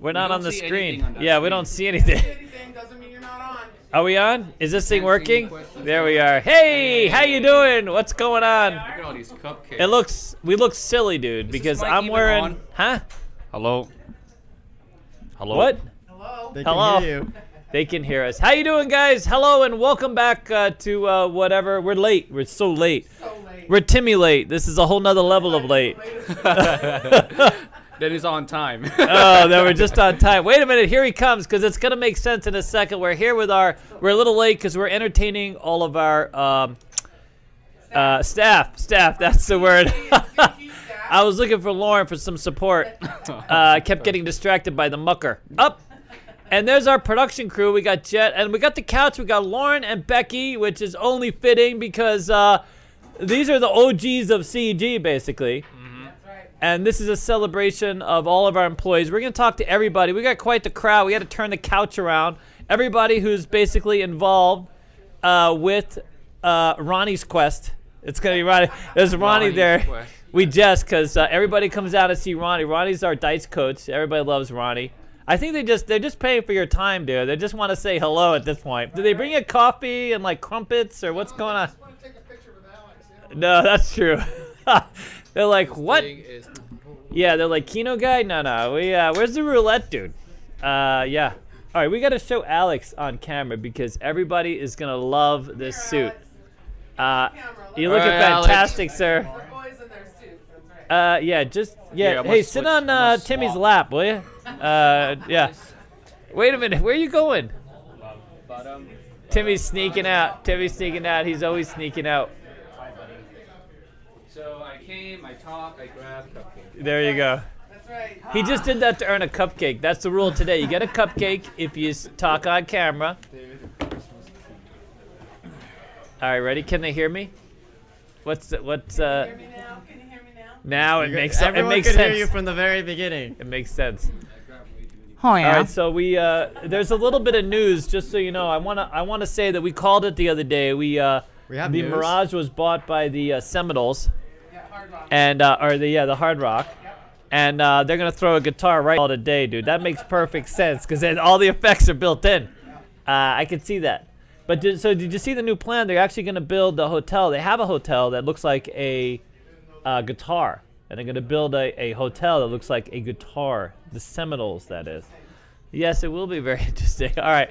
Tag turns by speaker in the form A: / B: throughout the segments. A: We're not
B: don't
A: on the
B: see
A: screen.
B: anything on that
A: yeah, we
B: screen.
A: don't see anything.
C: Anything doesn't mean you're not on.
A: Are we on? Is this thing
B: Can't see any
A: working?
B: questions.
A: There we are. Hey, how you doing? What's going on?
B: Look at all these cupcakes.
A: It looks we look silly, dude,
B: this
A: because
B: mic
A: I'm
B: even
A: wearing
B: on?
A: huh?
D: Hello. Hello.
A: What?
C: Hello.
E: They
A: Hello.
E: can hear you.
A: They can hear us. How you doing, guys? Hello and welcome back uh, to uh, whatever. We're late. We're so late.
C: So late.
A: We're Timmy late. This is a whole nother level of late.
B: That is on time.
A: oh, no, we're just on time. Wait a minute, here he comes, because it's gonna make sense in a second. We're here with our, we're a little late because we're entertaining all of our um, uh, staff. Staff, that's the word. I was looking for Lauren for some support. Uh, I kept getting distracted by the mucker. Up. And there's our production crew. We got Jet, and we got the couch. We got Lauren and Becky, which is only fitting because uh, these are the OGs of CG, basically. And this is a celebration of all of our employees. We're going to talk to everybody. We got quite the crowd. We had to turn the couch around. Everybody who's basically involved uh, with uh, Ronnie's quest. It's going to be Ronnie. There's Ronnie
B: Ronnie's
A: there.
B: quest.
A: We jest because uh, everybody comes out to see Ronnie. Ronnie's our dice coach. Everybody loves Ronnie. I think they just they're just paying for your time, dude. They just want to say hello at this point. Do they bring you coffee and like crumpets or what's going on?
C: want to take a picture with Alex.
A: No, that's true. they're like, what?
B: Thing is-
A: Yeah, they're like Kino guy. No, no. We uh, where's the roulette dude? Uh, yeah. All right, we gotta show Alex on camera because everybody is gonna love this suit. Uh, you
C: You look.
A: look
B: All right, Alex.
A: fantastic, sir.
C: We're boys in their suits. That's right.
A: Uh, yeah, just yeah.
B: Yeah, I'm
A: hey,
B: gonna
A: sit
B: switch-
A: on
B: I'm gonna
A: uh, Timmy's
B: swap.
A: lap, will you? Uh, yeah. Wait a minute. Where are you going?
B: But, um,
A: Timmy's sneaking out. Timmy's sneaking out. He's always sneaking out.
B: so I came, I talked, I grabbed cupcakes.
A: There you go.
C: That's right.
A: He just did that to earn a cupcake. That's the rule today. You get a cupcake if you s- talk on camera. All right, ready? Can they hear me? What's the, what's uh
C: Can you hear me now? Can you hear me now?
A: now it makes it
E: Everyone
A: makes
E: could
A: sense.
E: hear you from the very beginning.
A: it makes sense.
F: Oh
A: All
F: yeah.
A: right, so we uh, there's a little bit of news just so you know. I want to I want to say that we called it the other day. We uh
E: We have
A: the
E: news.
A: Mirage was bought by the uh, Seminoles
C: Yeah, hard rock.
A: and uh, or the yeah, the Hard Rock. And uh, they're gonna throw a guitar right all today, dude. That makes perfect sense because then all the effects are built in. Uh, I could see that. But did, so did you see the new plan? They're actually gonna build the hotel. They have a hotel that looks like a uh, guitar, and they're gonna build a, a hotel that looks like a guitar. The Seminoles, that is. Yes, it will be very interesting. All right,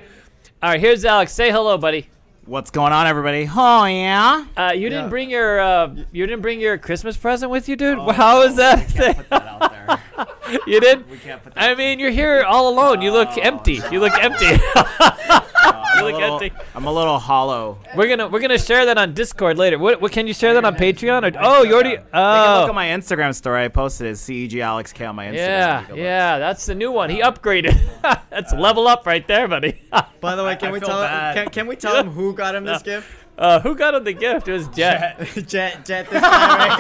A: all right. Here's Alex. Say hello, buddy.
F: What's going on, everybody? Oh yeah.
A: Uh, you
E: Yeah.
A: didn't bring your uh, you didn't bring your Christmas present with you, dude. How is that?
F: Oh, We can't put that out there.
A: you did.
F: We can't put that.
A: I mean, you're here all alone. You look
F: Oh,
A: empty. You look empty.
F: I'm,
A: look
F: a little,
A: empty.
F: I'm a little hollow.
A: we're gonna we're gonna share that on Discord later. What, what can you share that on Patreon? Or, oh, you
F: They
A: already.
F: can look at
A: Oh,
F: my Instagram story. I posted it. Ceg Alex K on my Instagram. You
A: yeah,
F: can look.
A: yeah. That's the new one. He upgraded. that's level up right there, buddy.
E: By the way, can
F: I
E: we
F: feel
E: tell
F: bad.
E: can, can we tell him who got him this gift?
A: uh, who got him the gift? It was Jet. Uh,
E: Jet, Jet, this guy right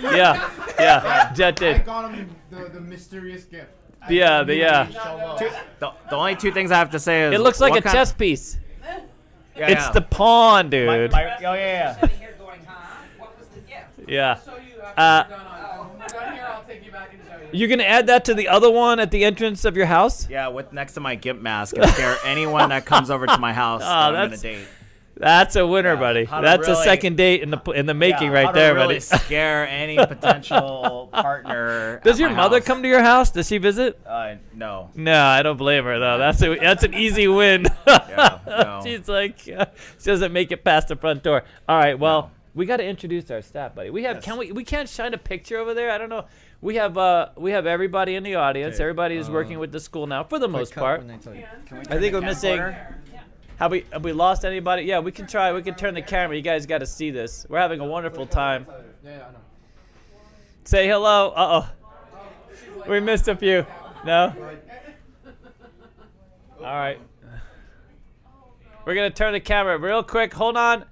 E: here.
A: Um, yeah, yeah. Jet did.
G: got him the, the mysterious gift.
A: Yeah, the yeah.
F: The, the only two things I have to say is
A: It looks like
F: what
A: a
F: kind-
A: chess piece.
F: Yeah,
A: It's
F: yeah.
A: the pawn, dude.
F: My- my- oh yeah, yeah.
H: here going, huh? What was the gift?
A: yeah.
C: Show you
A: Uh,
C: after we're done on. When we're done here, I'll take you back and show you.
A: You're gonna add that to the other one at the entrance of your house?
F: Yeah, with next to my gimp mask, I scare anyone that comes over to my house that I'm gonna
A: Oh, Ah, that's-
F: date.
A: That's a winner, buddy.
F: how to
A: That's a
F: really-
A: second date in the in the making
F: Yeah, how
A: right
F: to
A: there,
F: really
A: buddy.
F: Scare any potential partner.
A: Does
F: at
A: your
F: my
A: mother
F: house.
A: come to your house? Does she visit?
F: Uh, no.
A: No, I don't blame her though. That's a, that's an easy win.
F: no.
A: She's like, uh, she doesn't make it past the front door. All right, well, we got to introduce our staff, buddy. We have can we we can't shine a picture over there. I don't know. We have uh we have everybody in the audience. Everybody is
F: um,
A: working with the school now for the most part. I think we're missing. Have we have we lost anybody? Yeah, we can try. We can turn the camera. You guys got to see this. We're having a wonderful time.
G: Yeah, I know.
A: Say hello. Uh oh. We missed a few. No? Alright. We're gonna turn the camera real quick. Hold on.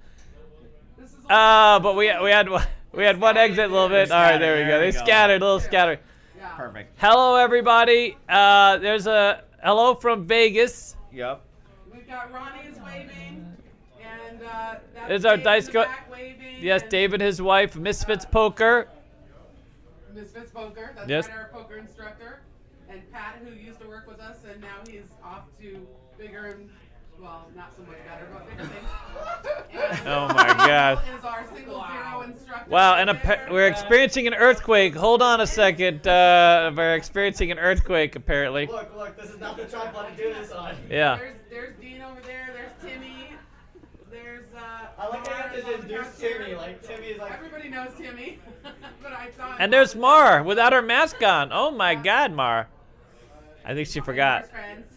A: Uh but we we had one- we had one exit a little bit. Alright, there we go. They scattered, a little scattered.
F: Perfect.
A: Hello everybody. Uh there's a hello from Vegas.
F: Yep.
C: We've got Ronnie is waving, and uh, that's
A: There's our
C: Dave in
A: dice
C: the
A: go-
C: back waving,
A: Yes,
C: and Uh,
A: Dave and his wife, Misfits Poker.
C: Misfits Poker. That's
A: Yes.
C: right, our poker instructor. and Pat, who used to work with us, and now he's off to bigger and well, not so much better, but bigger things. And
A: Oh my God.
C: Is our single zero instructor.
A: Wow, and a
C: right
A: pa-
C: there.
A: we're experiencing an earthquake. Hold on a second. Uh, we're experiencing an earthquake, apparently.
E: Look, look, this is not the tripod to do this on.
A: Yeah.
C: There's there's Dean over there. There's Timmy. There's uh.
E: I like how you have to
C: Laura's on the
E: induce
C: couch
E: Timmy.
C: here.
E: Like, Timmy's like,
C: Everybody knows Timmy, but I saw.
A: And there's Mar without her mask on. Oh my God, Mar. I think she forgot.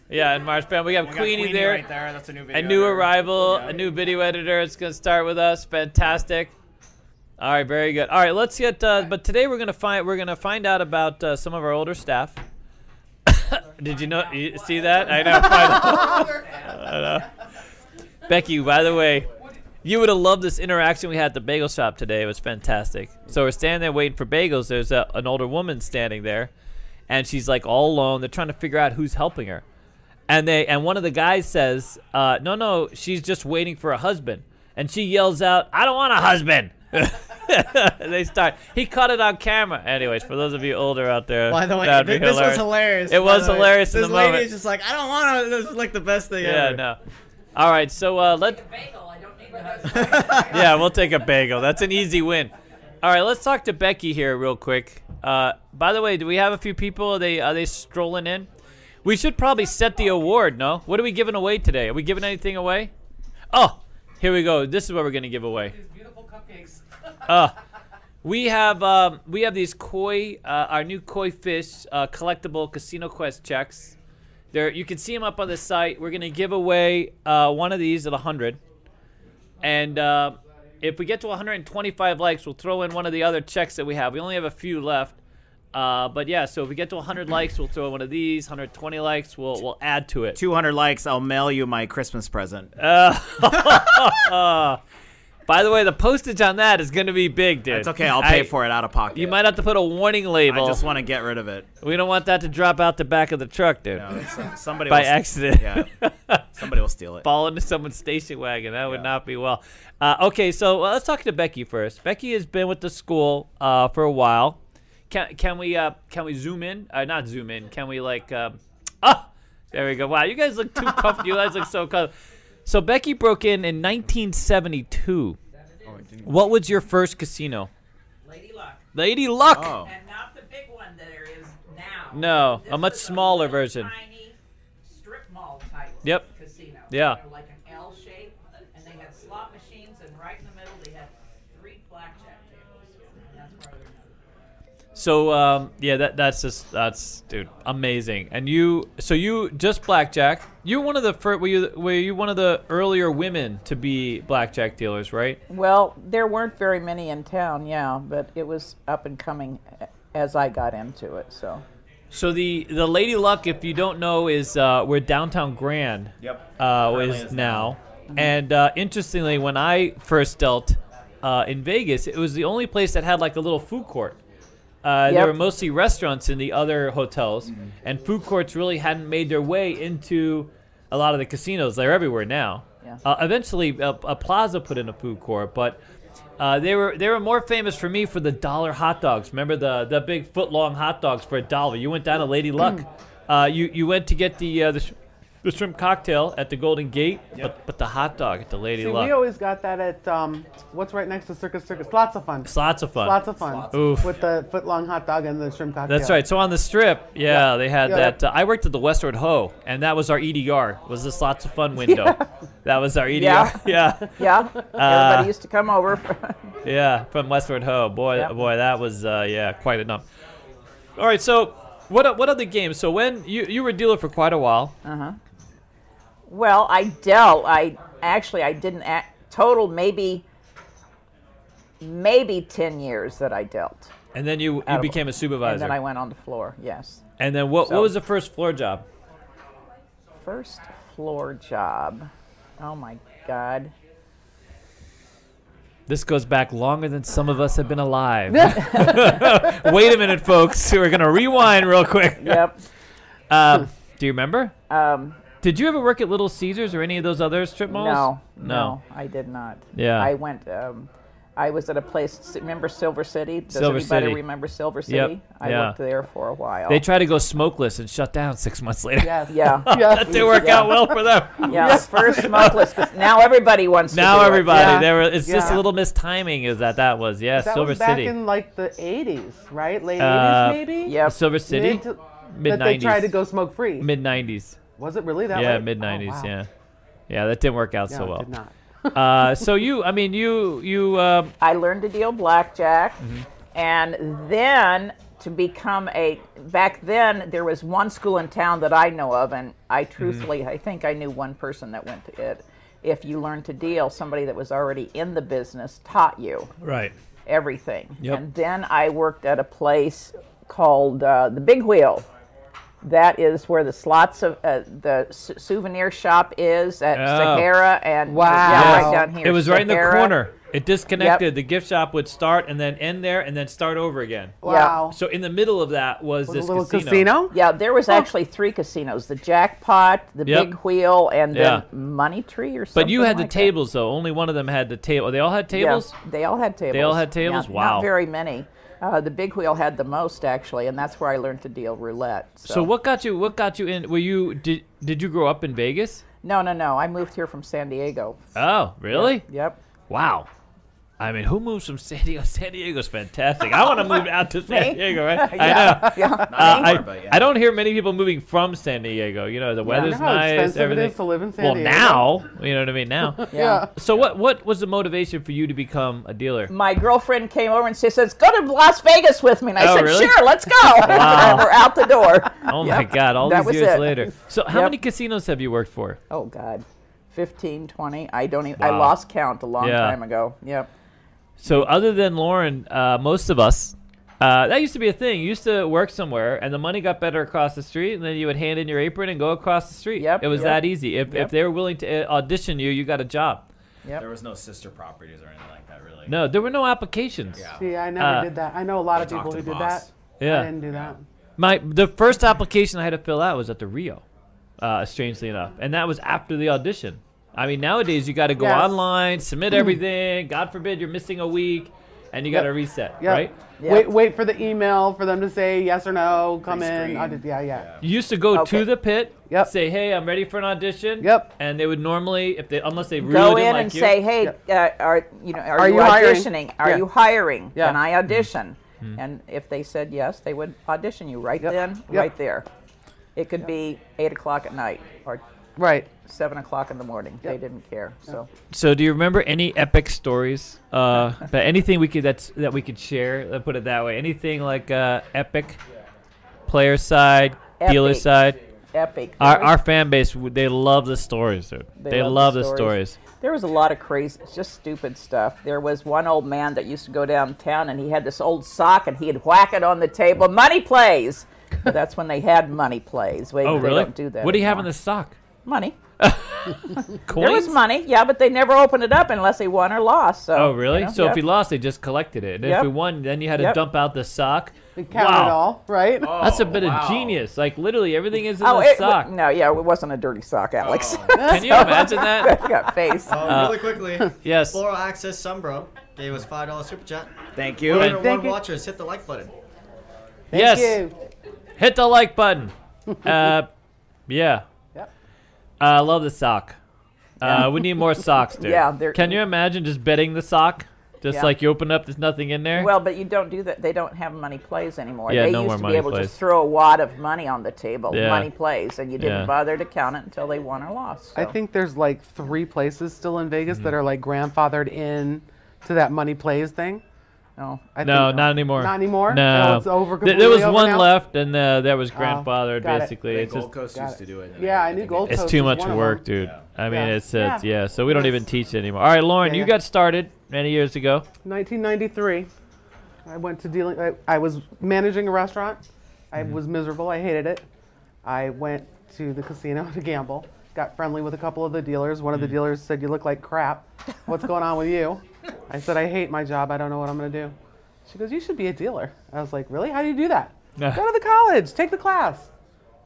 A: Yeah, and Mar's band. We have
E: We got
A: Queenie, there.
E: Right there. That's a new video.
A: A new
E: there.
A: arrival,
E: Yeah.
A: a new video editor. It's gonna start with us. Fantastic. All right, very good. All right, let's get. Uh, but today we're gonna find we're gonna find out about uh, some of our older staff. Did you know? You see that? I know. Find I know. Becky, by the way, you would have loved this interaction we had at the bagel shop today. It was fantastic. So we're standing there waiting for bagels. There's a, an older woman standing there, and she's like all alone. They're trying to figure out who's helping her and they and one of the guys says, uh, "No, no, she's just waiting for a husband." And she yells out, "I don't want a husband." And they start. He caught it on camera. Anyways, for those of you older out there,
E: By the way,
A: that'd
E: thi-
A: be
E: this was
A: hilarious.
E: hilarious.
A: It
E: by
A: was
E: the way.
A: hilarious in
E: This
A: the
E: lady
A: moment.
E: is just like, I don't want to. This is like the best thing
A: Yeah,
E: ever.
A: no. All right, so uh, let
H: Bagel, I don't need the husband.
A: yeah, we'll take a bagel. That's an easy win. All right, let's talk to Becky here real quick. Uh, by the way, do we have a few people? Are they are they strolling in? We should probably set the award. No, what are we giving away today? Are we giving anything away? Oh, here we go. This is what we're gonna give away.
C: These beautiful cupcakes.
A: Uh, we have um, we have these koi, uh, our new koi fish uh, collectible Casino Quest checks. There, you can see them up on the site. We're gonna give away uh, one of these at hundred, and uh, if we get to 125 likes, we'll throw in one of the other checks that we have. We only have a few left, uh, but yeah. So if we get to 100 likes, we'll throw in one of these. 120 likes, we'll we'll add to it.
F: 200 likes, I'll mail you my Christmas present.
A: Uh, by the way, the postage on that is gonna be big, dude.
F: It's okay, I'll pay
A: I-
F: for it out of pocket.
A: You might have to put a warning label.
F: I just want to get rid of it.
A: We don't want that to drop out the back of the truck, dude.
F: No, so- somebody
A: By
F: will,
A: accident.
F: Yeah. Somebody will steal it.
A: Fall into someone's station wagon. That would
F: Yeah.
A: not be well. Uh, okay, so uh, let's talk to Becky first. Becky has been with the school uh, for a while. Can can we uh, can we zoom in? Uh, not zoom in. Can we like? Um, ah, there we go. Wow, you guys look too comfortable. You guys look so comfortable. So Becky broke in in 1972.
F: Oh,
A: What was your first casino?
H: Lady Luck.
A: Lady Luck.
F: Oh.
H: And not the big one that there is now.
A: No, a
H: This
A: much
H: is
A: smaller
H: little
A: version.
H: Tiny strip mall type
A: Yep.
H: casino.
A: Yeah.
H: They're like an L shape, and they had slot machines, and right in the middle they had three blackjack tables. And that's where they're known.
A: So um, yeah, that that's just that's dude amazing. And you, so you just blackjack. You're one of the first. Were you were you one of the earlier women to be blackjack dealers, right?
I: Well, there weren't very many in town, yeah, but it was up and coming as I got into it. So,
A: So the the Lady Luck, if you don't know, is uh, where downtown Grand
F: Yep.
A: uh,
F: Currently
A: is
F: is
A: now. And uh, interestingly, when I first dealt uh, in Vegas, it was the only place that had like a little food court. Uh, There
I: Yep.
A: were mostly restaurants in the other hotels, and food courts really hadn't made their way into a lot of the casinos. They're everywhere now.
I: Yeah.
A: Uh, eventually, a, a plaza put in a food court, but uh, they were they were more famous for me for the dollar hot dogs. Remember the the big foot long hot dogs for a dollar? You went down to Lady Luck.
J: Mm.
A: Uh, you you went to get the uh, the, sh- the shrimp cocktail at the Golden Gate, but but the hot dog at the Lady
J: See,
A: Luck.
J: we always got that at um, what's right next to Circus Circus. Lots of fun.
A: it's lots of fun.
J: Lots of fun.
A: Oof.
J: With the foot long hot dog and the shrimp cocktail.
A: That's right. So on the strip, yeah,
J: Yeah.
A: they had
J: Yeah.
A: that. Uh, I worked at the Westward Ho, and that was our E EDR. Was this lots of fun window? That was our EDR.
I: Yeah.
A: yeah. Uh,
I: yeah, everybody used to come over. For,
A: Yeah, from Westward Ho. Boy,
I: Yep.
A: boy, that was uh, yeah, quite enough. All right, so what o- what other games? So when you you were a dealer for quite a while.
I: Uh-huh. well, I dealt. I actually I didn't act, total maybe maybe ten years that I dealt,
A: And then you, you
I: Edible.
A: became a
I: and
A: supervisor.
I: then I went on the floor. Yes,
A: And then what, what
I: So-
A: was the first floor job?
I: first floor job. Oh my God.
A: This goes back longer than some of us have been alive. Wait a minute, folks. We're going to rewind real quick.
I: Yep.
A: Um, do you remember?
I: Um,
A: Did you ever work at Little Caesars or any of those other strip malls?
I: No, no, I did not.
A: Yeah.
I: I went. Um, I was at a place. Remember Silver City? Does
A: Silver
I: anybody
A: City.
I: remember Silver City?
A: Yep,
I: I
A: yeah.
I: worked there for a while.
A: They tried to go smokeless and shut down six months later.
J: Yes.
I: Yeah.
A: that didn't work out well for them.
I: Yeah, first smokeless. 'cause Now everybody wants to.
A: Now
I: do it.
A: everybody,
J: Yeah.
A: there were, it's just a
J: Yeah.
A: little mistiming is that that was. Yeah,
J: That
A: Silver
J: was back
A: City.
J: in like the 80s, right? Late
A: Uh,
J: 80s, maybe.
I: Yep.
A: Silver City,
J: Mid to-
A: mid
J: That they tried to
A: nineties.
J: go smoke free.
A: Mid nineties.
J: was it really that?
A: Yeah,
J: late?
A: mid
J: Oh,
A: nineties.
J: wow.
A: Yeah, yeah, that didn't work out
J: Yeah,
A: so
J: it
A: well.
J: Did not.
A: uh, so you, I mean, you, you, um,
I: I learned to deal blackjack, and then to become a. Back then, there was one school in town that I know of, and I truthfully, I think I knew one person that went to it. If you learned to deal, somebody that was already in the business taught you
A: right.
I: everything.
A: Yep.
I: And then I worked at a place called uh, the Big Wheel. That is where the slots of uh, the s- souvenir shop is at
A: Oh.
I: Sahara and
J: Wow.
I: yeah, right
J: Yes.
I: down here.
A: It was right in the
I: Sahara.
A: corner. It disconnected. The gift shop would start and then end there and then start over again.
J: Wow.
A: So in the middle of that was
J: Was
A: this
J: a little
A: casino.
J: casino.
I: Yeah, there was actually three casinos: the Jackpot, the
A: Yep.
I: Big Wheel, and
A: Yeah.
I: the Money Tree, or something.
A: But you had
I: like
A: the
I: that.
A: tables though. Only one of them had the table. They all had
I: Yeah,
A: tables.
I: they all had tables.
A: all had tables?
I: Yeah,
A: Wow.
I: Not very many. Uh, the Big Wheel had the most actually, and that's where I learned to deal roulette.
A: So what got you? What got you in? Were you did? Did you grow up in Vegas?
I: No, no, no. I moved here from San Diego.
A: Oh, really?
I: Yep.
A: Wow. I mean, who moves from San Diego? San Diego's fantastic. I want to move out to
I: Me?
A: San Diego, right? I
I: Yeah,
A: know.
I: yeah.
A: Uh, I,
F: anymore, but yeah.
A: I don't hear many people moving from San Diego. You know, the weather's
J: know how
A: nice.
J: expensive it
A: everything.
J: is to live in San
A: well,
J: Diego?
A: now, you know what I mean. Now,
J: Yeah.
A: so what? What was the motivation for you to become a dealer?
I: My girlfriend came over and she says, "Go to Las Vegas with me." And I
A: Oh,
I: said,
A: really?
I: "Sure, let's go."
A: Wow.
I: And we're out the door.
A: Oh my
I: Yep.
A: God! All
I: That
A: these
I: was
A: years
I: it.
A: later. So, how
I: Yep.
A: many casinos have you worked for?
I: Oh God, 15, 20. I don't even. I
A: Wow.
I: lost count a long
A: Yeah.
I: time ago. Yep.
A: So, other than Lauren, uh, most of us, uh, that used to be a thing. You used to work somewhere, and the money got better across the street, and then you would hand in your apron and go across the street.
I: Yep,
A: It was
I: yep.
A: that easy. If, if
I: Yep.
A: they were willing to uh, audition you, you got a job.
F: There was no sister properties or anything like that, really.
A: No, there were no applications.
F: Yeah.
J: See, I never
A: Uh,
J: did that. I know a lot of
F: talked
J: people
F: to
J: who
F: the
J: did
F: boss.
J: that.
A: Yeah.
J: I didn't do that.
A: My the first application I had to fill out was at the Rio, uh, strangely enough, and that was after the audition. I mean, nowadays you got to go
J: Yes. Mm.
A: online, submit everything. God forbid you're missing a week, and you got to reset,
J: Yep.
A: right?
I: Yeah.
J: Wait, wait for the email for them to say yes or no. Come in.
F: Pre-screen.
J: I did, yeah, yeah.
A: You used to go
I: Okay.
A: to the pit,
J: Yep.
A: say, "Hey, I'm ready for an audition."
J: Yep.
A: And they would normally, if they unless they really
I: Go
A: didn't
I: in
A: like
I: and
A: you,
I: say, "Hey, uh, are you know are,
J: Are
I: you
J: you hiring?
I: auditioning? Are
J: Yeah.
I: you hiring?
J: Yeah. Mm-hmm.
I: Can I audition?"
A: Mm-hmm.
I: And if they said yes, they would audition you right
J: Yep.
I: then,
J: Yep.
I: right there. It could be eight o'clock at night or
J: Right.
I: seven o'clock in the morning. They
J: Yep.
I: didn't care. So
A: So, do you remember any epic stories? Uh, but anything we could that's that we could share. Let's put it that way. Anything like uh, epic, player side, dealer
I: Epic.
A: side.
I: epic.
A: Our,
I: There was-
A: our fan base, w- they love the stories, dude. They, love, the stories.
I: There was a lot of crazy, just stupid stuff. There was one old man that used to go downtown, and he had this old sock, and he'd whack it on the table. Money plays. But that's when they had money plays. Wait,
A: Oh,
I: they
A: really?
I: Don't do that.
A: what do you have in
I: anymore.
A: the sock?
I: money?
A: Coins?
I: There was money, yeah, but they never opened it up unless they won or lost. So,
A: Oh, really?
I: you know,
A: so
I: yeah.
A: if you lost, they just collected it. And if
I: Yep.
A: you won, then you had to
I: Yep.
A: dump out the sock.
J: And count it all, right?
A: That's
F: Oh,
A: a bit of genius. Like literally everything is in
I: oh,
A: the
I: it,
A: sock. Oh.
I: no, yeah, it wasn't a dirty sock, Alex.
A: Can you imagine that? Uh,
I: you got face.
E: Oh, really quickly.
A: Yes.
E: Floral Access Sunbro gave us five dollars super chat.
F: Thank you.
A: Right.
E: One
J: Thank you.
E: watchers hit the like button.
A: yes.
J: Thank you.
A: Hit the like button. Uh, yeah.
J: Yep.
A: I love the sock. Uh, we need more socks, dude.
I: Yeah, they're-
A: Can you imagine just betting the sock? Just
I: Yeah.
A: like you open up, there's nothing in there.
I: Well, but you don't do that. They don't have money plays anymore.
A: Yeah,
I: they
A: no
I: used
A: more
I: to
A: money
I: be able to
A: plays.
I: just throw a wad of money on the table,
A: Yeah.
I: money plays, and you didn't
A: Yeah.
I: bother to count it until they won or lost.
J: I
I: so.
J: think there's like three places still in Vegas
A: Mm-hmm.
J: that are like grandfathered in to that money plays thing.
I: No.
J: I
A: No,
J: think-
A: not anymore.
J: Not anymore?
A: No,
J: So it's over
A: Th- there was
J: completely over
A: one
J: now? Uh-huh.
A: left, and uh, that was grandfathered.
J: got it.
A: basically,
F: I think
A: it's just
F: Gold Coast
J: Got
F: used
J: it.
F: to do it.
J: Yeah, I knew Gold
F: Coast.
J: Coast.
A: it's too
J: was
A: much
J: one of
A: work,
J: them.
A: dude. I mean,
J: Yeah.
A: it's it's yeah.
J: Yeah.
A: So we don't even teach it anymore. All right, Lauren,
J: Yeah,
A: you
J: yeah.
A: got started many years ago.
J: 1993. I went to dealing. I, I was managing a restaurant. I
A: Mm-hmm.
J: was miserable. I hated it. I went to the casino to gamble. Got friendly with a couple of the dealers. One of
A: Mm.
J: the dealers said, "You look like crap. What's going on with you?" I said, "I hate my job. I don't know what I'm gonna do." She goes, "You should be a dealer." I was like, "Really? How do you do that?" Go to the college. Take the class.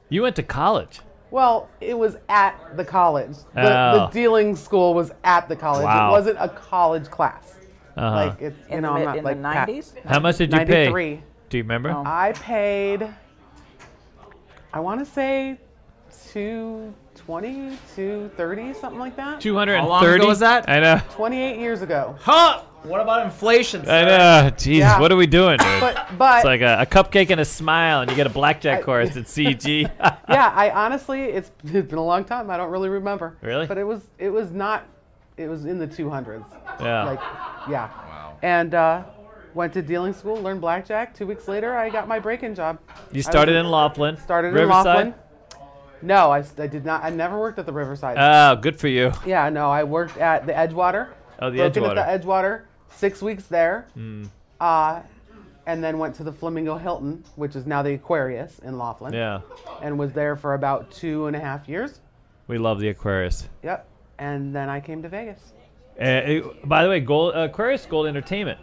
A: You went to college.
J: Well, it was at the college. The,
A: Oh.
J: the dealing school was at the college.
A: Wow.
J: It wasn't a college class.
A: Uh-huh.
J: Like it's you
I: In
J: know
I: the,
J: I'm
I: mid-
J: not
I: in
J: like
I: the
J: packed.
I: 90s?
A: How much did you pay?
J: 93.
A: Do you remember?
I: Oh.
J: I paid I want to say 220, 230, something like that.
A: Two hundred and thirty.
F: How long ago was that?
A: I know.
J: 28 years ago.
F: Huh?
E: What about inflation?
A: I
E: sir?
A: know. Jesus,
J: Yeah.
A: what are we doing? dude?
J: But but
A: it's like a, a cupcake and a smile, and you get a blackjack
J: I-
A: course at CG.
J: yeah, I honestly it's, it's been a long time. I don't really remember.
A: Really?
J: But it was it was not it was in the 200s.
A: yeah.
J: Like yeah.
D: Wow.
J: And uh Went to dealing school, learned blackjack. Two weeks later, I got my break-in job.
A: you started
J: was-
A: in Laughlin.
J: Started in
A: Riverside.
J: Laughlin. No, I, I did not. I never worked at the Riverside.
A: Oh, good for you.
J: Yeah, no, I worked at the Edgewater.
A: Oh, the
J: Broken
A: Edgewater.
J: At the Edgewater, six weeks there.
A: Hmm,
J: Uh, and then went to the Flamingo Hilton, which is now the Aquarius in Laughlin.
A: Yeah.
J: And was there for about two and a half years.
A: We love the Aquarius.
J: Yep. And then I came to Vegas.
A: Uh, it- by the way, Gold, Aquarius Gold Entertainment.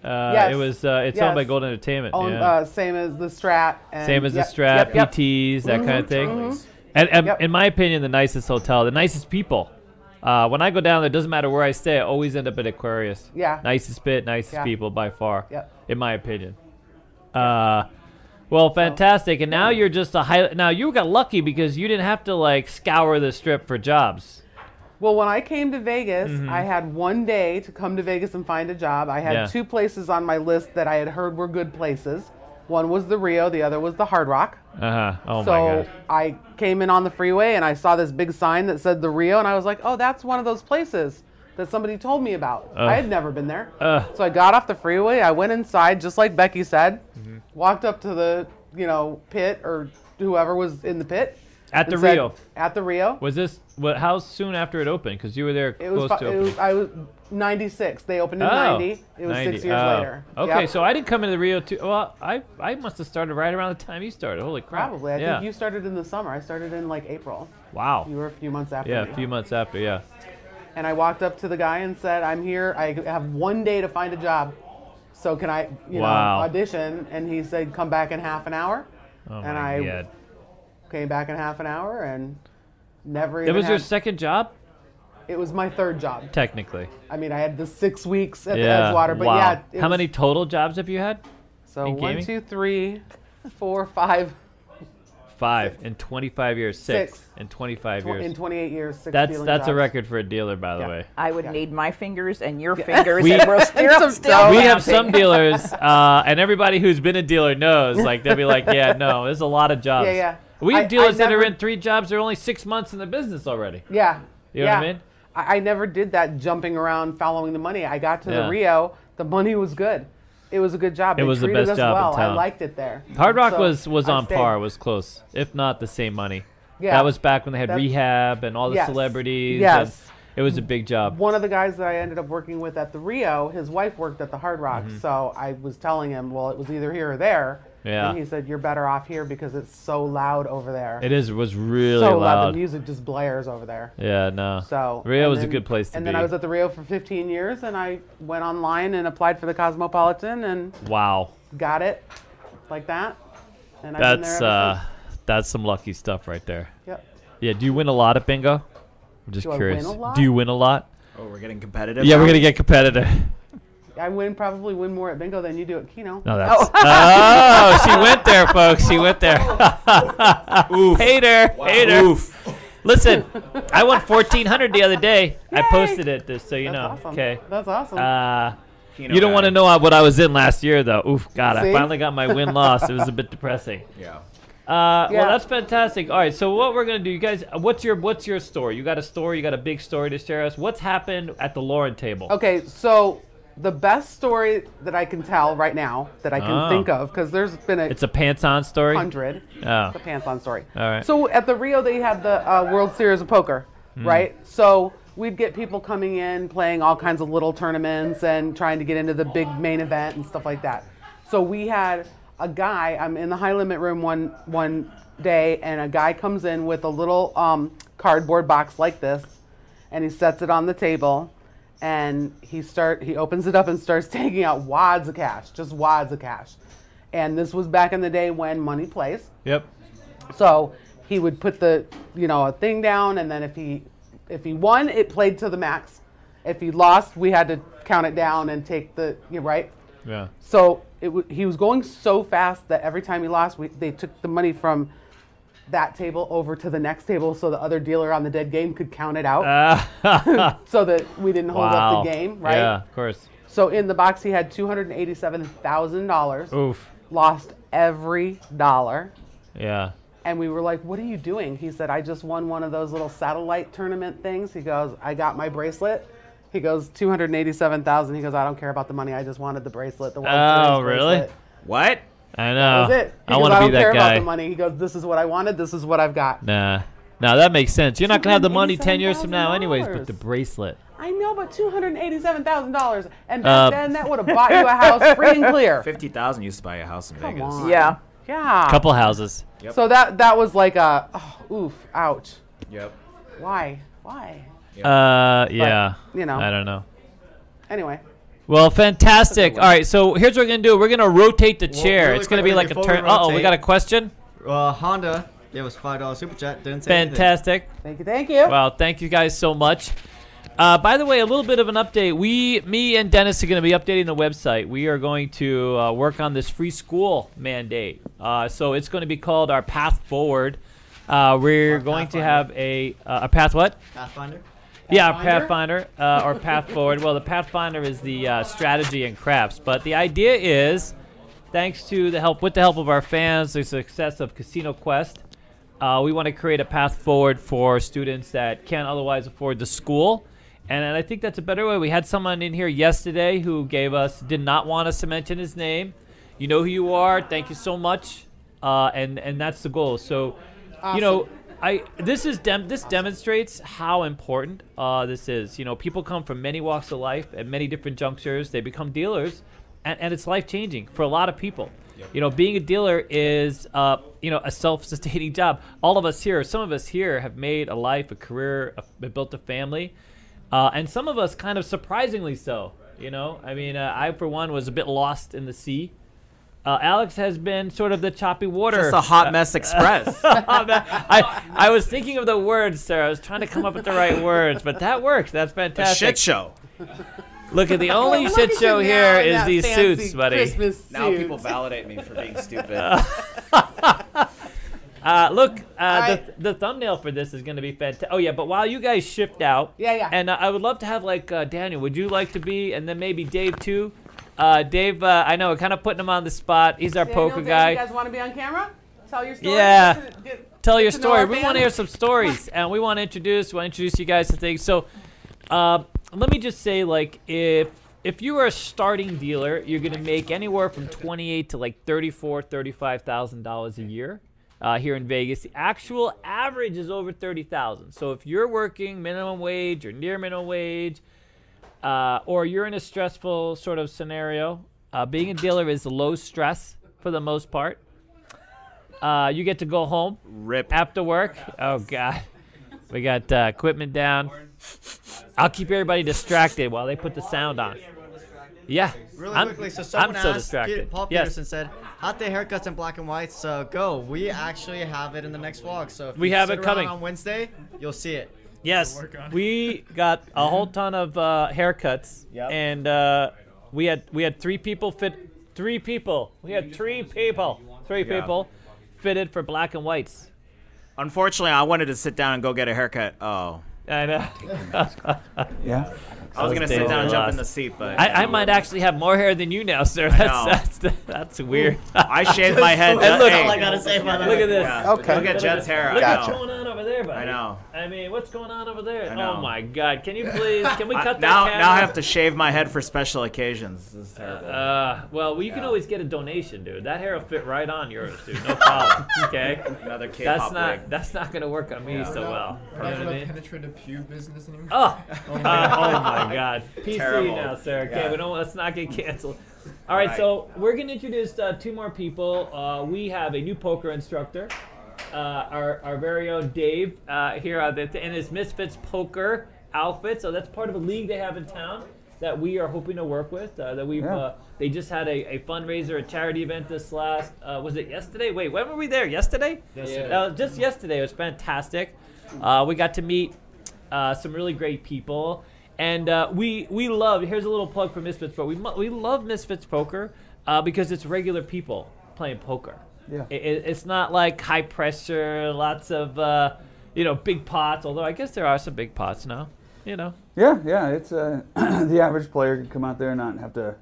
A: Uh,
J: Yes.
A: It was. Uh, it's owned by
J: Yes.
A: Gold Entertainment.
J: Owned,
A: yeah.
J: uh, same as the Strat. And
A: Same as
J: yep,
A: the Strat,
J: yep, yep.
A: PTs, that kind of thing. Mm-hmm. And, and
J: Yep.
A: in my opinion, the nicest hotel, the nicest people. Uh, when I go down there, it doesn't matter where I stay, I always end up at Aquarius.
J: Yeah.
A: Nicest bit, nicest
J: Yeah.
A: people by far.
J: Yep.
A: In my opinion. Uh, well, fantastic. And now you're just a high. Now you got lucky because you didn't have to like scour the strip for jobs.
J: Well, when I came to Vegas, I had one day to come to Vegas and find a job. I had
A: Mm-hmm. Yeah.
J: two places on my list that I had heard were good places. One was the Rio, the other was the Hard Rock.
A: Uh huh. Oh my
J: so
A: God.
J: I came in on the freeway and I saw this big sign that said the Rio, and I was like, oh, that's one of those places that somebody told me about. I had never been there.
A: Ugh.
J: so I got off the freeway, I went inside, just like Becky said,
A: Mm-hmm.
J: walked up to the, you know, pit or whoever was in the pit.
A: At the
J: and said-
A: Rio.
J: At the Rio.
A: Was this what? How soon after it opened? Because you were there
J: It was,
A: close
J: fi-
A: to Oh,
J: it
A: opening.
J: was I was 96. They opened in 90. It was
A: 90.
J: six years
A: Oh.
J: later.
A: Okay,
J: Yep.
A: so I didn't come into the Rio two. Well, I I must have started right around the time you started. Holy crap!
J: probably. I
A: yeah.
J: think you started in the summer. I started in like April.
A: Wow.
J: You were a few months after
A: yeah,
J: me.
A: a few months after. Yeah.
J: and I walked up to the guy and said, "I'm here. I have one day to find a job. So can I, you
A: Wow.
J: know, audition?" And he said, "Come back in half an hour."
A: Oh
J: and
A: my
J: I
A: God.
J: came back in half an hour and never
A: It
J: even
A: was your
J: had-
A: second job,
J: it was my third job.
A: technically.
J: I mean, I had the 6 weeks at
A: yeah.
J: the Edgewater, but
A: wow.
J: yeah, it
A: How
J: was-
A: many total jobs have you had?
J: So
A: in gaming?
J: one, two, three, four, five,
A: Five in 25 years. Six,
J: Six.
A: in 25
J: tw-
A: years.
J: in 28 years, six
A: that's
J: dealing
A: that's a
J: jobs.
A: record for a dealer, by the way.
I: I would need my fingers and your fingers,
A: We-
I: and we're still,
J: Some-
I: still
A: we have some
I: counting.
A: dealers, uh, and everybody who's been a dealer knows. Like they'll be like, "Yeah, no, there's a lot of jobs."
J: Yeah, yeah.
A: We have
J: I- I
A: dealers that are
J: never-
A: in three jobs. They're only six months in the business already.
J: Yeah.
A: You know
J: yeah.
A: what I mean?
J: I, I never did that jumping around following the money. I got to
A: Yeah.
J: the Rio. The money was good. It was a good job.
A: It
J: They
A: was the
J: treated
A: best
J: us
A: job in
J: well.
A: town.
J: I liked it there.
A: Hard Rock
J: So
A: was was
J: I
A: on
J: stayed.
A: par, was close, if not the same money.
J: Yeah.
A: That was back when they had
J: That-
A: rehab and all the
J: Yes.
A: celebrities. and
J: Yes.
A: it was a big job.
J: One of the guys that I ended up working with at the Rio, his wife worked at the Hard Rock.
A: Mm-hmm.
J: So I was telling him, well, it was either here or there.
A: Yeah.
J: And he said, you're better off here because it's so loud over there.
A: It is was really
J: so
A: loud.
J: The music just blares over there.
A: Yeah, no.
J: So
A: Uh, Rio
J: and
A: was a
J: then-
A: good place to
J: And
A: be.
J: then I was at the Rio for 15 years, and I went online and applied for the Cosmopolitan and
A: wow,
J: got it, like that. And I've been there
A: that's
J: ever
A: uh,
J: since.
A: that's some lucky stuff right there.
J: Yep.
A: Yeah. Do you win a lot at bingo? I'm just
J: Do I win
A: curious.
J: a lot?
A: Do you win a lot?
F: Oh, we're getting competitive.
A: Yeah,
F: now?
A: we're gonna get competitive.
J: I win probably win more at bingo than you do at Keno.
A: No, that's. Oh, she went there, folks. She went there. Hater, hater. Listen, I won fourteen hundred the other day. I posted it, just so you
J: That's
A: know.
J: awesome.
A: Okay.
J: That's awesome.
A: Uh,
F: Keno
A: you don't
F: guy.
A: want to know what I was in last year, though. Oof, God, I
J: See?
A: finally got my win loss. It was a bit depressing.
D: Yeah.
A: Uh,
J: Yeah.
A: Well, that's fantastic. All right, so what we're gonna do, you guys? uh, What's your what's your story? You got a story? You got a big story to share us? What's happened at the Lauren table?
J: okay, so the best story that I can tell right now that I can
A: Oh.
J: think of, because there's been a
A: It's a pants on story.
J: hundred.
A: Oh.
J: The pants on story.
A: All right.
J: So at the Rio, they had the uh, World Series of Poker, right? So we'd get people coming in, playing all kinds of little tournaments and trying to get into the big main event and stuff like that. So we had a guy. I'm in the high limit room one one day, and a guy comes in with a little um, cardboard box like this, and he sets it on the table. And he start he opens it up and starts taking out wads of cash, just wads of cash. And this was back in the day when money plays.
A: Yep.
J: So he would put the you know a thing down, and then if he if he won, it played to the max. If you lost, we had to count it down and take the you know, right.
A: Yeah.
J: So it w- he was going so fast that every time he lost, we, they took the money from that table over to the next table so the other dealer on the dead game could count it out so that we didn't hold
A: wow.
J: up the game, right?
A: Yeah, of course.
J: So in the box, he had $287,000,
A: Oof.
J: lost every dollar.
A: Yeah.
J: And we were like, What are you doing? He said, I just won one of those little satellite tournament things. He goes, I got my bracelet. He goes, 287,000. He goes, I don't care about the money. I just wanted the bracelet. The World
A: Oh,
J: Series
A: really?
J: bracelet."
F: What?
A: I
J: That
A: know.
J: was it. He
A: I
J: goes,
A: want to
J: don't
A: be that
J: care about
A: guy.
J: the money. He goes, This is what I wanted. This is what I've got.
A: Nah. Nah, that makes sense. You're not gonna have the money ten years from now, anyways. But the
J: $287,000.
A: bracelet.
J: I know, but $287,000. And back
A: Uh,
J: then, that would have bought you a house free and clear.
F: Fifty thousand used to buy a house in Vegas.
J: on.
I: Yeah.
J: Yeah.
A: Couple houses.
F: Yep.
J: So that that was like a oh, oof, ouch.
F: Yep.
J: Why? Why?
A: Uh, yeah. Uh,
J: you know.
A: I don't know.
J: Anyway,
A: Well, fantastic. All right, so here's what we're gonna do. We're gonna rotate the chair.
E: really
A: it's gonna
E: quickly
A: be like a
E: before
A: turn.
E: we
A: Uh oh, we
E: rotate-
A: got a question.
E: Uh, Honda gave us five dollar super chat. Didn't say anything.
A: Fantastic.
J: thank you, thank you.
A: Well, thank you guys so much. Uh, by the way, a little bit of an update. We, me, and Dennis are going to be updating the website. We are going to uh, work on this free school mandate. Uh, so it's going to be called our Path Forward. Uh, we're
E: Or
A: going to
E: Pathfinder.
A: have a uh, a path what?
E: Pathfinder.
A: Yeah, Pathfinder uh, or Path Forward. Well, the Pathfinder is the uh, strategy and crafts, but the idea is, thanks to the help with the help of our fans, the success of Casino Quest, uh, we want to create a path forward for students that can't otherwise afford the school. And, and I think that's a better way. We had someone in here yesterday who gave us did not want us to mention his name. You know who you are. Thank you so much. Uh, and and that's the goal. So, you know, I this is dem- this demonstrates how important uh, this is. You know, people come from many walks of life at many different junctures. They become dealers, and, and it's life changing for a lot of people. You know, being a dealer is uh, you know a self sustaining job. All of us here, some of us here, have made a life, a career, a, built a family, uh, and some of us kind of surprisingly so. You know, I mean, uh, I for one was a bit lost in the sea. Uh, Alex has been sort of the choppy water. Uh,
F: Just a hot mess express.
A: I, I was thinking of the words, sir. I was trying to come up with the right words, but that works. That's
F: a
A: fantastic.
F: shit show.
A: Look at the only
J: Look at
A: shit
J: you
A: show
J: now
A: here
J: in
A: is
J: that
A: these
J: fancy
A: suits, buddy.
J: Christmas
F: Now
J: suit.
F: people validate me for being stupid.
A: Uh, look, uh,
J: right.
A: the, the thumbnail for this is going to be fantastic. Oh yeah, but while you guys shift out,
J: Yeah, yeah.
A: and uh, I would love to have like uh, Daniel. Would you like to be, and then maybe Dave too? Uh, Dave, uh, I know, kind of putting him on the spot. He's our
J: Daniel,
A: poker
J: Dave,
A: guy.
J: You guys want to be on camera? Tell your story.
A: Yeah.
J: Get to- get-
A: tell your
J: get to know
A: story.
J: our
A: We
J: fans.
A: want to hear some stories, and we want to introduce. We want to introduce you guys to things. So, uh, let me just say, like, if if you are a starting dealer, you're going to make anywhere from twenty eight to like thirty four, thirty five thousand dollars a year. Uh, here in Vegas, the actual average is over thirty thousand. So if you're working minimum wage or near minimum wage, uh, or you're in a stressful sort of scenario, uh, being a dealer is low stress for the most part. Uh, you get to go home
F: Rip.
A: after work. Oh God, we got uh, equipment down. I'll keep everybody distracted while they put the sound on. Yeah,
E: Really
A: I'm-
E: quickly, so
A: I'm
E: someone
A: so
E: asked, Pe-
A: distracted.
E: Paul
A: Yes.
E: Peterson said, "Hot day haircuts in black and white." So go. We actually have it in the next vlog. So if
A: We
E: you
A: have
E: sit
A: it
E: around
A: coming.
E: on Wednesday. You'll see it.
A: yes, we got a whole ton of uh, haircuts,
E: Yep.
A: and uh, we had we had three people fit. Three people. We had three people. Three
F: Yeah.
A: people fitted for black and whites.
F: Unfortunately, I wanted to sit down and go get a haircut. Oh.
A: I know.
D: Yeah.
F: I was
A: Those
F: gonna
A: days
F: sit down
A: are
F: and jump in the
A: lost.
F: seat, but
A: I, I might actually have more hair than you now, sir. That's
F: know.
A: that's, that's weird.
F: I shaved my head.
A: And look-
F: hey,
E: All I gotta say about
A: Look at
E: it.
A: this.
F: yeah.
D: Okay.
F: Look at Jed's hair.
A: Look
F: I
A: what's
D: Gotcha.
F: know.
A: going on over there, buddy.
F: I know.
A: I mean, what's going on over there?
F: I know.
A: Oh my God! Can you please? Can we
F: I-
A: cut that
F: now,
A: camera?
F: now I have to shave my head for special occasions. This is terrible.
A: Uh, well, you can always get a donation, dude. That hair will fit right on yours, dude. No problem. okay.
F: Another K-pop
A: That's not.
F: wig.
A: That's not gonna work on me so well. You
G: We're not
A: know what I
G: gonna
A: mean?
G: penetrate the pew business anymore.
A: Oh, oh my, uh, oh my God. PC
F: Terrible.
A: now, sir. Okay,
F: Yeah.
A: we don't, let's not get canceled. All right,
F: Right.
A: so we're going to introduce uh, two more people. Uh, we have a new poker instructor, uh, our, our very own Dave uh, here on the, in his Misfits poker outfit. So that's part of a league they have in town that we are hoping to work with. Uh, that we've
D: Yeah.
A: uh, they just had a, a fundraiser, a charity event this last uh, was it yesterday? Wait, when were we there? Yesterday?
E: Yesterday.
A: Uh, just yesterday. It was fantastic. Uh, we got to meet uh, some really great people. And uh, we we love. Here's a little plug for Misfits Poker. We mo- we love Misfits Poker uh, because it's regular people playing poker.
D: Yeah.
A: I- I- it's not like high pressure, lots of uh, you know big pots. Although I guess there are some big pots now. You know.
D: Yeah, yeah. It's uh, the average player could come out there and not have to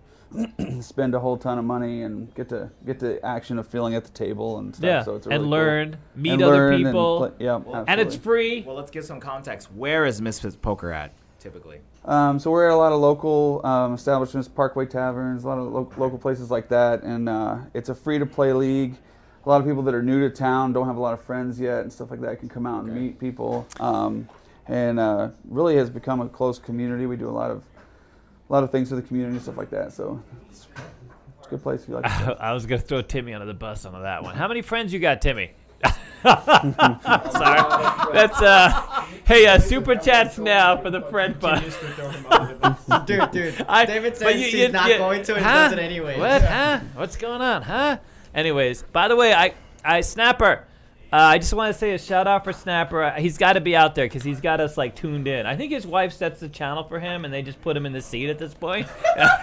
D: spend a whole ton of money and get to get the action of feeling at the table and stuff.
A: Yeah,
D: So it's a
A: and
D: really cool-
A: learn, meet
D: and
A: other
D: learn and
A: people,
D: play- yeah,
A: And it's
D: absolutely.
A: free.
F: Well, let's give some context. Where is Misfits Poker at typically?
D: Um, so we're at a lot of local um, establishments, Parkway taverns, a lot of lo- local places like that, and uh, it's a free-to-play league. A lot of people that are new to town don't have a lot of friends yet and stuff like that can come out and meet people, um, and uh, really has become a close community. We do a lot of a lot of things for the community and stuff like that. So it's, it's a good place if you like. to
A: I was gonna throw Timmy under the bus on that one. How many friends you got, Timmy? Sorry, that's uh. Hey, uh, super chats now for the friend bus.
E: dude, dude.
A: I-
E: David
A: but
E: says
A: you-
E: he's
A: you-
E: not
A: you-
E: going to, and
A: huh?
E: he does it anyway.
A: What? Huh? What's going on? Huh? Anyways, by the way, I I Snapper. Uh, I just want to say a shout out for Snapper. Uh, He's got to be out there because he's got us like tuned in. I think his wife sets the channel for him, and they just put him in the seat at this point.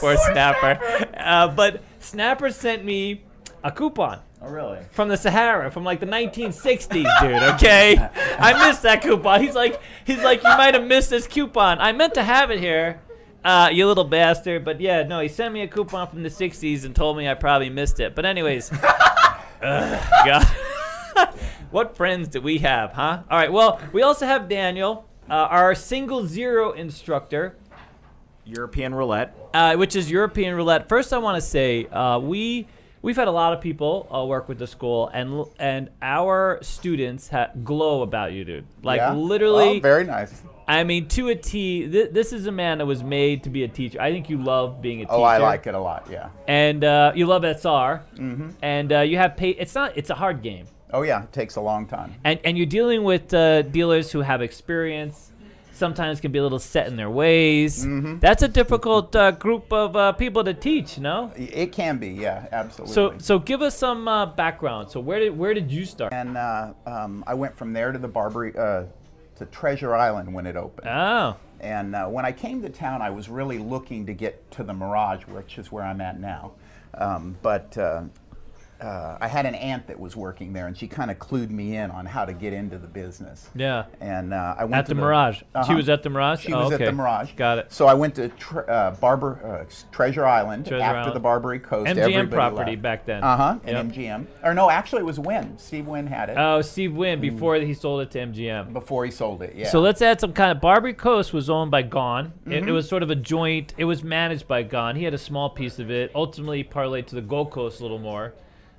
A: Poor Snapper. Uh, but Snapper sent me a coupon
F: Oh, really?
A: from the Sahara, from like the 1960s, dude. Okay, I missed that coupon. He's like, he's like, you might have missed this coupon. I meant to have it here, uh, you little bastard. But yeah, no, he sent me a coupon from the 60s and told me I probably missed it. But anyways, Ugh, God. what friends do we have, huh? All right. Well, we also have Daniel, uh, our single zero instructor
F: European roulette.
A: uh, which is European roulette. First, I want to say uh, we we've had a lot of people uh, work with the school, and l- and our students ha- glow about you, dude. Like
D: Yeah?
A: literally,
D: Oh, very nice.
A: I mean, to a T. Th- this is a man that was made to be a teacher. I think you love being a teacher.
D: Oh, I like it a lot. Yeah. Mm-hmm.
A: And uh, you love SR, and uh, you have pa- It's not. It's a hard game
D: Oh yeah, it takes a long time.
A: and and you're dealing with uh, dealers who have experience sometimes can be a little set in their ways
D: Mm-hmm.
A: that's a difficult uh, group of uh, people to teach no
D: Y- It can be, yeah, absolutely.
A: so so give us some uh, background so where did where did you start
D: and uh, um, I went from there to the Barbary, uh, to Treasure Island when it opened.
A: oh
D: And uh, when I came to town, I was really looking to get to the Mirage, which is where I'm at now. Um, but uh, uh, I had an aunt that was working there, and she kind of clued me in on how to get into the business.
A: Yeah.
D: And uh, I went
A: At
D: to Uh-huh.
A: the Mirage. She was at the Mirage?
D: She
A: Oh,
D: was at
A: okay.
D: the Mirage.
A: Got it.
D: So I went to tre- uh, Barber uh, s- Treasure Island
A: Treasure
D: after
A: Island.
D: the Barbary Coast.
A: MGM
D: Everybody
A: property
D: left.
A: back then.
D: Uh huh.
A: Yep.
D: And MGM. Or no, actually it was Wynn. Steve Wynn had it
A: oh steve
D: Hmm.
A: wynn before he sold it to mgm
D: before he sold it. Yeah.
A: So let's add some kind of. Barbary Coast was owned by Gone.
D: Mm-hmm.
A: It, it was sort of a joint. It was managed by Gone. He had a small piece of it. Ultimately, parlayed to the Gold Coast a little more.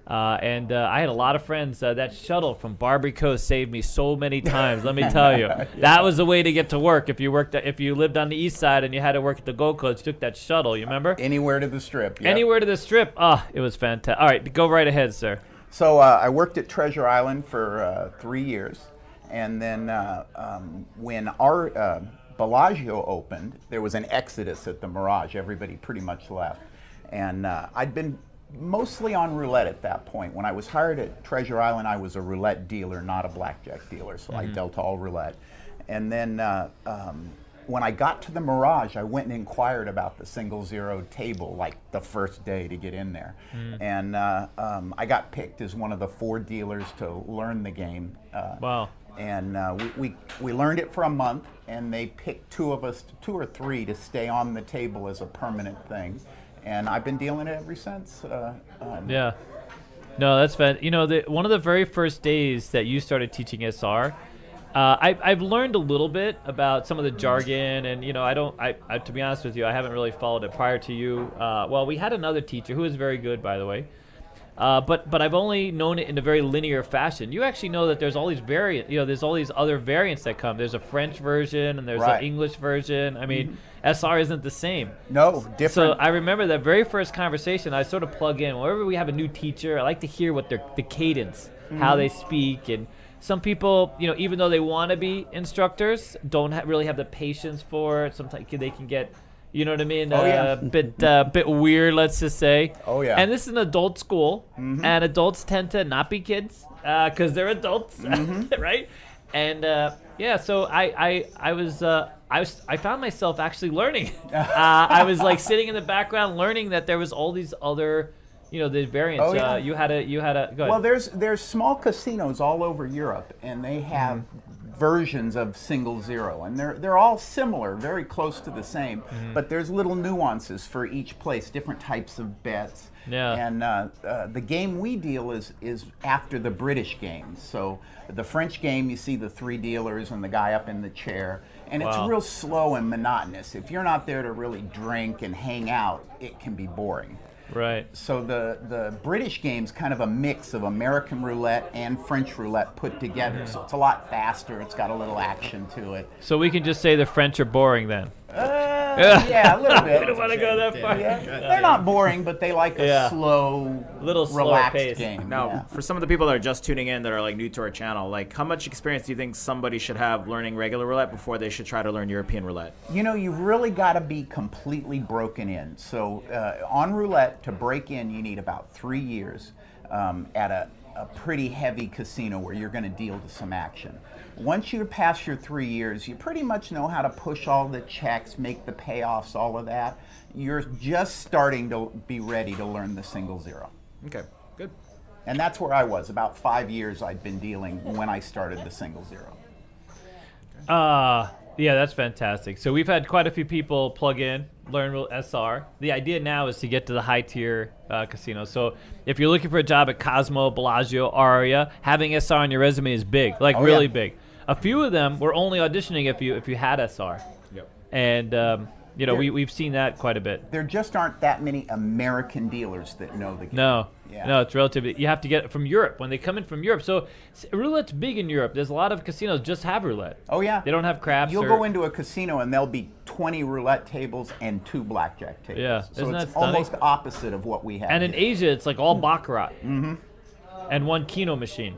A: Uh, and uh, I had a lot of friends. Uh, that shuttle from Barbary Coast saved me so many times. Let me tell you, that was the way to get to work. If you worked, at, if you lived on the East Side and you had to work at the Gold Coast, you took that shuttle. You remember?
D: Anywhere to the strip. Yep.
A: Anywhere to the Strip. Ah, it was fantastic. All right, go right ahead, sir.
D: So uh, I worked at Treasure Island for uh, three years, and then uh, um, when our uh, Bellagio opened, there was an exodus at the Mirage. Everybody pretty much left, and uh, I'd been mostly on roulette at that point. When I was hired at Treasure Island, I was a roulette dealer, not a blackjack dealer, so I dealt all roulette. And then uh, um, when I got to the Mirage, I went and inquired about the single zero table like the first day to get in there.
G: Mm-hmm.
D: And uh, um, I got picked as one of the four dealers to learn the game. Uh,
A: Wow.
D: And uh, we, we, we learned it for a month, and they picked two of us, two or three, to stay on the table as a permanent thing. And I've been dealing it ever since. Uh, um,
A: Yeah. No, that's fun. You know, the, one of the very first days that you started teaching SR, uh, I, I've learned a little bit about some of the jargon, and you know, I don't. I, I to be honest with you, I haven't really followed it prior to you. Uh, well, we had another teacher who was very good, by the way. Uh, but but I've only known it in a very linear fashion. You actually know that there's all these variant, you know, there's all these other variants that come. There's a French version and there's
D: Right. Mm-hmm.
A: an English version. I mean, SR isn't the same.
D: No, different.
A: So I remember that very first conversation. I sort of plug in whenever we have a new teacher. I like to hear what their the cadence, how
D: Mm-hmm.
A: they speak, and some people, you know, even though they want to be instructors, don't ha- really have the patience for it. Sometimes they can get, you know what I mean,
D: Oh,
A: uh,
D: yeah.
A: bit uh, bit weird. Let's just say.
D: Oh, yeah. Mm-hmm.
A: And this is an
D: Mm-hmm.
A: adult uh, school, and adults tend to not be kids because they're adults, right? and uh, yeah, so I I, I was. Uh, I, was, I found myself actually learning. uh, I was like sitting in the background learning that there was all these other, you know, the variants.
D: Oh, yeah.
A: uh, you had a you had a go ahead.
D: Well, there's there's small casinos all over Europe, and they have versions of single zero, and they're they're all similar, very close to the same, but there's little nuances for each place, different types of bets.
A: Yeah.
D: And uh, uh, the game we deal is is after the British game. So the French game, you see the three dealers and the guy up in the chair, and
A: Wow.
D: it's real slow and monotonous. If you're not there to really drink and hang out, it can be boring.
A: right.
D: So the, the British game's kind of a mix of American roulette and French roulette put together. So it's a lot faster. It's got a little action to it.
A: So we can just say the French are boring then.
D: Uh,
A: Yeah.
D: yeah. a little
A: I
D: bit.
A: don't want to go that far.
D: Yeah. They're not boring, but they like a
A: Yeah.
D: slow,
A: Little slower
D: relaxed
A: pace.
D: game.
F: Now,
D: yeah.
F: for some of the people that are just tuning in that are like new to our channel, like how much experience do you think somebody should have learning regular roulette before they should try to learn European roulette?
D: You know, you've really got to be completely broken in. So uh, on roulette, to break in, you need about three years um, at a, a pretty heavy casino where you're going to deal to some action. Once you pass your three years, you pretty much know how to push all the checks, make the payoffs, all of that. You're just starting to be ready to learn the single zero.
F: Okay, good.
D: And that's where I was. About five years I'd been dealing when I started the single zero.
A: Uh, yeah, that's fantastic. So we've had quite a few people plug in, learn real SR. The idea now is to get to the high tier uh, casino. So if you're looking for a job at Cosmo, Bellagio, Aria, having SR on your resume is big, like
D: Oh,
A: really
D: yeah.
A: big. A few of them were only auditioning if you if you had SR,
F: Yep.
A: and um, you know we
D: Yeah.
A: we've seen that quite a bit.
D: There just aren't that many American dealers that know the game.
A: No.
D: Yeah.
A: No, it's relatively. You have to get it from Europe when they come in from Europe. So s- roulette's big in Europe. There's a lot of casinos just have roulette.
D: Oh yeah.
A: They don't have craps.
D: You'll
A: or-
D: go into a casino and there'll be 20 roulette tables and two blackjack tables.
A: Yeah.
D: So
A: Isn't
D: it's
A: that stunning?
D: almost opposite of what we have.
A: And in
D: here.
A: Asia, it's like all
K: Hmm.
A: baccarat. Mm-hmm. And one keno machine.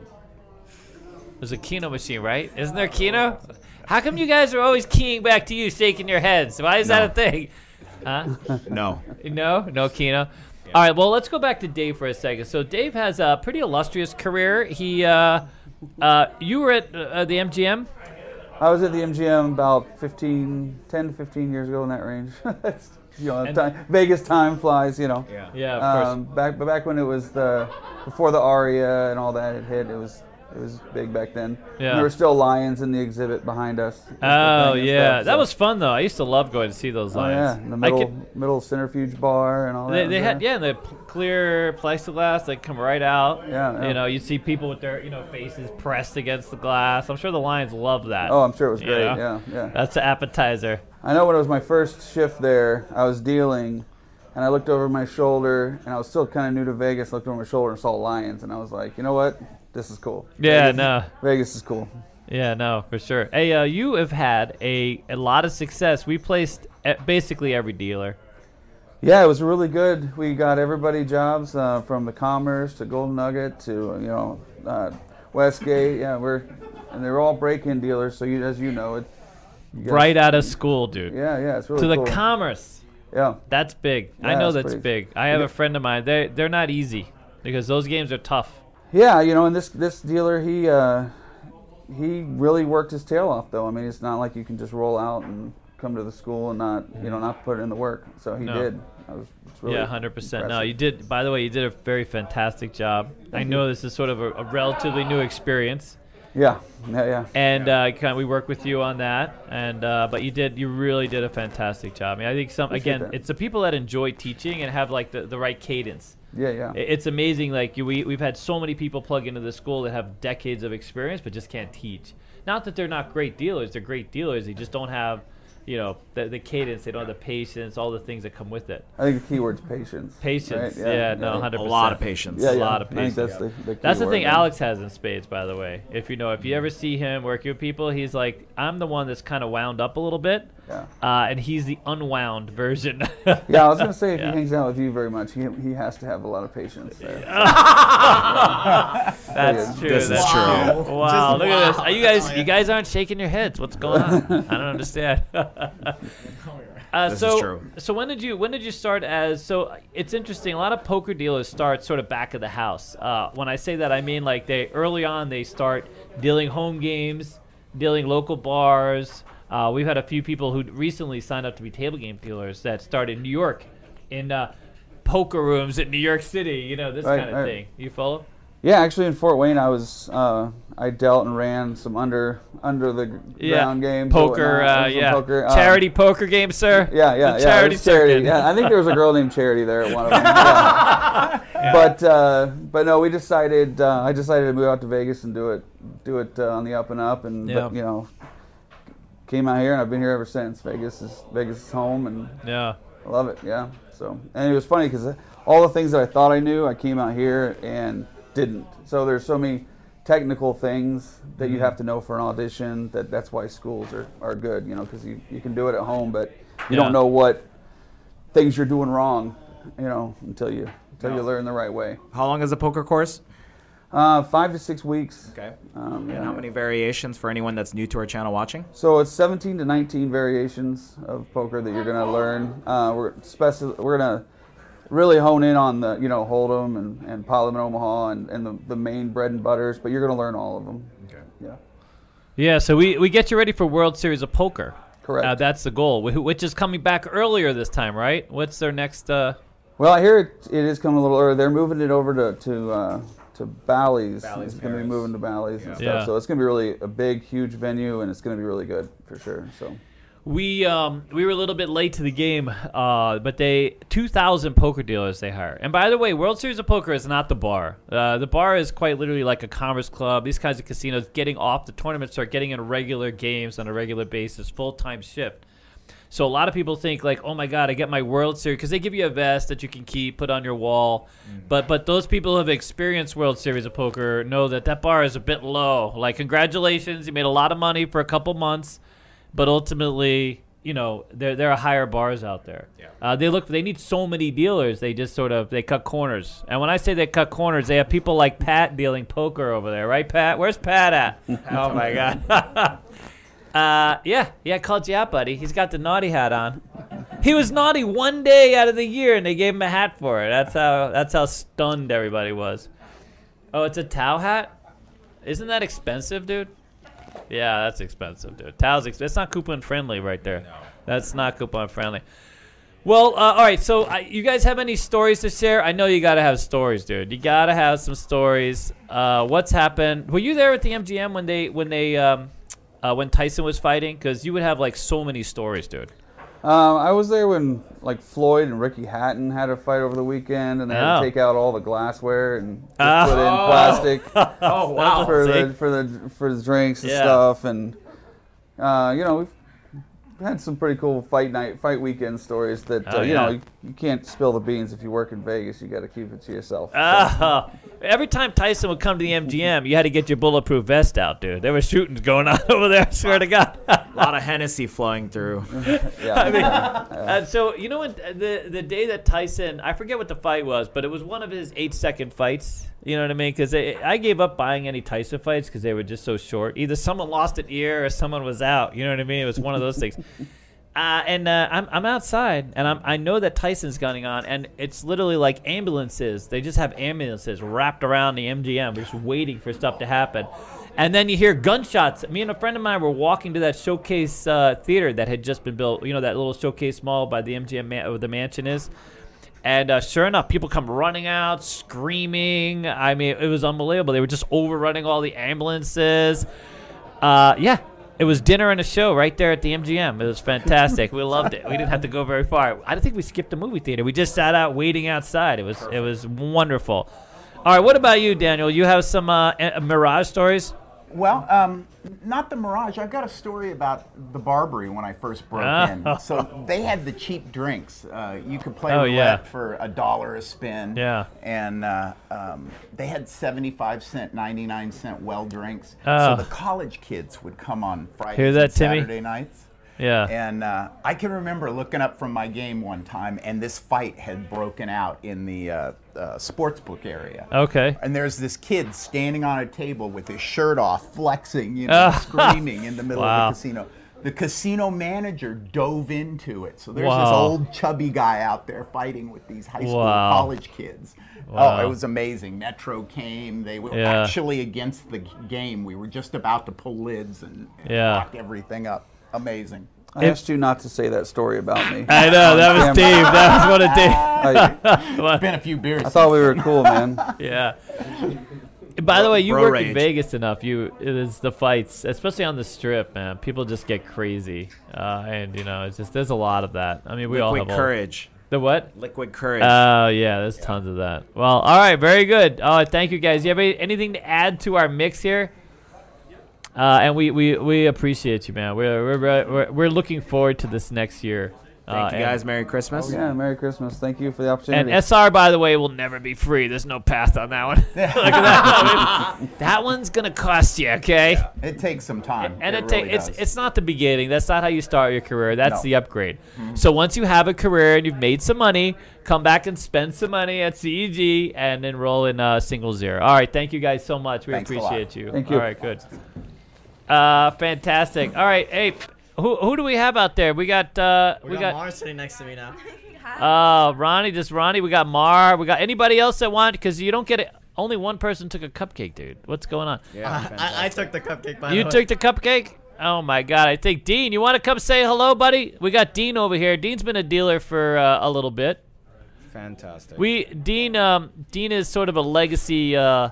A: There's a keno machine, right? Isn't there keno? How come you guys are always keying back to you, shaking your heads? Why is that a thing? Huh?
F: No.
A: No, no Keno. All right, well, let's go back to Dave for a second. So Dave has a pretty illustrious career. He, uh, uh, you were at uh, the MGM.
K: I was at the MGM about 15, 10 to 15 years ago in that range. you know,
A: And-
K: time, Vegas time flies, you know.
F: Yeah.
A: Yeah, of course.
K: Um, back, but back when it was the before the Aria and all that had hit, it was it was big back then.
A: Yeah.
K: And there were still lions in the exhibit behind us.
A: Oh
K: And
A: yeah,
K: stuff,
A: that
K: so-
A: was fun though. I used to love going to see those
K: Oh,
A: lines.
K: yeah, in the
A: I
K: middle
A: could-
K: middle centrifuge bar and all
A: They,
K: that.
A: they
K: was
A: had
K: there.
A: yeah, the p- clear plexiglass that come right out.
K: Yeah, yeah.
A: You know, you'd see people with their you know faces pressed against the glass. I'm sure the Lions love that.
K: Oh, I'm sure it was
A: you
K: great.
A: know?
K: Yeah, yeah.
A: That's the appetizer.
K: I know when it was my first shift there, I was dealing, and I looked over my shoulder, and I was still kind of new to Vegas. Looked over my shoulder and saw lions, and I was like, you know what? This is cool.
A: Yeah,
K: Vegas,
A: no.
K: Vegas is cool.
A: Yeah, no, for sure. Hey, uh, you have had a, a lot of success. We placed at basically every dealer.
K: Yeah, it was really good. We got everybody jobs uh, from the Commerce to Golden Nugget to you know uh, Westgate. Yeah, we're and they're all break-in dealers. So you, as you know, it. you guys-
A: Right out of school, dude.
K: Yeah, yeah, it's really
A: to the
K: cool.
A: commerce.
K: yeah.
A: That's big. I
K: Yeah,
A: know
K: that's
A: that's
K: pretty-
A: big. I have a friend of mine. They they're not easy because those games are tough.
K: Yeah, you know, and this this dealer he uh, he really worked his tail off though. I mean, it's not like you can just roll out and come to the school and not you know not put in the work. So he
A: No.
K: did. That was, it's really
A: yeah, hundred percent. No,
K: impressive.
A: you did. By the way, you did a very fantastic job. I know this is sort of a, a relatively new experience,
K: Yeah, yeah, yeah.
A: and uh, kind of, we work with you on that. And uh, but you did, you really did a fantastic job. I, mean, I think some
K: Appreciate
A: again,
K: that.
A: it's the people that enjoy teaching and have like the, the right cadence.
K: Yeah, yeah.
A: I- It's amazing. Like you, we we've had so many people plug into the school that have decades of experience but just can't teach. Not that they're not great dealers; they're great dealers. They just don't have, you know, the, the cadence. They don't have the patience, all the things that come with it.
K: I think the key word's patience.
A: Patience.
K: right?
A: Yeah, no,
K: yeah.
A: hundred
F: A
A: percent.
F: lot of patience.
K: Yeah,
A: a
K: yeah.
A: lot of patience.
K: I think that's the, the key
A: That's the
K: word Mm-hmm.
A: thing
K: there.
A: Alex has in spades, by the way. If you know, if you ever see him working with people, he's like, I'm the one that's kind of wound up a little bit,
K: Yeah.
A: uh, and he's the unwound version.
K: Yeah, I was gonna say if
A: Yeah.
K: he hangs out with you very much, he, he has to have a lot of patience there.
A: that's true.
F: This is
A: that's
F: true.
A: Wow, wow
E: Just
A: look at this.
E: wow.
A: Are you guys, you guys aren't shaking your heads. What's going on? I don't understand. Uh,
F: This is
A: so,
F: true.
A: so when did you when did you start as so? It's interesting. A lot of poker dealers start sort of back of the house. Uh, when I say that, I mean like they early on they start dealing home games, dealing local bars. Uh, we've had a few people who recently signed up to be table game dealers that started in New York, in uh, poker rooms in New York City. You know this
K: Right,
A: kind of
K: right.
A: thing. You follow?
K: Yeah, actually, in Fort Wayne, I was uh, I dealt and ran some under under the gr-
A: Yeah,
K: ground games,
A: poker.
K: whatnot,
A: Uh,
K: some
A: yeah,
K: poker, um,
A: charity poker game, sir.
K: Yeah, yeah,
A: The
K: yeah.
A: Charity
K: it was charity.
A: circuit.
K: Yeah, I think there was a girl named Charity there at one of them. Yeah. But uh, but no, we decided. Uh, I decided to move out to Vegas and do it do it uh, on the up and up, and
A: Yeah.
K: you know, came out here and I've been here ever since. Vegas is Vegas is home, and
A: Yeah.
K: I love it. Yeah. So and it was funny because all the things that I thought I knew, I came out here and didn't. So there's so many technical things that you
A: Mhm.
K: have to know for an audition. That that's why schools are, are good, you know, because you, you can do it at home, but you
A: Yeah.
K: don't know what things you're doing wrong, you know, until you until you
F: No.
K: learn the right way.
F: How long is a poker course?
K: Uh, five to six weeks.
F: Okay.
K: Um,
F: and
K: yeah.
F: how many variations for anyone that's new to our channel watching?
K: So it's 17 to 19 variations of poker that you're gonna learn. Uh, we're speci- we're gonna really hone in on the you know hold'em and and Palom and Omaha and, and the, the main bread and butters, but you're gonna learn all of them. Okay. Yeah.
A: Yeah, so we, we get you ready for World Series of Poker.
K: Correct.
A: Uh, that's the goal, wh- which is coming back earlier this time, right? What's their next? Uh,
K: Well, I hear it, it is coming a little early. They're moving it over to to uh, to Bally's.
F: Bally's
K: it's going to be
F: Paris.
K: moving to Bally's and stuff.
A: Yeah.
K: So it's going to be really a big, huge venue, and it's going to be really good for sure. So
A: we um, we were a little bit late to the game, uh, but they two thousand poker dealers they hire. And by the way, World Series of Poker is not the bar. Uh, the bar is quite literally like a commerce club. These kinds of casinos getting off the tournament start getting in regular games on a regular basis, full time shift. So a lot of people think like, oh my god, I get my World Series because they give you a vest that you can keep, put on your wall. But but those people who have experienced World Series of Poker know that that bar is a bit low. Like congratulations, you made a lot of money for a couple months, but ultimately, you know, there there are higher bars out there. Uh, they look, they need so many dealers. They just sort of they cut corners. And when I say they cut corners, they have people like Pat dealing poker over there, right? Pat, where's Pat at? oh my god. Uh, yeah, yeah, I called you out, buddy. He's got the naughty hat on. He was naughty one day out of the year, and they gave him a hat for it. That's how that's how stunned everybody was. Oh, it's a Tao hat. Isn't that expensive, dude? Yeah, that's expensive, dude. Tao's exp- that's not coupon friendly, right there. No. That's not coupon friendly. Well, uh, all right. So, uh, you guys have any stories to share? I know you gotta have stories, dude. You gotta have some stories. Uh, what's happened? Were you there at the MGM when they when they um, uh, when Tyson was fighting? Because you would have like so many stories, dude.
K: um, I was there when like Floyd and Ricky Hatton had a fight over the weekend, and they had
A: Oh.
K: to take out all the glassware and just
A: Oh.
K: put in plastic.
A: Oh, wow.
K: For
A: See?
K: the for the for the drinks and
A: Yeah.
K: stuff, and uh, you know we've had some pretty cool fight night, fight weekend stories that uh,
A: Oh,
K: you
A: yeah.
K: know you, you can't spill the beans if you work in Vegas. You got to keep it to yourself.
A: Ah, every time Tyson would come to the MGM, you had to get your bulletproof vest out, dude. There were shootings going on over there. I swear to God.
F: A lot of Hennessy flowing through.
A: I mean, uh, so you know what? The the day that Tyson, I forget what the fight was, but it was one of his eight second fights. You know what I mean? Because I gave up buying any Tyson fights because they were just so short. Either someone lost an ear or someone was out. You know what I mean? It was one of those things. Uh, and uh, I'm, I'm outside, and I'm, I know that Tyson's gunning on, and it's literally like ambulances. They just have ambulances wrapped around the MGM, just waiting for stuff to happen. And then you hear gunshots. Me and a friend of mine were walking to that showcase uh, theater that had just been built. You know that little showcase mall by the MGM, man- where the mansion is. And uh, sure enough, people come running out, screaming. I mean, it was unbelievable. They were just overrunning all the ambulances. Uh, yeah, it was dinner and a show right there at the MGM. It was fantastic. we loved it. We didn't have to go very far. I don't think we skipped the movie theater. We just sat out waiting outside. It was it was wonderful. All right, what about you, Daniel? You have some uh, a- Mirage stories?
D: Well, um, not the Mirage. I've got a story about the Barbary when I first broke
A: Oh.
D: in. So they had the cheap drinks. Uh, you could play
A: Oh,
D: roulette
A: yeah.
D: for a dollar a spin.
A: Yeah.
D: And uh, um, they had 75 cent, 99 cent well drinks.
A: Oh.
D: So the college kids would come on Fridays
A: Hear that,
D: and
A: Timmy?
D: Saturday nights.
A: Yeah.
D: And uh, I can remember looking up from my game one time, and this fight had broken out in the uh, uh, sports book area.
A: Okay.
D: And there's this kid standing on a table with his shirt off, flexing, you know,
A: Ah.
D: screaming in the middle
A: Wow.
D: of the casino. The casino manager dove into it. So there's this
A: Wow.
D: old chubby guy out there fighting with these high school
A: Wow.
D: college kids.
A: Wow.
D: Oh, it was amazing. Metro came. They were
A: Yeah.
D: actually against the g- game. We were just about to pull lids and, and
A: Yeah.
D: lock everything up. Amazing.
K: I asked you not to say that story about me.
A: I know,
K: on
A: that was
K: camera.
A: Dave, that was one of Dave.
K: I-
A: It's been a few beers
K: I thought we were
A: since.
K: cool, man.
A: yeah. By the way, you
K: Bro
A: work in
K: rage.
A: Vegas enough. You it is the fights, especially on the strip, man. People just get crazy, uh, and you know it's just there's a lot of that. I mean, we all have
F: Liquid
A: all-
F: courage.
A: the what?
F: Liquid courage.
A: Oh yeah, there's tons of that. Well, all right, very good. Uh, thank you guys. You have any, anything to add to our mix here? Uh, and we, we, we appreciate you, man. We're we're, we're we're looking forward to this next year.
F: Thank
A: Uh,
F: you
A: and-
F: guys. Merry Christmas.
K: Oh, yeah, Merry Christmas. Thank you for the
A: and
K: opportunity.
A: SR, by the way, will never be free. There's no path on that one. Look at that. I mean, that one's gonna cost you, okay?
D: It takes some time.
A: And it,
D: it
A: ta-
D: really
A: it's
D: does.
A: it's not the beginning. That's not how you start your career. That's
D: No.
A: the upgrade.
D: Mhm.
A: So once you have a career and you've made some money, come back and spend some money at CEG and enroll in uh, Single Zero. All right, thank you guys so much. We
D: Thanks a lot.
A: appreciate you.
K: Thank you.
A: All right, good. Uh, fantastic. All right, hey, who who do we have out there? We got uh,
E: We, got, Mars sitting next to me now.
A: uh, Ronnie, just Ronnie. We got Mar. We got anybody else that want? Because you don't get it. Only one person took a cupcake, dude. What's going on?
E: Uh, I, I took the cupcake. By
A: you
E: the way.
A: took the cupcake? Oh my God! I think Dean. You want to come say hello, buddy? We got Dean over here. Dean's been a dealer for uh, a little bit.
F: Fantastic.
A: We Dean. Um, Dean is sort of a legacy uh,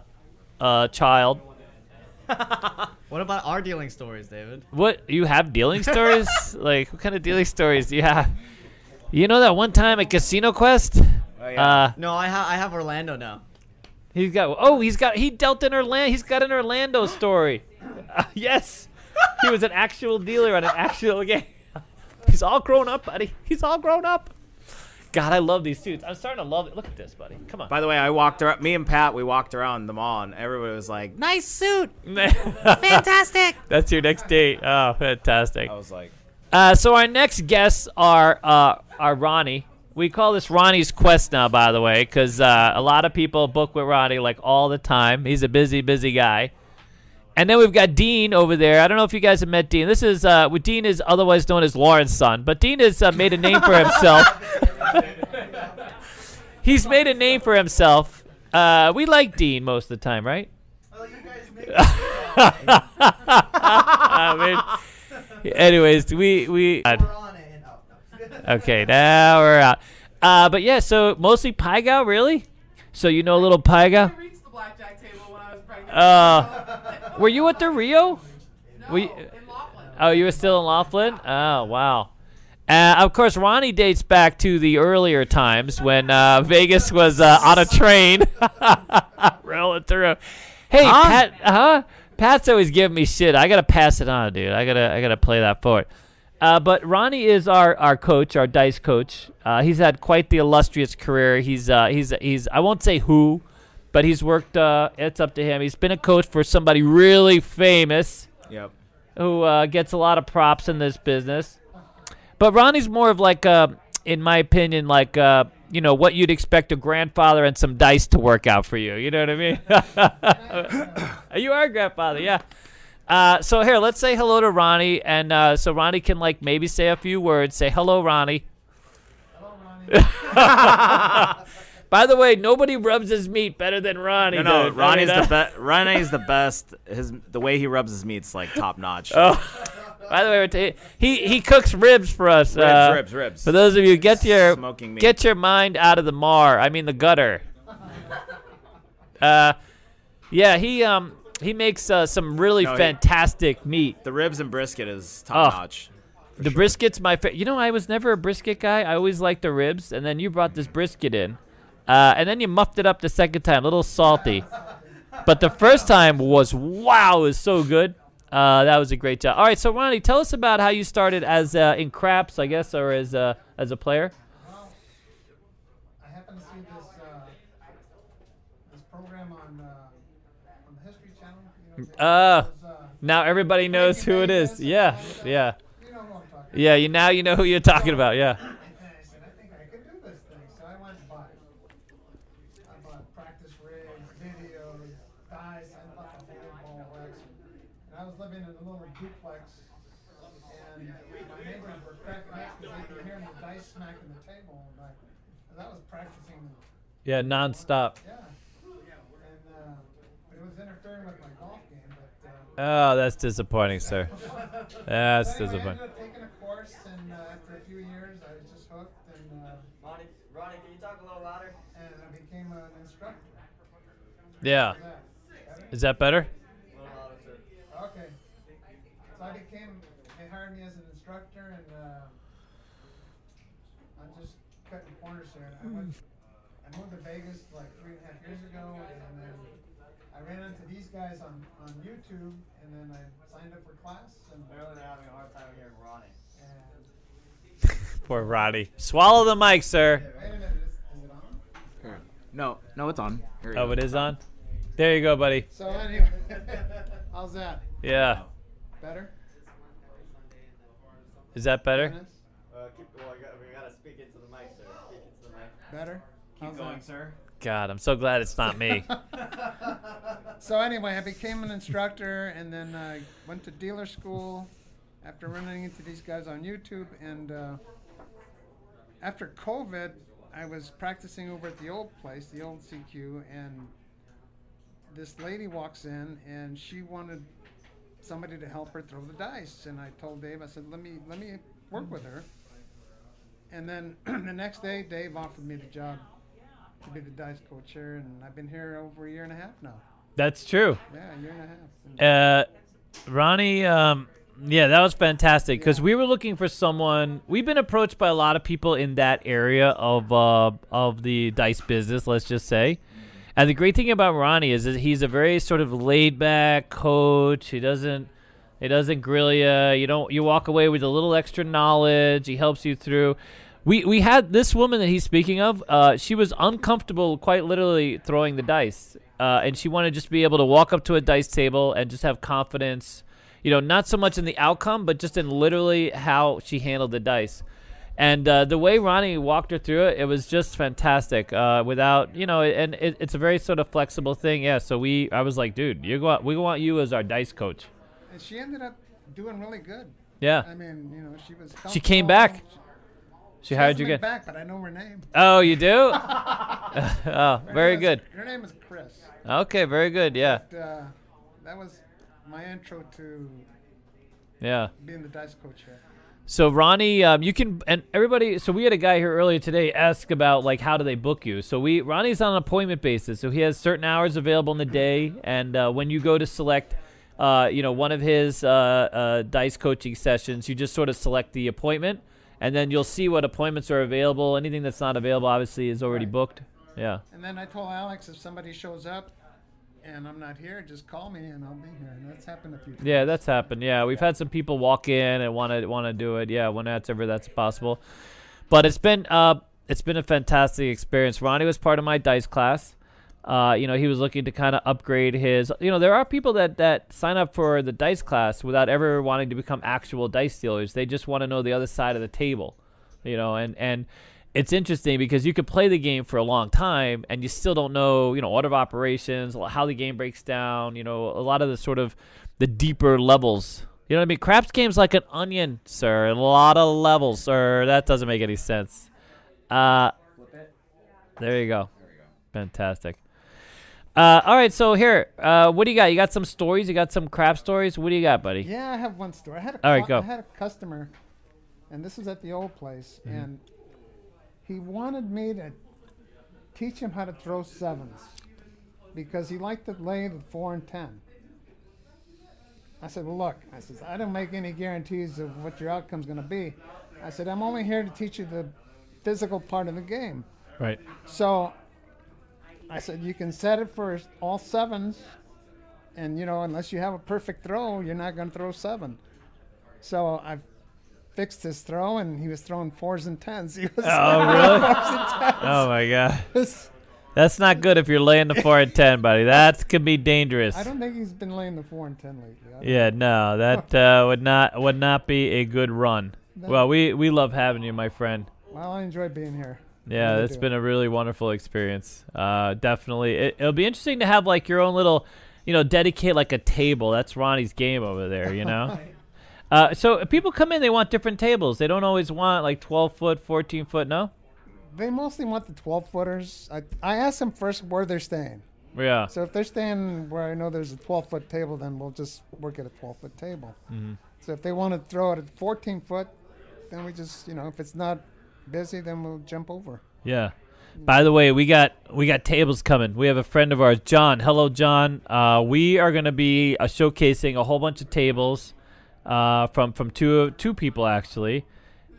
A: uh, child.
E: What about our dealing stories, David?
A: What you have dealing stories? like what kind of dealing stories do you have? You know that one time at Casino Quest?
E: Oh,
A: Uh,
E: no, I have I have Orlando now.
A: He's got. Oh, he's got. He dealt in Orlando. He's got an Orlando story. Uh, yes, he was an actual dealer on an actual game. He's all grown up, buddy. He's all grown up. God, I love these suits. I'm starting to love it. Look at this, buddy. Come on.
F: By the way, I walked around. Me and Pat, we walked around the mall, and everybody was like, "Nice suit, fantastic."
A: That's your next date. Oh, fantastic.
F: I was like,
A: Uh, so our next guests are uh, are Ronnie. We call this Ronnie's Quest now, by the way, because uh, a lot of people book with Ronnie like all the time. He's a busy, busy guy. And then we've got Dean over there. I don't know if you guys have met Dean. This is uh, well, Dean is otherwise known as Lauren's son, but Dean has uh, made a name for himself. He's made a name for himself. Uh, we like Dean most of the time, right? I mean, anyways, we we. okay, now we're out. Uh, but yeah, so mostly Pyga, really. So you know a little Pyga.
C: reached the blackjack table when I was pregnant.
A: Uh, were you at the Rio? Were you- Oh, you were still in Laughlin. Oh, wow. Uh, of course, Ronnie dates back to the earlier times when uh, Vegas was uh, on a train rolling through. Hey, Pat, huh? Pat's always giving me shit. I gotta pass it on, dude. I gotta, I gotta play that forward. Uh, but Ronnie is our, our coach, our dice coach. Uh, he's had quite the illustrious career. He's uh, he's he's I won't say who, but he's worked. Uh, it's up to him. He's been a coach for somebody really famous
F: "Yep."
A: who uh, gets a lot of props in this business. But Ronnie's more of like, uh, in my opinion, like uh, you know what you'd expect a grandfather and some dice to work out for you. You know what I mean? you are a grandfather, yeah. Uh, so here, let's say hello to Ronnie, and uh, so Ronnie can like maybe say a few words. Say hello, Ronnie. By the way, nobody rubs his meat better than Ronnie.
F: No, no,
A: does. I mean,
F: Ronnie's the
A: that-
F: best. Ronnie's the best. His the way he rubs his meat's like top notch.
A: Oh. By the way, we're ta- he he cooks ribs for us.
F: Ribs,
A: uh,
F: ribs, ribs.
A: For those of you, get your
F: Smoking meat.
A: get your mind out of the mar. I mean the gutter. uh, yeah, he um he makes uh, some really
F: No, he-
A: fantastic meat.
F: The ribs and brisket is top notch.
A: The brisket's my favorite. You know, I was never a brisket guy. I always liked the ribs, and then you brought this brisket in, uh, and then you muffed it up the second time, a little salty. But the first time was wow, it was so good. Uh, that was a great job. All right, so Ronnie, tell us about how you started as uh, in craps, I guess, or as uh, as a player.
G: I happened to see this uh, this program on uh, on the History Channel. You know,
A: Uh, now everybody knows who it is. Yeah, yeah, yeah. You now you know who you're talking about. Yeah.
G: and I said, I think I could do this thing. So I went and bought it. I bought practice rigs, videos, dice. I bought the whole ball action. And I was living in a little duplex And my neighbors were cracking up because they could hear the dice smacking the table all night. And I was practicing.
A: Yeah, nonstop.
G: Yeah. And uh, but it was interfering with my golf game. But uh,
A: Oh, that's disappointing, sir. That's
G: so anyway, I
A: disappointing.
G: ended up taking a course, and uh, after a few years, I was just hooked. And uh, Ronnie, Ronnie, can you talk a little louder? And I became an instructor.
A: Yeah. Is that better?
G: Okay. So I became, they hired me as an instructor, and uh, I'm just cutting corners there. And I went, I moved to Vegas like three and a half years ago, and then I ran into these guys on, on YouTube, and then I signed up for class. And Apparently, they're having a hard time hearing Ronnie.
A: Poor Roddy. Swallow the mic, sir.
F: No, no, it's on. Here you
A: Oh,
F: go.
A: it is on? There you go, buddy.
G: So anyway, how's that?
A: Yeah.
G: Better?
A: Is that better?
L: Uh, keep going. I got- We gotta speak into the mic, sir. Speak into the mic.
G: Better?
L: Keep going,
G: sir.
A: God, I'm so glad it's not me.
G: so anyway, I became an instructor and then I went to dealer school after running into these guys on YouTube. And uh, after COVID, I was practicing over at the old place, the old CQ, and this lady walks in and she wanted somebody to help her throw the dice. And I told Dave, I said, let me let me work with her. And then the next day, Dave offered me the job to be the dice co-chair, and I've been here over a year and a half now.
A: That's true.
G: Yeah, a year and a half.
A: Uh, Ronnie, um, yeah, that was fantastic because we were looking for someone. We've been approached by a lot of people in that area of uh, of the dice business, let's just say. And the great thing about Ronnie is that he's a very sort of laid back coach. He doesn't he doesn't grill you. You don't you walk away with a little extra knowledge. He helps you through. We, we had this woman that he's speaking of. Uh, she was uncomfortable, quite literally, throwing the dice, uh, and she wanted just to be able to walk up to a dice table and just have confidence. You know, not so much in the outcome, but just in literally how she handled the dice. And uh, the way Ronnie walked her through it, it was just fantastic. Uh, without you know, and it, it's a very sort of flexible thing. Yeah. So we, I was like, dude, you go, we want you as our dice coach.
G: And she ended up doing really good.
A: Yeah.
G: I mean, you know, she was.
A: She came back. She,
G: hasn't
A: hired you
G: been
A: again.
G: Back, but I know her name.
A: Oh, you do? oh,
G: Her
A: very
G: name
A: good.
G: is- her name is Chris.
A: Okay, very good. Yeah,
G: But, uh, that was my intro to
A: yeah.
G: being the dice co-chair.
A: So Ronnie, um, you can and everybody. So we had a guy here earlier today ask about like how do they book you. So we Ronnie's on an appointment basis. So he has certain hours available in the day, and uh, when you go to select, uh, you know, one of his uh, uh, dice coaching sessions, you just sort of select the appointment, and then you'll see what appointments are available. Anything that's not available, obviously, is already booked. Yeah.
G: And then I told Alex if somebody shows up and I'm not here, just call me and I'll be here. And that's happened a few times.
A: Yeah, that's happened. Yeah, we've had some people walk in and want to want to do it. Yeah, when that's ever that's possible. But it's been uh, it's been a fantastic experience. Ronnie was part of my dice class. Uh, you know, he was looking to kind of upgrade his. You know, there are people that that sign up for the dice class without ever wanting to become actual dice dealers. They just want to know the other side of the table. You know, and and it's interesting because you could play the game for a long time and you still don't know, you know, order of operations, how the game breaks down, you know, a lot of the sort of the deeper levels. You know what I mean? Craps game's like an onion, sir. A lot of levels, sir. That doesn't make any sense. Uh, there you go. Fantastic. Uh, all right, so here, uh, what do you got? You got some stories? You got some crap stories? What do you got, buddy?
G: Yeah, I have one story. I had a
A: All right,
G: cli-
A: go.
G: I had a customer, and this was at the old place,
A: Mhm.
G: and he wanted me to teach him how to throw sevens because he liked to lay the four and ten. I said, "Well, look," I says, "I don't make any guarantees of what your outcome's going to be." I said, "I'm only here to teach you the physical part of the game."
A: Right.
G: So I said, you can set it for all sevens, and you know, unless you have a perfect throw, you're not going to throw seven. So I fixed his throw, and he was throwing fours and tens. He was
A: Oh, really?
G: fours and tens.
A: Oh, my God. That's not good if you're laying the 4 and 10, buddy. That could be dangerous.
G: I don't think he's been laying the four and ten lately. I don't-
A: Yeah, no, that uh, would not would not be a good run.
G: No.
A: Well, we we love having you, my friend.
G: Well, I enjoy being here.
A: Yeah,
G: Really
A: it's
G: do.
A: been a really wonderful experience. Uh, definitely, it, it'll be interesting to have like your own little, you know, dedicate like a table. That's Ronnie's game over there, you know. Uh, so if people come in, they want different tables. They don't always want like 12 foot, 14 foot. No.
G: They mostly want the 12 footers. I, I asked them first where they're staying.
A: Yeah.
G: So if they're staying where I know there's a 12 foot table, then we'll just work at a 12 foot table.
A: Mhm.
G: So if they want to throw it at 14 foot, then we just, you know, if it's not busy, then we'll jump over.
A: Yeah. By the way, we got we got tables coming. We have a friend of ours, John. Hello, John. Uh, we are going to be uh, showcasing a whole bunch of tables uh, from from two two people actually.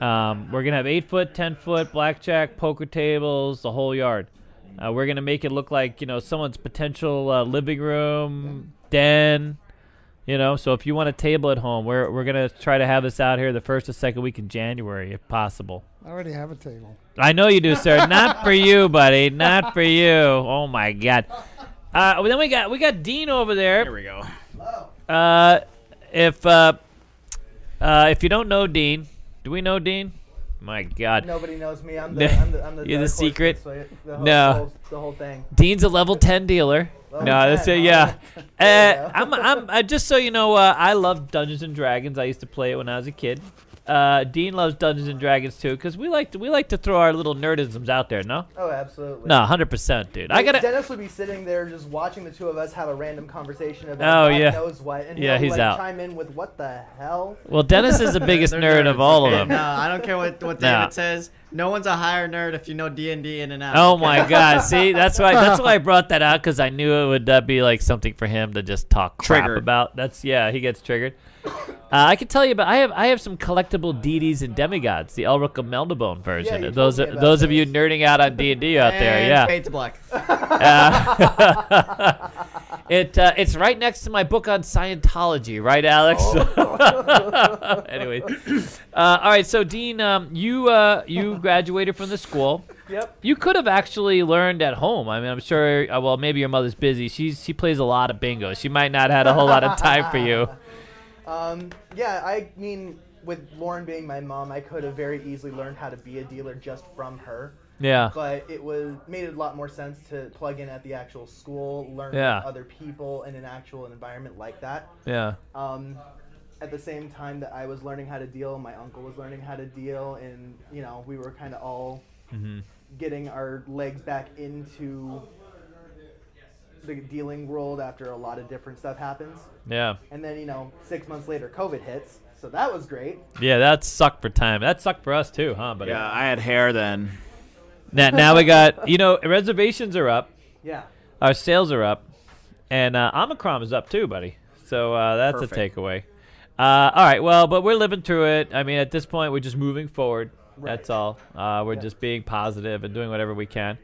A: Um, we're gonna have eight foot, ten foot blackjack, poker tables, the whole yard. Uh, we're gonna make it look like you know someone's potential uh, living room den. You know, so if you want a table at home, we're we're gonna try to have this out here the first or second week in January, if possible.
G: I already have a table.
A: I know you do, sir. Not for you, buddy. Not for you. Oh my God. Uh, well, then we got we got Dean over there. Here we go. Uh, if uh, uh, if you don't know Dean, do we know Dean? My God.
M: Nobody knows me. I'm the- I'm the- I'm the
A: You're the
M: dark horse in
A: secret.
M: this, so the whole-
A: no.
M: the whole- the whole thing.
A: Dean's a level ten dealer.
M: Level
A: no,
M: 10,
A: that's it. Yeah. Uh, I'm, I'm, I, just so you know, uh, I love Dungeons and Dragons. I used to play it when I was a kid. Uh, Dean loves Dungeons and Dragons too, because we like to, we like to throw our little nerdisms out there. No.
M: Oh, absolutely.
A: No, hundred percent, dude. I gotta.
M: Dennis would be sitting there just watching the two of us have a random conversation
A: Oh,
M: about God
A: yeah.
M: knows what, and
A: Yeah,
M: he'll,
A: he's
M: like,
A: out.
M: chime in with what the hell.
A: Well, Dennis is the biggest
E: They're
A: nerd of
E: nerds,
A: all of
E: okay?
A: them.
E: No, I don't care what, what
A: No.
E: David says. No one's a higher nerd if you know D and D in and out.
A: Oh
E: okay?
A: my God! See, that's why that's why I brought that out because I knew it would uh, be like something for him to just talk crap
F: Triggered.
A: about. That's yeah, he gets triggered. Uh, I can tell you, but I have I have some collectible deities and demigods, the Elric of Meldabone version.
E: you told
A: those
E: me
A: those
E: about
A: of you nerding out on D and D out there,
E: And
A: yeah.
E: fade to black.
A: Uh, it uh, it's right next to my book on Scientology, right, Alex?
E: Oh.
A: anyway, uh, all right. So Dean, um, you uh, you graduated from the school.
M: Yep.
A: You could have actually learned at home. I mean, I'm sure. Uh, well, maybe your mother's busy. She's she plays a lot of bingo. She might not had a whole lot of time for you.
M: Um, yeah, I mean, with Lauren being my mom, I could have very easily learned how to be a dealer just from her.
A: Yeah.
M: But it was made a lot more sense to plug in at the actual school, learn
A: Yeah.
M: from other people in an actual environment like that.
A: Yeah.
M: Um, at the same time that I was learning how to deal, my uncle was learning how to deal, and you know we were kind of all
A: Mhm.
M: getting our legs back into the dealing world after a lot of different stuff happens.
A: Yeah.
M: And then, you know, six months later, COVID hits. So that was great.
A: Yeah, that sucked for time. That sucked for us too, huh? Buddy?
F: Yeah, I had hair then.
A: Now, now we got you know reservations are up.
M: Yeah.
A: Our sales are up, and uh, Omicron is up too, buddy. So uh, that's
F: Perfect.
A: a takeaway. Uh, all right, well, but we're living through it. I mean, at this point, we're just moving forward. That's all. Uh, we're
M: Yep.
A: just being positive and doing whatever we can.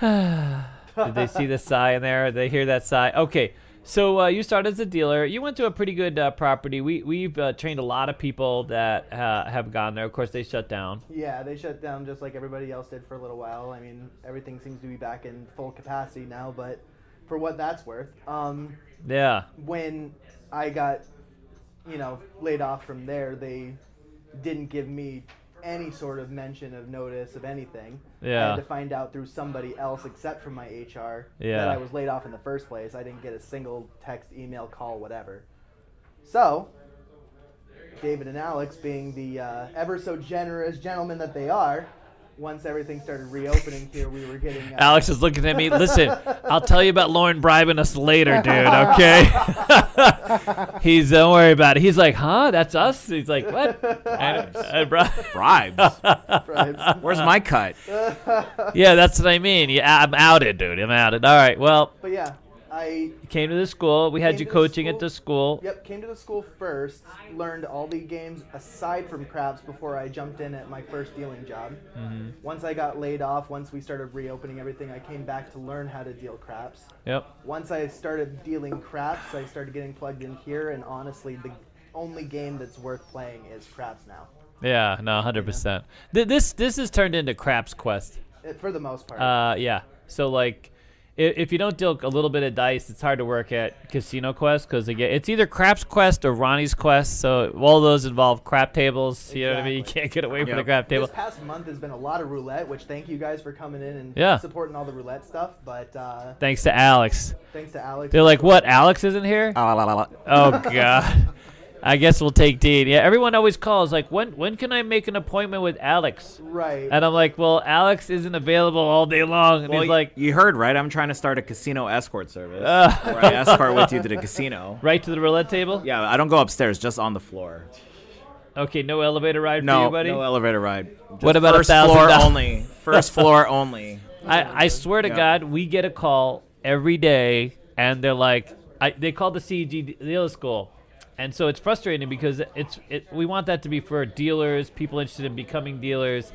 A: Did they see the sigh in there? Did they hear that sigh? Okay. So uh, you started as a dealer. You went to a pretty good uh, property. We we've uh, trained a lot of people that uh, have gone there. Of course, they shut down.
M: Yeah, they shut down just like everybody else did for a little while. I mean, everything seems to be back in full capacity now, but for what that's worth. Um,
A: Yeah.
M: when I got, you know, laid off from there, they didn't give me any sort of mention of notice of anything. I
A: Yeah.
M: had to find out through somebody else except from my HR
A: Yeah.
M: that I was laid off in the first place. I didn't get a single text, email, call, whatever. So, David and Alex, being the uh, ever so generous gentlemen that they are, once everything started reopening here, we were getting. Uh,
A: Alex is looking at me. Listen, I'll tell you about Lauren bribing us later, dude. Okay. He's don't worry about it. He's like, huh? That's us. He's like, what? And- and Uh, bri-
F: Bribes. Where's my cut?
A: yeah, that's what I mean. Yeah, I'm outed, dude. I'm outed. All right. Well,
M: But yeah, I
A: you came to the school. We had
M: Came
A: you
M: to the
A: coaching at the school.
M: Yep, came to the school first, learned all the games aside from craps before I jumped in at my first dealing job.
A: Mhm.
M: Once I got laid off, once we started reopening everything, I came back to learn how to deal craps.
A: Yep.
M: Once I started dealing craps, I started getting plugged in here, and honestly, the only game that's worth playing is craps now,
A: Yeah. No, 100%. Th- this this has turned into Craps Quest.
M: eh, for the most part.
A: Uh, yeah. So like, if, if you don't deal a little bit of dice, it's hard to work at Casino Quest because again, it's either Craps Quest or Ronnie's Quest. So all those involve crap tables. You know what I mean? You can't get away from the crap table.
M: This past month has been a lot of roulette, which thank you guys for coming in and
A: Yeah.
M: supporting all the roulette stuff. But uh,
A: Thanks to Alex.
M: Thanks to Alex.
F: Ah,
A: They're like, what? Alex isn't here? oh God. I guess we'll take Dean. Yeah, everyone always calls like, when when can I make an appointment with Alex?
M: Right.
A: And I'm like, well, Alex isn't available all day long. And
F: Well,
A: he's
F: y-
A: like,
F: you heard right. I'm trying to start a casino escort service
A: Uh.
F: where I escort with you to the casino.
A: Right to the roulette table.
F: Yeah, I don't go upstairs, just on the floor.
A: okay, no elevator ride for
F: No,
A: you, buddy.
F: no elevator ride. Just
A: what about
F: first
A: a thousand
F: floor
A: dollars?
F: only? First floor only.
A: I, I swear to
F: Yeah.
A: God, we get a call every day, and they're like, I, they call the CEG dealer school, and so it's frustrating because it's it, we want that to be for dealers, people interested in becoming dealers,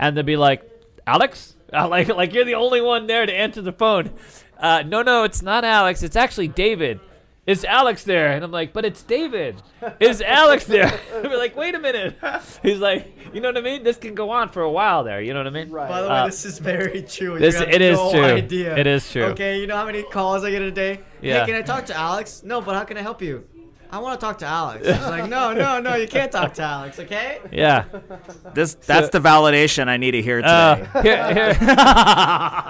A: and they'll be like, Alex, Uh, like like you're the only one there to answer the phone. Uh, no, no, it's not Alex. It's actually David. Is Alex there? And I'm like, but it's David. Is Alex there? We're like, wait a minute. He's like, you know what I mean? This can go on for a while there. You know what I mean?
E: By the way,
A: Uh,
E: this is very true. and
A: this-
E: you have
A: it is
E: no
A: true.
E: Idea.
A: It is true.
E: Okay, you know how many calls I get a day?
A: Yeah.
E: Hey, can I talk to Alex? No, but how can I help you? I want to talk to Alex. It's like, no, no, no, you can't talk to Alex, okay?
A: Yeah.
F: This that's the validation I need to hear today.
A: Uh, here-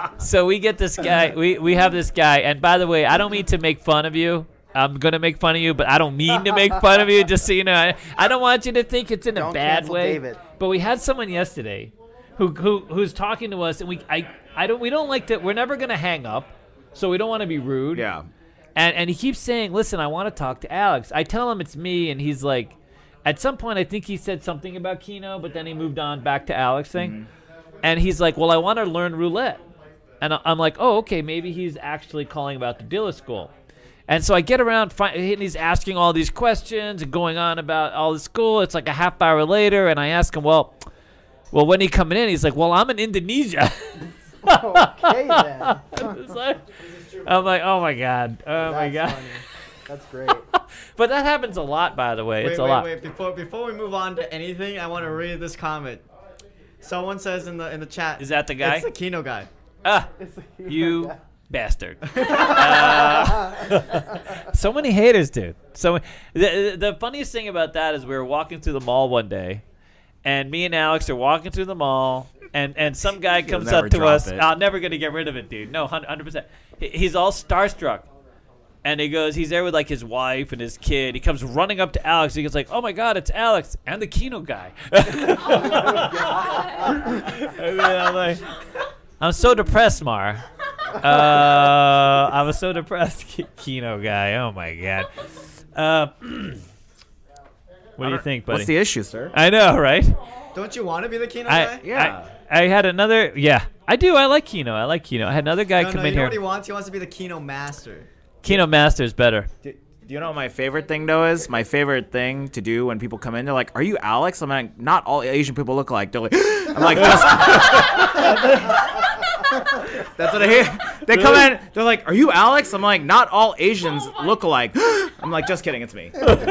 A: here- so we get this guy. We we have this guy. And by the way, I don't mean to make fun of you. I'm gonna make fun of you, but I don't mean to make fun of you. Just so you know, I, I don't want you to think it's in a
M: Don't
A: bad
M: cancel
A: way.
M: David.
A: But we had someone yesterday, who, who who's talking to us, and we I I don't we don't like to. We're never gonna hang up, so we don't want to be rude.
F: Yeah.
A: And and he keeps saying, "Listen, I want to talk to Alex." I tell him it's me, and he's like, at some point, I think he said something about Kino, but then he moved on back to Alex thing,
F: Mm-hmm.
A: and he's like, "Well, I want to learn roulette," and I- I'm like, "Oh, okay, maybe he's actually calling about the dealer school." And so I get around, fi- and he's asking all these questions and going on about all the school. It's like a half hour later, and I ask him, "Well, well, when he coming in?" He's like, "Well, I'm in Indonesia."
M: okay then.
A: It's like- I'm like, "Oh my god, oh my
E: That's
A: god."
E: funny.
M: That's great.
A: But that happens a lot, by the way.
E: wait,
A: it's a
E: wait,
A: lot.
E: wait. Before before we move on to anything, I want to read this comment. Someone says in the in the chat.
A: Is that the guy?
E: It's the Kino guy.
A: Ah, you bastard. Uh, so many haters, dude. So the, the funniest thing about that is we were walking through the mall one day, and me and Alex are walking through the mall, and, and some guy
F: You'll
A: comes
F: never
A: up to
F: drop
A: us.
F: it.
A: I'm never gonna get rid of it, dude. No, hundred percent. He's all starstruck, and he goes, he's there with like his wife and his kid. He comes running up to Alex. He goes like, "Oh my God, it's Alex and the Kino guy." And then I'm like, I'm so depressed, Mar. Uh, I was so depressed, Ki- Kino guy. Oh my god. Uh, what do you think, buddy?
F: What's the issue, sir?
A: I know, right?
E: Don't you want to be the Kino
A: I
E: guy?
A: I, I had another. Yeah, I do. I like Kino. I like Kino. I had another guy
E: no,
A: come
E: no,
A: in
E: you know
A: here.
E: what he wants? He wants to be the Kino master.
A: Kino Master is better.
F: Do you know what my favorite thing though is? My favorite thing to do when people come in, they're like, "Are you Alex?" I'm like, "Not all Asian people look alike." They're like, "I'm like that's- That's what I hear. They come in, they're like, "Are you Alex?" I'm like, "Not all Asians look alike." I'm like, "Just kidding, it's me."
A: That's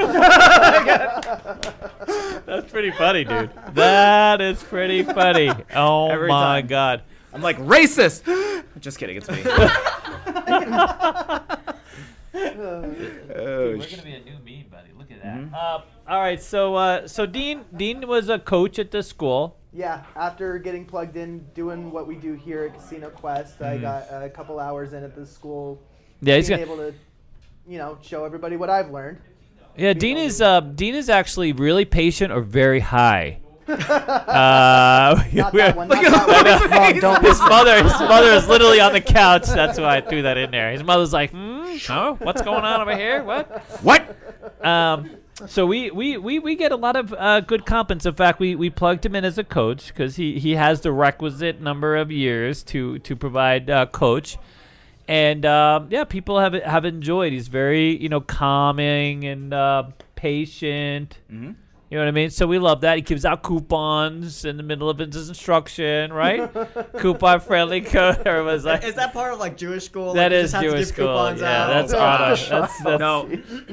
A: pretty funny, dude. That is pretty funny. Oh
F: Every
A: my
F: time.
A: god.
F: I'm like racist. Just kidding, it's me. Oh,
A: Dude, we're gonna be a new meme, buddy. Look at
M: Mm-hmm.
A: that. Uh, all right, so uh, so Dean Dean was a coach at this school.
M: Yeah, after getting plugged in, doing what we do here at Casino Quest, I
A: Mhm.
M: got a couple hours in at the school.
A: Yeah, he's
M: being
A: gonna-
M: able to, you know, show everybody what I've learned.
A: Yeah, Dean is uh, Dean is actually really patient or very high. uh,
M: Not
A: we-
M: that one, not that one.
A: I know.
M: Mom, don't
A: his
M: listen.
A: mother, his mother is literally on the couch. That's why I threw that in there. His mother's like, hmm, oh, what's going on over here? What?
F: What?
A: Um, so we, we, we, we get a lot of uh, good compliments. In fact, we, we plugged him in as a coach because he, he has the requisite number of years to to provide uh, coach. And um, yeah, people have have enjoyed. He's very you know calming and uh, patient.
F: Mhm.
A: You know what I mean? So we love that. He gives out coupons in the middle of his instruction, right? Coupon friendly code. Everyone's like,
E: is that part of like Jewish school?
A: That
E: That is
A: is Jewish school, yeah, that's on us. That's- that's-
F: no,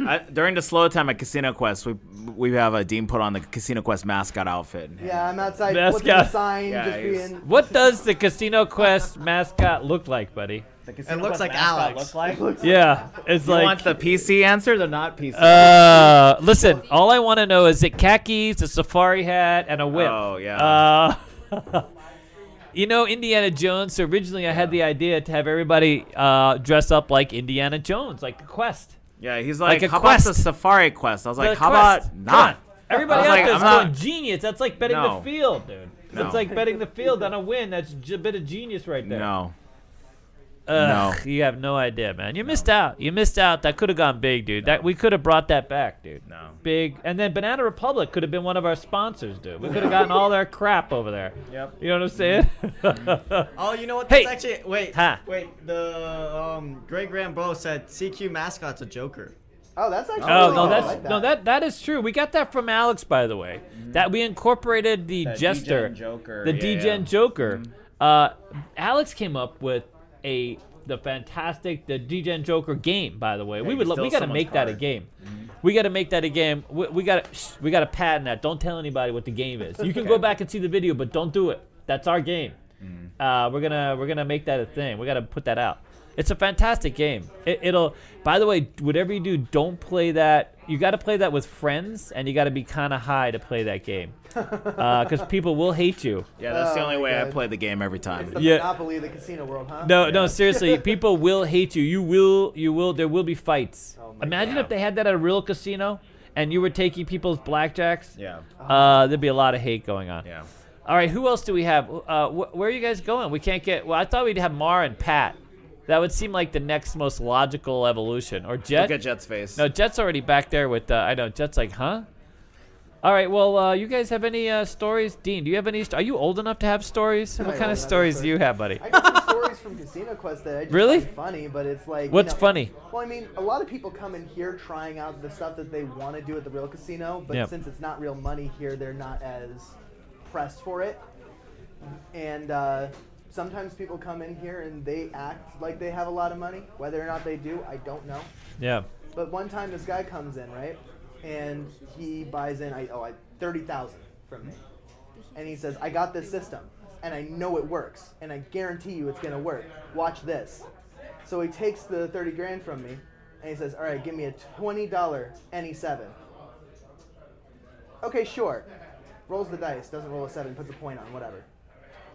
F: I, during the slow time at Casino Quest, we we have a Dean put on the Casino Quest mascot outfit.
M: Yeah, I'm outside
A: That's
M: flipping the
A: got-
M: sign,
F: Yeah,
M: just
F: he's-
M: being.
A: What does the Casino Quest mascot look like, buddy?
E: It looks like Alex.
A: Yeah, it's
F: you
A: like.
F: want the PC answer, the not PC.
A: uh, listen, all I want to know is it khakis, a safari hat, and a whip.
F: Oh, yeah.
A: Uh, you know Indiana Jones. So originally, I had the idea to have everybody uh, dress up like Indiana Jones, like the Quest.
F: Yeah, he's
A: Like
F: like,
A: a
F: how about
A: quest.
F: the Safari Quest? I was like,
A: The
F: how
A: quest.
F: about not?
A: Come on.
F: I
A: Everybody
F: was
A: out
F: like, I'm
A: there's
F: not-
A: going genius. That's like betting
F: No.
A: the field, dude.
F: No.
A: That's like betting the field on a win. That's j- a bit of genius right there.
F: No.
A: Ugh, no. You have no idea, man. You missed out. You missed out. That could have gone big, dude. That we could have brought that back, dude.
F: No.
A: Big. And then Banana Republic could have been one of our sponsors, dude. We could have gotten all their crap over there.
E: Yep.
A: You know what I'm saying?
E: Oh, you know what?
A: Hey.
E: That's actually wait.
A: Huh.
E: Wait, the um, Greg Rambo said CQ mascot's a joker.
M: Oh, that's actually.
A: Oh
M: really
A: no,
M: cool. I
A: that's
M: like that.
A: no that that is true. We got that from Alex, by the way. That we incorporated the
F: Mm-hmm. That
A: jester,
F: D-Gen Joker,
A: the
F: yeah,
A: D
F: yeah. Mm-hmm.
A: Gen Joker. Uh, Alex came up with a the fantastic the D Gen Joker game. By the way,
F: Yeah,
A: we
F: you
A: would lo-
F: steal
A: we got to
F: someone's
A: make that a
F: card.
A: game. We got to make that a game. We, we got to we got to patent that. Don't tell anybody what the game is. You can go back and see the video, but don't do it. That's our game.
F: Mm.
A: Uh, we're gonna we're gonna make that a thing. We gotta put that out. It's a fantastic game. It, it'll. By the way, whatever you do, don't play that. You gotta play that with friends, and you gotta be kind of high to play that game, because people will hate you.
F: Yeah, that's the
M: Oh
F: only
M: my
F: way I
M: God.
F: play the game every time.
M: It's the
A: Yeah.
M: monopoly of the casino world, huh?
A: No, no, seriously, people will hate you. You will, you will. There will be fights.
F: Oh
A: Imagine if they had that at a real casino, and you were taking people's blackjacks.
F: Yeah.
A: Uh, there'd be a lot of hate going on.
F: Yeah.
A: All right, who else do we have? Uh, wh- where are you guys going? We can't get. Well, I thought we'd have Mar and Pat. That would seem like the next most logical evolution. Or Jet.
F: Look at Jet's face.
A: No, Jet's already back there with. Uh, I know Jet's like, huh? All right. Well, uh, you guys have any uh, stories? Dean, do you have any? St- are you old enough to have stories?
M: I
A: What
M: don't
A: kind
M: have
A: of stories do you have, buddy?
M: I got some stories from Casino Quest that I just
A: Really?
M: find funny, but it's like you
A: What's
M: know-
A: funny?
M: Well, I mean, a lot of people come in here trying out the stuff that they want to do at the real casino, but
A: Yep.
M: since it's not real money here, they're not as pressed for it. And uh, sometimes people come in here and they act like they have a lot of money. Whether or not they do, I don't know.
A: Yeah.
M: But one time this guy comes in, right? And he buys in I oh I thirty thousand from me. And he says, I got this system and I know it works and I guarantee you it's gonna work. Watch this. So he takes the thirty grand from me and he says, Alright, give me a twenty dollar any seven. Okay, sure. Rolls the dice, doesn't roll a seven, puts a point on, whatever.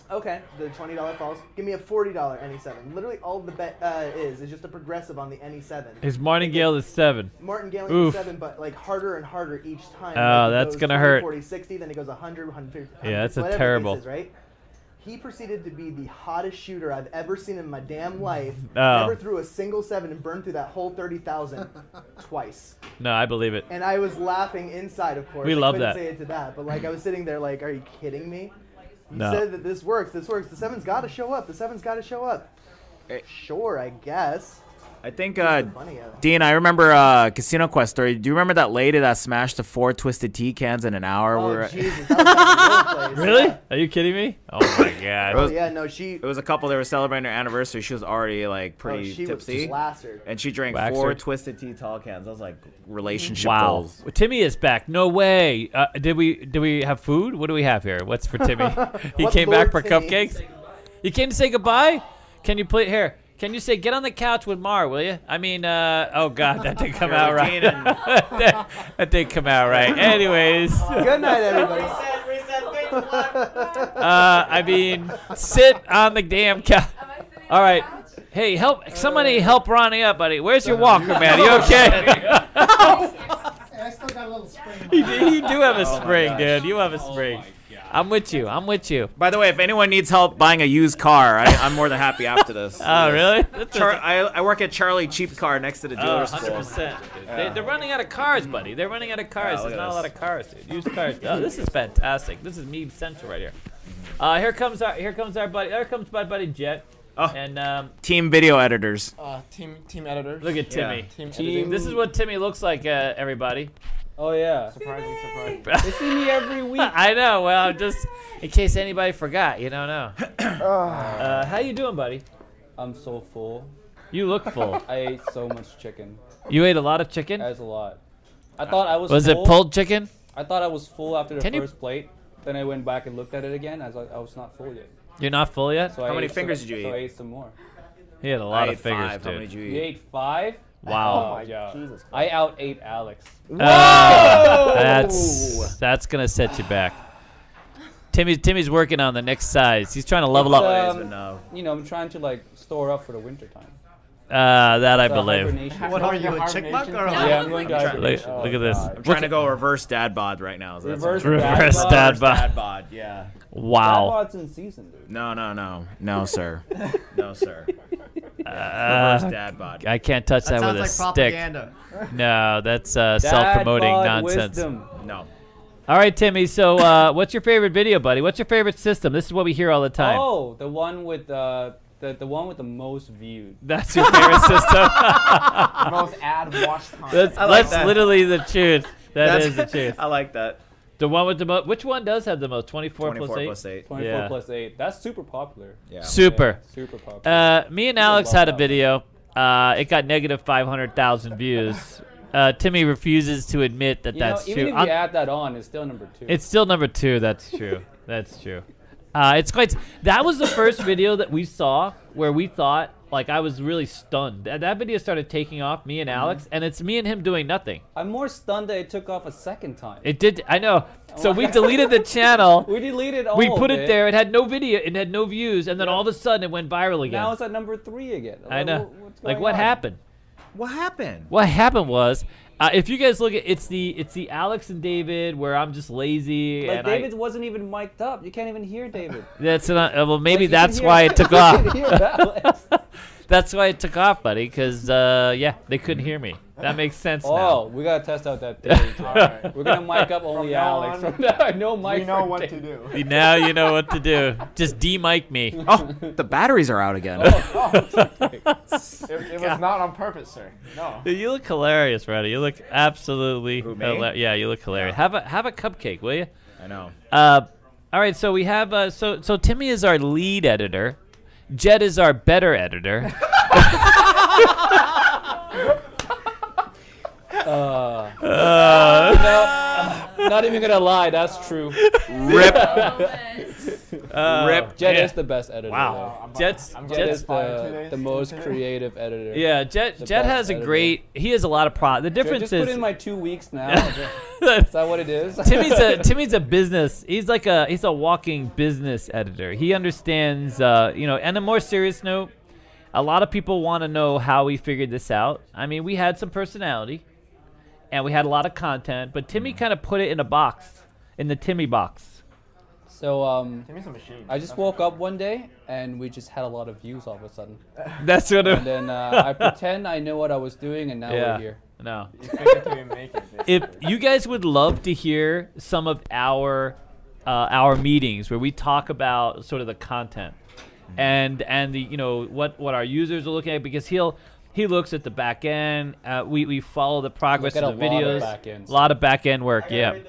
M: Okay, the twenty dollar falls. Give me a forty dollar any seven. Literally, all the bet uh, is is just a progressive on the any seven.
A: His martingale is seven.
M: Martingale
A: Oof.
M: is seven, but like harder and harder each time. Like,
A: Oh,
M: it
A: that's
M: goes
A: gonna
M: 20,
A: hurt.
M: 40, 60, then it goes 100, 150.
A: Yeah, that's a
M: whatever the case
A: terrible-
M: Is, right? He proceeded to be the hottest shooter I've ever seen in my damn life.
A: Oh.
M: Never threw a single seven and burned through that whole thirty thousand twice.
A: No, I believe it.
M: And I was laughing inside, of course.
A: We
M: I
A: love
M: couldn't
A: that.
M: Say it to that, but like I was sitting there, like, are you kidding me? You
A: No.
M: said that this works. This works. The seven's got to show up. The seven's got to show up. Sure, I guess.
F: I think uh,
M: funny of it.
F: Dean, I remember uh, Casino Quest story. Do you remember that lady that smashed the four twisted tea cans in an hour?
M: Oh,
F: We were-
M: Jesus, that was at the workplace.
A: Really? Are you kidding me? Oh my
F: It
A: god.
F: was-
M: yeah, no, she. It
F: was a couple. They were celebrating their anniversary. She was already like pretty
M: oh, she
F: tipsy,
M: was plastered.
F: and she drank
A: Waxed
F: four
A: her.
F: twisted tea tall cans. I was like, relationship
A: wow.
F: goals.
A: Well, Timmy is back. No way. Uh, did we did we have food? What do we have here? What's for Timmy? he
M: What
A: came back for
M: Lord Timmy?
A: cupcakes. You came to say goodbye? Can you play here? Can you say get on the couch with Mar, will you? I mean, uh, oh god, that didn't come out right. that, that didn't come out right. Anyways.
M: Good night, everybody.
A: Uh, I mean, sit on the damn couch. All right. Hey, help! Somebody help Ronnie up, buddy. Where's your walker, man? Are you okay?
G: I still got a little spring. in my
A: you, do, you do have a
F: Oh my
A: spring,
F: gosh.
A: dude. You have a spring. I'm with you. I'm with you.
F: By the way, if anyone needs help buying a used car, I, I'm more than happy after this.
A: Oh, really?
F: Char- I, I work at Charlie Cheap Car next to the
A: Oh,
F: dealer's
A: 100%. They, they're running out of cars, buddy. They're running out of cars.
F: Oh, look
A: There's
F: at
A: not a
F: this.
A: lot of cars, dude. Used cars. Oh, this is fantastic. This is Meeb Central right here.
F: Mm-hmm.
A: Uh, here comes our here comes our buddy. There comes my buddy Jet. Oh. And um,
F: Team video editors.
N: Uh, team team editor.
A: Look at Timmy.
N: Team,
A: Team- This is what Timmy looks like, uh, everybody.
N: Oh yeah. Surprising, surprising. they see me every week.
A: I know. Well, I'm just in case anybody forgot, you don't know. uh, how you doing, buddy?
N: I'm so full.
A: You look full.
N: I ate so much chicken.
A: You ate a lot of chicken.
N: That was a lot. I thought I was.
A: Was it
N: full.
A: pulled chicken?
N: I thought I was full after the
A: Can you-
N: first plate. Then I went back and looked at it again. I was like, I was not full yet.
A: You're not full yet.
N: So I ate some, so I ate some more.
A: He had a lot of
N: I ate
A: fingers,
N: five.
A: dude.
N: How many did you eat? You ate five?
A: Wow.
N: Oh my God. I out ate Alex.
A: Uh, that's that's gonna set you back. Timmy's Timmy's working on the next size. He's trying to level
N: It's,
A: up.
N: um, You know, I'm trying to like store up for the winter time.
A: Uh, that I
N: So
A: believe.
N: hibernation-
E: What are you, a chick buck or a
N: Yeah, I'm going to Oh,
A: Look, look at this.
F: Oh, I'm trying to go reverse dad bod right now. So that's what
A: Reverse
F: I'm trying to do.
A: dad bod. Dad
F: Reverse
A: bod.
F: dad bod. Yeah.
A: Wow.
N: Dadbod's in season, dude.
F: No, no, no, no, sir, no, sir.
A: Uh,
F: reverse dad bod.
A: I can't touch
F: That
A: that, with a
F: sounds like
A: stick.
F: propaganda.
A: No, that's uh,
F: Dad
A: self-promoting
F: bod
A: nonsense.
F: wisdom. No.
A: All right, Timmy. So, uh, what's your favorite video, buddy? What's your favorite system? This is what we hear all the time.
N: Oh, the one with uh, the the one with the most viewed.
A: That's your favorite system.
N: most ad watch time.
A: That's, that's literally the truth. That
F: That's-
A: is the truth.
F: I like that.
A: The one with the most. Which one does have the most? Twenty-four,
F: 24
A: eight.
F: plus eight.
N: 24
A: Yeah.
N: plus 8. That's super popular.
A: Super.
N: Yeah, super popular.
A: Uh, me and
N: People
A: Alex
N: love
A: had a
N: that.
A: video. Uh, it got negative 500,000 views. Uh, Timmy refuses to admit that
N: You know,
A: that's
N: even
A: true.
N: if you
A: I'm-
N: add that on, it's still number 2.
A: it's still number two. That's true. that's true. Uh, it's quite. That was the first video that we saw where we thought, like, I was really stunned. That, that video started taking off, me
N: Mm-hmm.
A: and Alex, and it's me and him doing nothing.
N: I'm more stunned that it took off a second time.
A: It did. I know. So we deleted the channel.
N: We deleted all
A: We put
N: of
A: it there. It had no video. It had no views, and then all of a sudden it went viral again.
N: Now it's at number 3 again.
A: I
N: Like,
A: know.
N: wh- what's
A: Like
N: going
A: what
N: on?
A: happened?
F: What happened?
A: What happened was, uh, if you guys look at it's the it's the Alex and David where I'm just lazy
N: Like
A: and
N: David wasn't even mic'd up. You can't even hear David.
A: I. That's not. Uh, well, maybe
N: you can
A: that's
N: hear-
A: why it took
N: you
A: off.
N: can hear Alex.
A: that's why it took off, buddy. Because uh, yeah, they couldn't hear me. That makes sense
N: oh,
A: now.
N: we gotta test out that theory. All right. We're gonna mic up only
A: now
N: Alex.
A: on,
N: From now on, no mic.
A: we know
N: for
A: what
N: David.
A: to You- Now you know what to do. Just de-mic me.
F: Oh, the batteries are out again.
N: Oh,
O: It, it was not on purpose, sir. No.
A: Dude, You look hilarious, Roddy. You look absolutely
F: me?
A: hila- Yeah, you look hilarious. Have a have a cupcake, will you?
F: I know.
A: Uh, all right. So we have uh, so so Timmy is our lead editor. Jed is our better editor.
N: Uh,
A: Uh.
N: no, uh, not even gonna lie, that's true.
A: Rip.
N: Uh,
A: Rip.
N: Jed
A: Yeah.
N: is the best editor.
A: Wow.
N: though.
A: Jed's- I'm
N: Jed
A: getting
N: is
A: fired
N: the,
A: today.
N: the most creative editor.
A: yeah, Jed
N: The
A: Jed
N: best
A: has a
N: editor.
A: great. He has a lot of pro. The
N: Jed,
A: difference
N: just put
A: is
N: in my two weeks now. is that what it is?
A: Timmy's a Timmy's a business. He's like a he's a walking business editor. He understands, uh, you know. And a more serious note, a lot of people want to know how we figured this out. I mean, we had some personality, and we had a lot of content, but Timmy kind of put it in a box, in the Timmy box.
N: So um,
O: Timmy's a machine.
N: I just woke up one day and we just had a lot of views all of a sudden.
A: That's what it-
N: And then uh, I pretend I know what I was doing and now
A: Yeah.
N: we're here.
A: No.
O: make it.
A: if you guys would love to hear some of our uh, our meetings where we talk about sort of the content and and the you know what what our users are looking at because he'll he looks at the back end uh, we we follow the progress
N: Look at
A: of the
N: a lot of
A: videos
N: back end
A: a lot of back end work yeah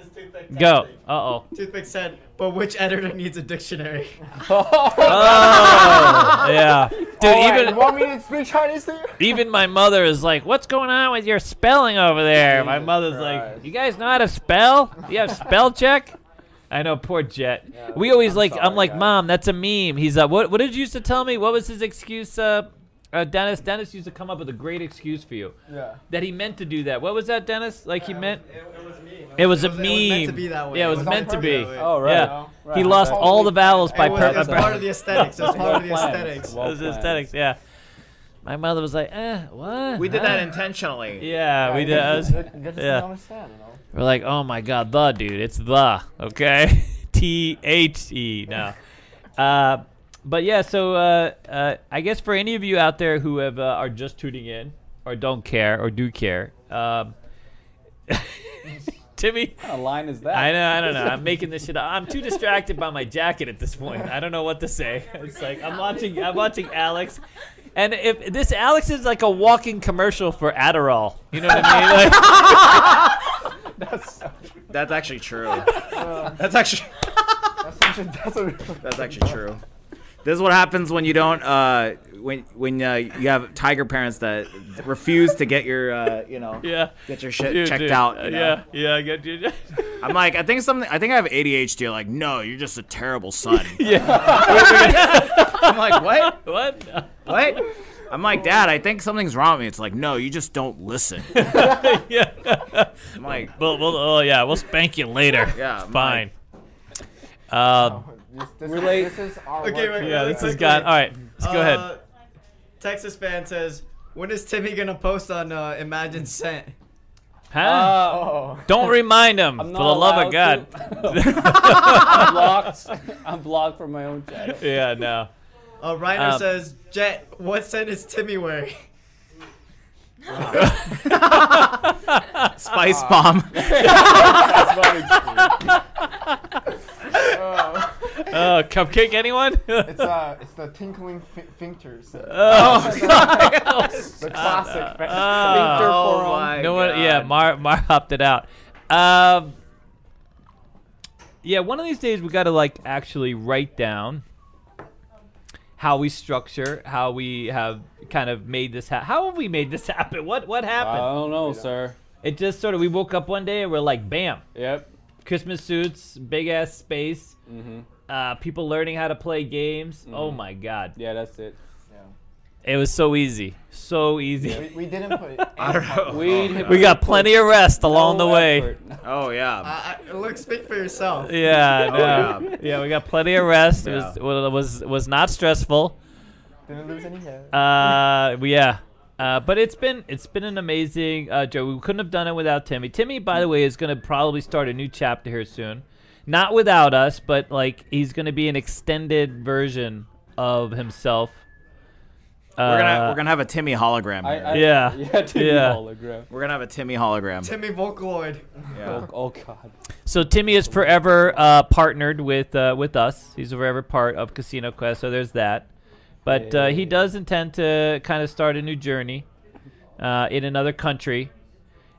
A: go uh oh
E: Toothpick said, but which editor needs a dictionary?
A: oh yeah dude even
O: want me to speak Chinese to you?
A: even my mother is like, "What's going on with your spelling over there?" My mother's like, "You guys know how to spell? You have spell check?" I know, poor Jet. we always like, I'm like, "Mom, that's a meme." He's like, "What? What did you used to tell me? What was his excuse?" Uh, uh, Dennis. Dennis used to come up with a great excuse for you.
O: Yeah.
A: That he meant to do that. What was that, Dennis? Like he meant.
L: It was me.
A: It was a meme.
E: meant to be that way.
A: Yeah,
E: It
A: it was,
E: was on
A: meant to
E: purpose
A: be.
E: that way. Oh, right.
A: Yeah.
E: Oh,
A: He
E: right.
A: lost all the vowels by
E: It was- it was part of the aesthetics. It was part of the Well planned. aesthetics.
A: It
E: Well
A: was
E: planned.
A: aesthetics. Yeah. My mother was like, "Eh, what?"
F: We did that
A: Huh?"
F: intentionally.
A: Yeah,
F: Yeah,
A: we
F: you
A: did.
F: just-
A: I was-
F: you just didn't
A: yeah.
F: understand, you know?
A: We're like, "Oh my god, the dude, it's the okay, T H E now." Uh, but yeah, so uh, uh, I guess for any of you out there who have uh, are just tuning in or don't care or do care, um, Timmy.
N: What kind of line is that?
A: I know, I don't know. I'm making this shit up. I'm too distracted by my jacket at this point. I don't know what to say. It's like I'm watching I'm watching Alex. And if this Alex is like a walking commercial for Adderall. You know what I
F: That's actually true. that's actually. That's actually true. This is what happens when you don't uh, when when uh, you have tiger parents that refuse to get your uh, you know
A: Yeah.
F: get your shit
A: Dude,
F: checked
A: dude.
F: out.
A: Uh,
F: you know?
A: yeah, yeah, I get you.
F: I'm like, I think something. I think I have ADHD. You're like, no, you're just a terrible son. I'm like, what?
A: What?
F: What? I'm like, Dad, I think something's wrong with me. It's like, no, you just don't listen.
A: mean? Like, yeah.
F: I'm like,
A: we'll, we'll, oh yeah, we'll spank you later.
F: Yeah,
A: It's fine. Um,
O: This, this,
E: Relate.
O: This is our
E: Okay,
O: work.
E: wait,
A: Yeah,
E: really
A: this has got-
E: quickly.
A: all right, let's go ahead.
E: Texas fan says, When is Timmy gonna post on uh, Imagine Scent?
A: Huh?
E: Oh.
A: Don't remind him, for
N: Uh, I'm
A: the
N: not
A: love of God.
N: allowed I'm blocked. I'm blocked from my own channel.
A: yeah, no.
E: Oh, Reiner
N: Um,
E: says, Jet, what scent is Timmy wearing?
F: Spice bomb.
A: Uh, cupcake, anyone?
O: it's uh, it's the tinkling fi- fingers.
A: Oh,
O: the classic.
A: Uh,
O: fa-
A: oh.
O: finger forum.
A: no one, yeah, Mar Mar opted out. Um, yeah, one of these days we got to like actually write down how we structure, how we have kind of made this happen. How have we made this happen? What what happened?
N: I don't know, sir.
A: It just sort of we woke up one day and we're like, bam.
N: Yep.
A: Christmas suits, big ass space.
N: Mhm.
A: Uh, people learning how to play games. Oh
N: Mhm.
A: my god.
N: Yeah, that's it.
A: It was so easy. So easy.
O: We, we didn't put.
A: I don't know.
N: We,
A: We got plenty of rest along the way.
F: Oh yeah.
E: I, I, look, speak for yourself.
A: Yeah, no. Oh, yeah. we got plenty of rest. It was
F: Yeah.
A: well, it was was not stressful.
O: Didn't lose any hair.
A: Uh, we- yeah. Uh, but it's been it's been an amazing uh, Joe. We couldn't have done it without Timmy. Timmy, by the way, is going to probably start a new chapter here soon, not without us, but like he's going to be an extended version of himself.
F: we're gonna
A: Uh,
F: we're gonna have a Timmy hologram.
A: I-
F: here.
A: I- Yeah. yeah, Timmy Yeah. hologram.
F: We're gonna have a Timmy hologram.
E: Timmy Vocaloid.
F: Yeah.
N: Oh god.
A: So Timmy is forever uh, partnered with uh, with us. He's a forever part of Casino Quest. So there's that. But uh, he does intend to kind of start a new journey uh, in another country.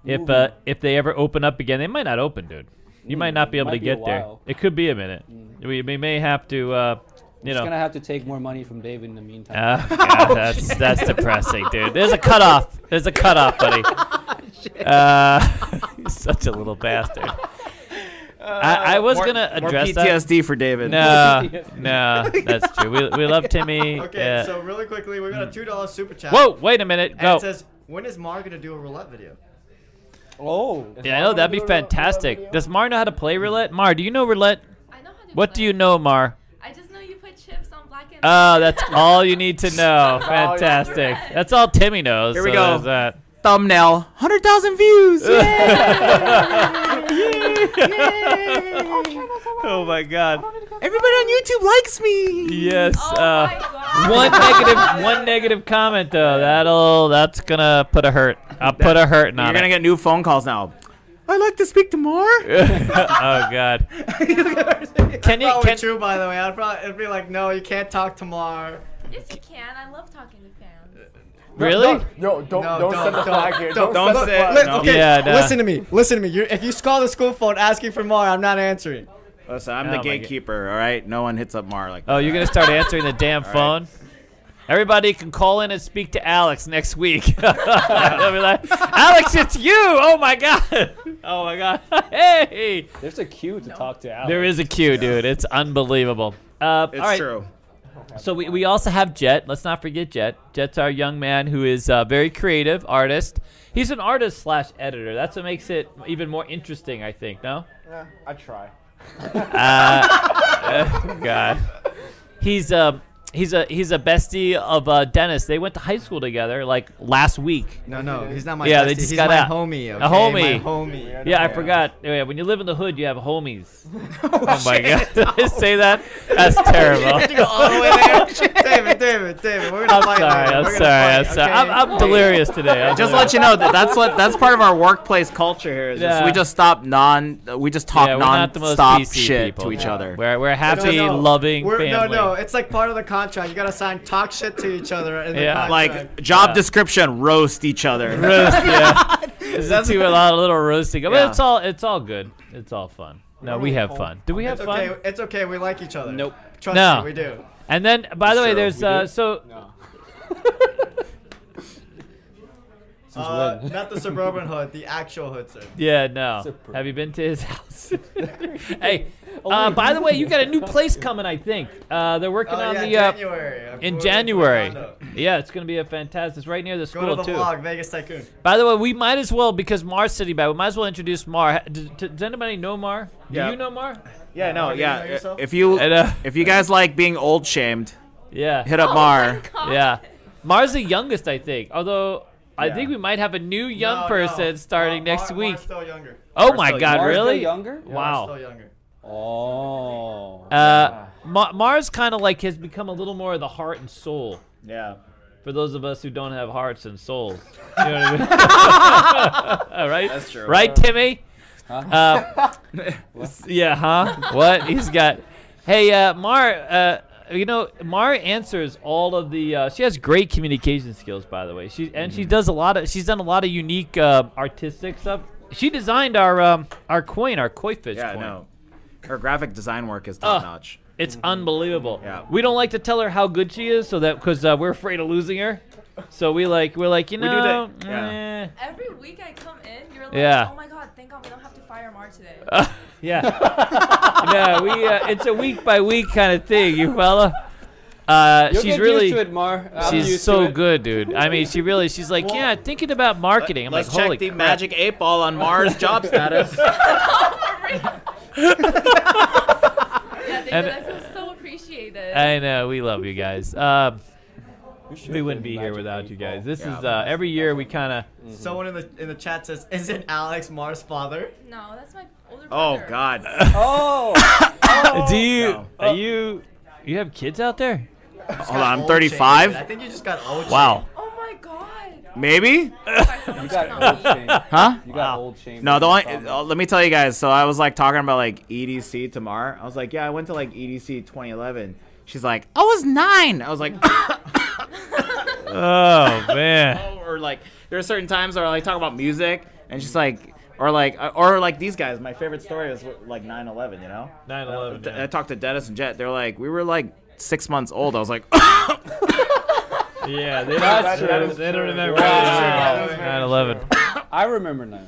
A: If uh,
N: Ooh.
A: if they ever open up again, they might not open, dude. You might
N: Mm,
A: not be able
N: might
A: to
N: be a
A: get there.
N: while. Mm.
A: It could be a minute. We, we may have to, uh, you
N: Just
A: know.
N: gonna have to take more money from David in the meantime. Oh,
A: Uh, yeah,
F: Oh,
A: that's that's depressing, dude. There's a cutoff. There's a cutoff, buddy.
F: Oh,
A: Uh, he's such a little bastard. I, I was
F: Uh, more-
A: gonna
F: more
A: address
F: PTSD
A: that.
F: for David.
A: No, no, that's true. We, we love Timmy.
E: Okay,
A: yeah.
E: so really quickly, we got a two dollar super chat.
A: Whoa, wait a minute,
E: And
A: go.
E: it says, when is Mar gonna do a roulette video?
N: Oh.
A: yeah, I know that'd be fantastic. Does Mar know how to play roulette? Mar, do you know roulette? I know how to What do you know, Mar?
P: I just know you put chips on black and
A: Oh, that's all you need to know.
P: That's all you need to
A: Fantastic. That's all Timmy knows.
F: Here we
A: so
F: go.
A: there's That.
F: Thumbnail. Hundred thousand views.
A: Oh my God.
F: Everybody on YouTube likes me.
A: Yes. uh, one negative, one negative comment though. That'll that's gonna put a hurt. I'll put a hurt on
F: You're gonna
A: it.
F: get new phone calls now.
E: I'd like to speak to Mar.
A: oh God.
E: can
A: you-
E: Probably true, by the way. I'd probably it'd be like, no, you can't talk to Mar.
P: Yes, you can. I love talking to fans.
A: Really?
O: No, don't
E: No,
O: don't,
E: don't-
O: set the
E: don't-
O: flag here.
E: don't-
O: Don't, set
E: don't say
O: the
E: it,
O: flag.
E: Li- okay, listen to me. Listen to me. You're, if you call the school phone asking for Mar, I'm not answering.
F: Listen, I'm
E: Oh
F: the
E: my God.
F: gatekeeper. All right, no one hits up Mar like.
A: Oh, you're gonna start answering the damn
F: All right.
A: phone. Everybody can call in and speak to Alex next week. They'll be like, Alex, it's you! Oh my god! Oh my god! Hey!
N: There's a queue to talk to Alex.
A: There is a queue, dude. It's unbelievable. Uh,
N: It's
A: all right.
N: true.
A: So we, we also have Jet. Let's not forget Jet. Jet's our young man who is uh, very creative artist. He's an artist slash editor. That's what makes it even more interesting, I think. No?
O: Yeah, I try.
A: Uh, God. He's um he's a he's a bestie of uh, Dennis. They went to high school together like last week.
E: No, no, he's not my
A: yeah, they
E: bestie.
A: just
E: He's
A: got
E: my
A: out.
E: homie,
A: A
E: okay?
A: homie.
E: My homie.
A: Yeah, I
E: Yeah.
A: forgot. Yeah, when you live in the hood, you have homies. oh my God! Did I say that? That's terrible.
E: Did you go all the way there? David, David, David, we're gonna
A: I'm
E: fight.
A: sorry.
E: later.
A: I'm
E: We're gonna
A: sorry. I'm
E: fight,
A: sorry.
E: okay?
A: I'm, I'm delirious today. I'm
F: just let
A: delirious.
F: you know that that's what that's part of our workplace culture here. Is just,
A: Yeah.
F: we just stop non, we just talk
A: Yeah, we're not the most
F: non-stop
A: PC
F: shit
A: people.
F: to each
A: Yeah.
F: other.
A: We're we're
E: No, no,
A: happy,
E: no.
A: loving
E: We're-
A: family.
E: No, no, it's like part of the contract. You gotta sign talk shit to each other. In
A: Yeah.
E: the
F: Like job
A: Yeah.
F: description, roast each other.
A: Roast, yeah. That's too a lot, a little roasting. But
F: Yeah.
A: it's all, it's all good. It's all fun. No, we have fun. Do we have
E: it's
A: fun?
E: Okay. It's okay. We like each other. Nope. Trust
A: no,
E: me, we do.
A: And then, by the way,
E: Sure,
A: there's
E: we
A: uh,
E: do.
A: so
E: Uh, not the suburban hood, the actual hood, sir.
A: yeah, no.
E: Super.
A: Have you been to his house? hey, uh, by the way, you got a new place coming, I think. Uh, they're working
E: Oh,
A: on
E: yeah,
A: the uh,
E: January. I'm going
A: in
E: to
A: January.
E: Orlando.
A: Yeah, it's gonna be a fantastic. It's right near the
E: Go to
A: school
E: the
A: too.
E: vlog, Vegas Tycoon.
A: By the way, we might as well because Mar's sitting by. We might as well introduce Mar. Does, does anybody know Mar? Do
F: Yeah.
A: you know Mar?
F: Yeah, no, yeah.
A: yourself?
F: If you if you guys like being old shamed,
P: Oh
A: yeah,
F: hit up Mar.
A: Yeah. Mars the youngest, I think. Although I
O: Yeah.
A: think we might have a new young
L: No,
A: person
L: no.
A: starting
L: Mar-
A: next
L: Mar-
A: week.
L: Mar's still younger.
A: Oh
L: Mar's
A: my
L: still
A: God,
L: younger. Mar's still
A: really?
L: younger? Yeah,
A: Wow.
L: Mar's still younger.
A: Oh. Uh, Ma- Mars kind of like has become a little more of the heart and soul.
F: Yeah.
A: For those of us who don't have hearts and souls. You know what I mean? All right?
F: That's true.
A: Right, Timmy?
F: Huh?
A: Uh,
F: What?
A: yeah, huh? What? He's got. Hey, uh, Mar, uh, you know, Mar answers all of the. Uh, she has great communication skills, by the way. She and
F: Mm-hmm.
A: she does a lot of. She's done a lot of unique uh, artistic stuff. She designed our um, our coin, our koi fish
F: Yeah,
A: coin.
F: no. Her graphic design work is
A: Oh,
F: top notch.
A: It's unbelievable. Yeah. We don't like to tell her how good she is, so that because uh, we're afraid of losing her. So we like we're like you
F: We do
A: know.
F: that- yeah.
A: eh.
P: Every week I come in, you're like,
A: Yeah.
P: oh my god, thank God we don't have to fire Mar today.
A: yeah. no, we uh, it's a week by week kind of thing, you follow? Uh,
N: You'll
A: she's
N: get used
A: really
N: to it, Mar. I'm
A: she's
N: used
A: so
N: to it.
A: good, dude. I mean, she really she's like, yeah, thinking about marketing. I'm
F: Let's
A: like, holy
F: check the
A: crap.
F: magic eight ball on Mars job status.
P: yeah, they
A: And-
P: did. I feel so appreciated.
A: I know we love you guys. Um,
F: should
A: we wouldn't
F: do
A: be here without you guys. This
F: Yeah.
A: is uh, every year we kind of.
N: Mm-hmm.
M: Someone in the in the chat says, "Isn't Alex Mars' father?"
P: No, that's my older
F: Oh
P: brother.
F: God.
M: Oh.
A: Do you are you you have kids out there?
F: Hold on, I'm 35.
M: I think you just got old.
A: Wow.
P: Oh my god.
F: Maybe.
P: you got old shame.
F: Huh?
N: You got old shame.
F: No, the
N: You
F: only,
N: saw that.
F: uh, let me tell you guys. So I was like talking about like EDC tomorrow. I was like, yeah, I went to like E EDC 2011. She's like, I was nine. I was like,
A: oh man.
F: or like there are certain times where I like talk about music and she's like, or like, uh, or like these guys. My favorite story is like 9/11. You know. Uh,
A: 9/11,
F: I, I talked to Dennis and Jet. They're like, we were like six months old. I was like,
A: Yeah, they
N: don't- That's that true. is They don't true. remember Wow. anything.
A: 9/11.
N: I remember 9/11.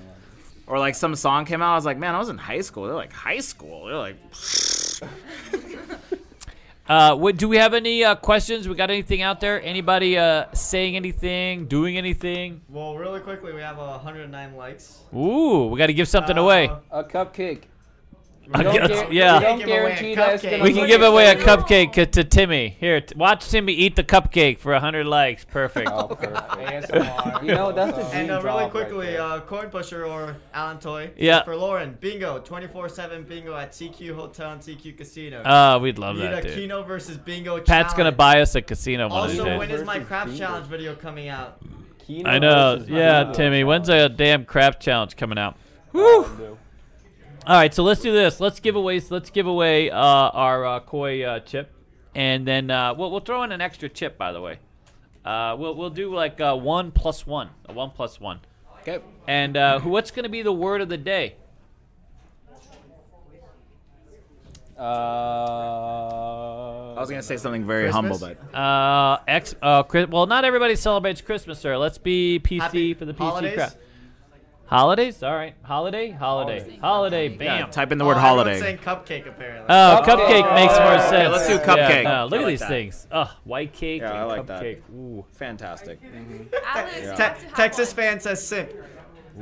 F: Or like some song came out. I was like, man, I was in high school. They're like high school. They're like.
A: Uh, what, do we have any uh, questions? We got anything out there? Anybody uh, saying anything, doing anything?
M: Well, really quickly, we have uh, 109 likes.
A: Ooh, we got to give something away.
M: Uh,
E: Uh,
N: A cupcake.
A: I
N: We don't
A: guess-
N: guar-
A: yeah.
N: We don't
M: Give away a
N: guarantee that it's
M: cupcake.
N: gonna
A: We can
N: work.
A: give away a cupcake to- to Timmy. Here, t- watch Timmy eat the cupcake for 100 likes. Perfect.
M: Oh,
N: ASMR. You know, that's the
M: And
N: dream
M: uh, really
N: job right
M: quickly, uh, Corn Pusher or Alan Toy.
A: Yeah.
M: For Lauren, bingo, 24/7 bingo at TQ Hotel and TQ Casino.
A: Ah, we'd love
M: Need
A: that,
M: a
A: dude.
M: Keno versus bingo.
A: Pat's going to
M: challenge.
A: buy us a casino one of these
M: Also,
A: days.
M: when is my
N: Versus
M: crap
N: bingo.
M: challenge video coming out?
A: I know. Yeah, Timmy. When's a damn crap challenge coming out? Whew. All right, so let's do this. Let's give away. Let's give away uh, our uh, koi uh, chip, and then uh, we'll, we'll throw in an extra chip. By the way, uh, we'll we'll do like uh, one plus one, a one plus one.
F: Okay.
A: And uh, who- what's going to be the word of the day?
N: Uh,
F: I was gonna say something very humble,
A: Christmas?
F: but
A: Uh, ex. Uh, Chris, well, not everybody celebrates Christmas, sir. Let's be PC
M: Happy
A: for the PC
M: holidays?
A: crowd. Holidays. All right. Holiday. Holiday. Holiday. Bam.
F: yeah, type in the word
M: oh,
F: holiday.
M: Everyone's saying cupcake apparently.
A: Oh, cupcake makes more
F: Okay,
A: sense.
F: let's do
A: Yeah,
F: cupcake.
A: no, look
F: I
A: at
F: like
A: these
F: that.
A: things. Ugh, white cake.
F: Yeah, I
A: and
F: like that.
A: cupcake. that. Ooh.
F: Fantastic.
M: Mm-hmm.
P: Alex, you have
F: Yeah.
P: to
M: Te-
P: have
M: Texas
P: one.
M: fan says simp.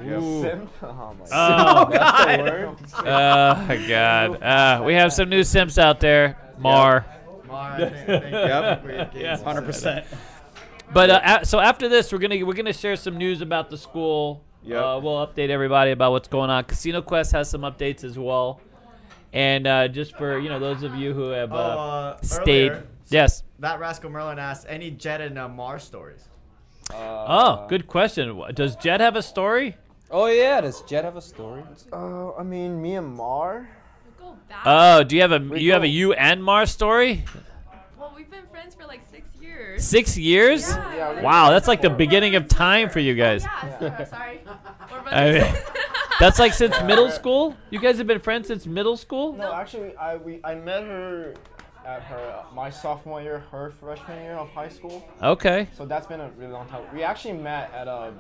A: Ooh.
M: Oh my
A: Oh,
M: That's the
A: God.
M: word?
A: Oh, God. Uh, we have some new simps out there. Mar.
M: Mar, I think- I think- Yep. we gave
A: Yeah.
M: some 100%.
A: But uh, a- so after this, we're gonna we're gonna share some news about the school. Uh, we'll update everybody about what's going on. Casino Quest has some updates as well, and uh, just for you know those of you who have uh,
M: Oh, uh,
A: stayed.
M: earlier-
A: yes.
M: That rascal Merlin asked, any Jed and uh, Mar stories? Uh,
A: oh, good question. Wha- Does Jed have a story?
N: Oh yeah, does Jet have a story?
Q: Uh, I mean, me and Mar.
P: Go back.
A: Oh, do you have a you have a you and Mar story?
P: well, we've been friends for like six years.
A: Six years?
P: Yeah. Yeah, we-
A: wow, that's like the beginning of time for you guys.
P: Yeah, so- sorry. We're
A: I mean,
P: brothers.
A: that's like since middle school. You guys have been friends since middle school.
Q: No, actually, I we I met her at her my sophomore year, her freshman year of high school.
A: Okay.
Q: So that's been a really long time. We actually met at a,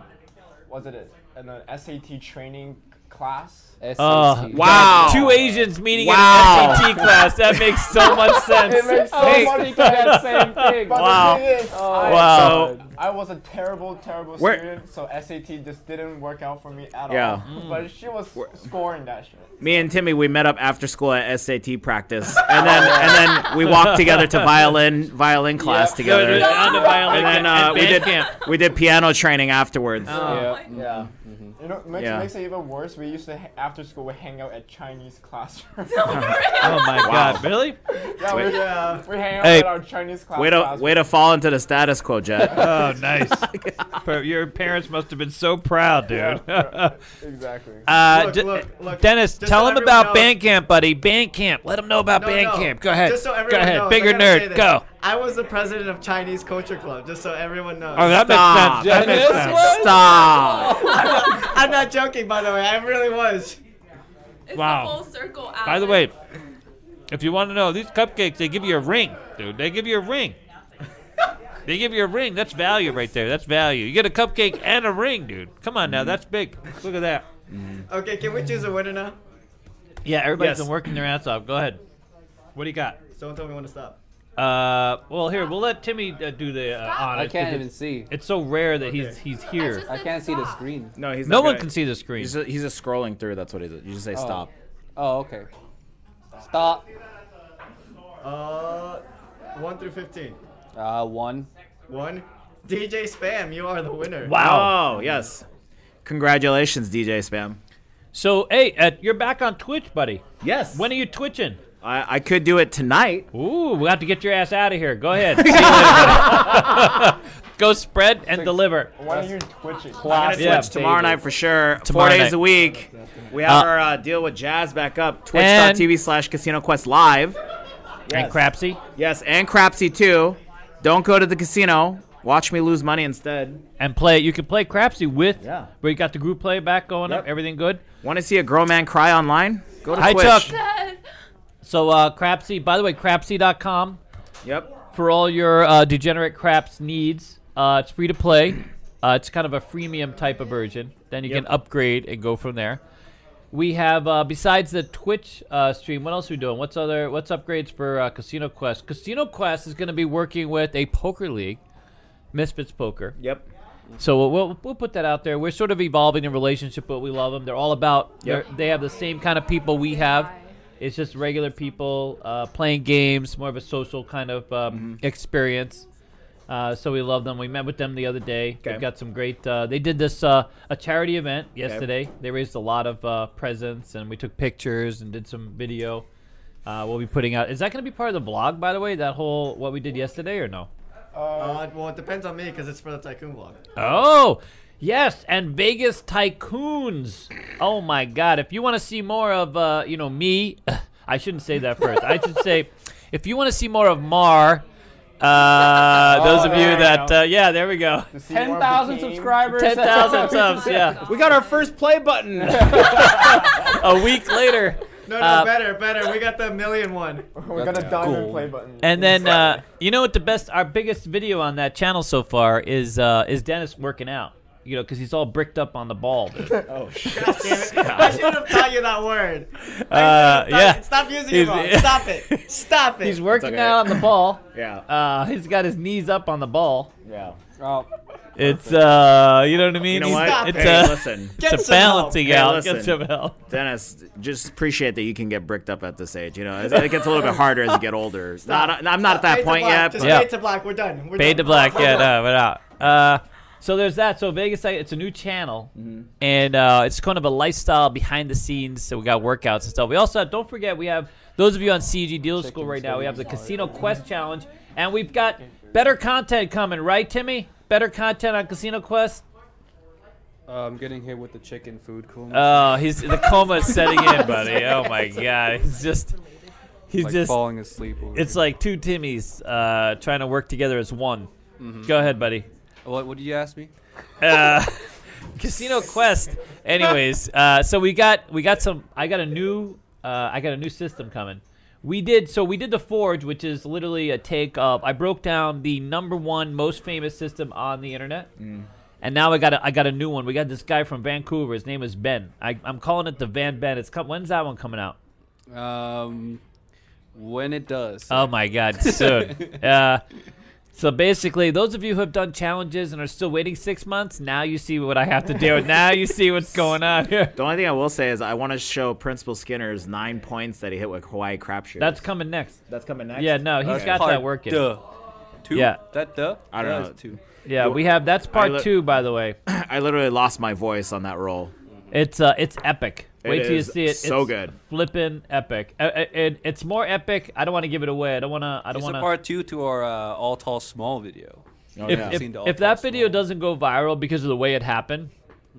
Q: was it at an SAT training class.
F: Uh,
A: Oh,
Q: SAT.
A: God, Two Asians meeting in an SAT class. That makes so much sense.
Q: It makes so
A: Hey.
Q: much sense. But the
A: wow.
Q: thing is, I-
A: wow.
Q: So, I was a terrible, terrible
F: Where-
Q: student, so SAT just didn't work out for me at
F: Yeah.
Q: all. But she was scoring that shit.
F: Me and Timmy, we met up after school at SAT practice, and then and then we walked together to violin violin class
A: Yep.
F: together,
A: Go to- on to violin
F: and then
A: ca-
F: uh,
A: and
F: we did
A: band camp. Oh.
F: we did piano training afterwards.
Q: yeah. yeah.
E: Mm-hmm.
Q: You know, makes,
F: Yeah.
Q: makes it even worse. We used to ha- after school we hang out at Chinese classroom.
F: Oh my Wow. God, really?
Q: Yeah, we,
F: Wait.
Q: yeah. we hang out
F: Hey,
Q: at our Chinese class.
F: way to
Q: classroom.
F: way to fall into the status quo, Jack.
A: Oh, nice. Per- Your parents must have been so proud, dude.
Q: Yeah, exactly.
A: Uh,
R: Look,
A: d-
R: look, look.
A: Dennis,
R: Just
A: tell
R: so
A: him
R: everyone
A: about
R: knows-
A: Bandcamp, buddy. Bandcamp. Let him know about
R: No, no.
A: Bandcamp. Go ahead.
R: Oh, Just so
A: go
R: everyone
A: ahead.
R: knows, I
A: Bigger
R: gotta say
A: nerd.
R: this.
A: Go.
R: I was the president of Chinese Culture Club, just so everyone knows.
A: Oh, that makes Stop. sense. That makes This sense. was-
F: Stop.
R: I'm not, I'm not joking, by the way. I really was.
A: wow.
P: full circle,
A: By the way, if you want to know, these cupcakes, they give you a ring, dude. They give you a ring. they give you a ring. That's value right there. That's value. You get a cupcake and a ring, dude. Come on now. That's big. Look at that.
R: Okay, can we choose a winner now?
A: Yeah, everybody's
R: Yes.
A: been working their ass off. Go ahead. What do you got?
R: Someone tell me when to stop.
A: Uh, well, here we'll let Timmy uh, do the uh, honors.
N: I can't
A: because
N: even see.
A: It's so rare that he's he's here.
N: I can't see the screen.
F: No, he's
A: No
F: not
A: one
F: gonna-
A: can see the screen.
F: He's just, he's just scrolling through. That's what he did. You just say
N: Oh.
F: stop.
N: Oh, okay. Stop.
R: Uh, 1 through 15.
N: Uh, one.
R: 1. DJ Spam, you are the winner.
F: Oh, yes. Congratulations, DJ Spam.
A: So, hey, uh, you're back on Twitch, buddy.
F: Yes.
A: When are you twitching?
F: I, I could do it tonight.
A: Ooh, we have to get your ass out of here. Go ahead. See you later, buddy. Go spread and deliver.
Q: Why are you twitching?
F: Class
A: Yeah,
F: Twitch tomorrow
A: baby.
F: night for sure. Four
A: Tomorrow
F: days
A: night.
F: a week. We have
A: Uh,
F: our uh, deal with Jazz back up.
A: And-
F: Twitch.tv slash Casino Quest Live.
A: And Crapsy.
F: Yes, and Crapsy too. Don't go to the casino. Watch me lose money instead.
A: And play. You can play Crapsy with.
F: Yeah.
A: Where you got the group play back going up.
F: Yep.
A: Everything good?
F: Want to see a grown man cry online? Go to
A: Hi,
F: Twitch.
A: Chuck. So, uh, Crapsy, by the way, crapsy.com.
F: Yep.
A: For all your uh, degenerate craps needs, uh, it's free to play. Uh, it's kind of a freemium type of version. Then you
F: Yep.
A: can upgrade and go from there. We have uh, besides the Twitch uh, stream. What else are we doing? What's other? What's upgrades for uh, Casino Quest? Casino Quest is going to be working with a poker league, Misfits Poker.
F: Yep.
A: So we'll, we'll, we'll put that out there. We're sort of evolving in relationship, but we love them. They're all about.
F: Yep.
A: they're- They have the same kind of people we have. It's just regular people uh, playing games, more of a social kind of um,
F: Mm-hmm.
A: experience. Uh, so we love them. We met with them the other day. They've
F: Okay.
A: got some great. Uh, they did this uh, a charity event yesterday.
F: Okay.
A: They raised a lot of uh, presents, and we took pictures and did some video. Uh, we'll be putting out. Is that going to be part of the blog, by the way? That whole what we did yesterday, or no?
R: Uh, well, it depends on me because it's for the Tycoon vlog.
A: Oh, yes, and Vegas Tycoons. Oh my God! If you want to see more of, uh, you know, me, I shouldn't say that first. I should say, if you want to see more of Mar, uh, those
R: Oh,
A: of you
F: there we
A: that,
F: go.
A: uh, yeah, there we go.
N: Ten thousand subscribers.
A: 10,000 subs, yeah.
F: We got our first play button.
A: A week later.
R: No, no,
A: uh,
R: better, better. We got the million one.
Q: We got a diamond play button.
A: And then uh, you know what the best, our biggest video on that channel so far is uh, is Dennis working out. You know, because he's all bricked up on the ball. dude.
F: Oh
R: shit! I should have taught you that word.
A: Uh, yeah.
R: Stop using it.
A: He's-
R: wrong. Stop it. Stop it.
A: He's working out on the ball.
F: Yeah.
A: Uh, he's got his knees up on the ball.
F: Yeah.
N: Oh.
A: It's uh, you know what I mean.
F: You know
A: He's-
F: what?
A: It's
F: hey,
A: a,
F: listen.
A: it's a balancing
F: Hey,
A: out.
F: listen.
A: Get some help.
F: Dennis, just appreciate that you can get bricked up at this age. You know, it, it gets a little bit harder as you get older. Not, I'm not at that
R: Fade to
F: point
R: black.
F: yet.
R: Just
F: but-
R: fade to black. We're done. We're
A: Fade
R: done.
A: to black.
R: We're
A: Yeah,
R: done.
A: no, we're out. Uh, so there's that. So Vegas, Site, it's a new channel,
R: Mm-hmm.
A: and uh, it's kind of a lifestyle behind the scenes. So we got workouts and stuff. We also have, don't forget we have those of you on CG Dealer School right now. We have the Casino Quest Challenge, and we've got better content coming, right, Timmy? Better content on Casino Quest.
N: Uh, I'm getting hit with the chicken food coma.
A: Oh, he's the coma is setting in, buddy. Oh my god, he's just he's
N: Like
A: just
N: falling asleep over
A: It's like two Timmys uh, trying to work together as one.
N: Mhm.
A: Go ahead, buddy.
N: What, what did you ask me?
A: Uh, Casino Quest. Anyways, uh, so we got we got some. I got a new uh, I got a new system coming. We did so we did the Forge, which is literally a take of. I broke down the number one most famous system on the internet.
N: Mm.
A: And now I got a, I got a new one. We got this guy from Vancouver. His name is Ben. I, I'm calling it the Van Ben. It's com- when's that one coming out?
S: Um,
N: Um, when it does.
A: Oh my God, soon. uh, So basically, those of you who have done challenges and are still waiting six months, now you see what I have to do. now you see what's going on here.
F: The only thing I will say is I want to show Principal Skinner's nine points that he hit with Hawaii crapshooters.
A: That's coming next.
F: That's coming next.
A: Yeah, no, he's
F: he's
A: got that working.
F: Two?
A: Yeah.
F: That duh? I don't
A: Yeah,
F: know.
A: it's two. Yeah, we have- that's
F: I
A: part two, by the way.
F: I literally lost my voice on that roll.
A: It's uh, it's epic.
F: It
A: Wait till you
F: is
A: see it.
F: so
A: it's
F: good.
A: flippin' epic. Uh, uh, it, it's more epic. I don't want to give it away. I don't want to. I don't
S: it's
A: want
S: a part two to our uh, all tall small video.
F: Oh,
A: if, if, if that video doesn't go viral because of the way it happened,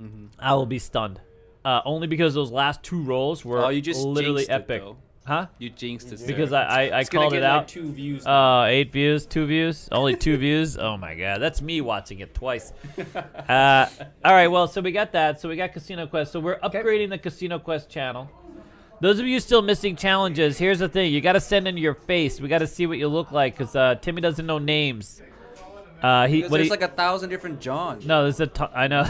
S: Mhm.
A: I will be stunned. Uh, only because those last two rolls were
S: Oh, you just
A: literally
S: jinxed it,
A: epic.
S: though.
A: huh?
S: You jinxed it,
A: Because
S: sir.
A: I, I, I
S: It's gonna
A: called
S: get
A: it out.
S: like two views
A: Uh, eight views, two views, only two views. Oh my god, that's me watching it twice. Uh, all right, well, so we got that. So we got Casino Quest. So we're upgrading the Casino Quest channel. Those of you still missing challenges, here's the thing: you got to send in your face. We got to see what you look like because uh, Timmy doesn't know names. Uh, he,
S: Because
A: what
S: there's
A: he-
S: like a thousand different Johns.
A: no, there's a t- I know.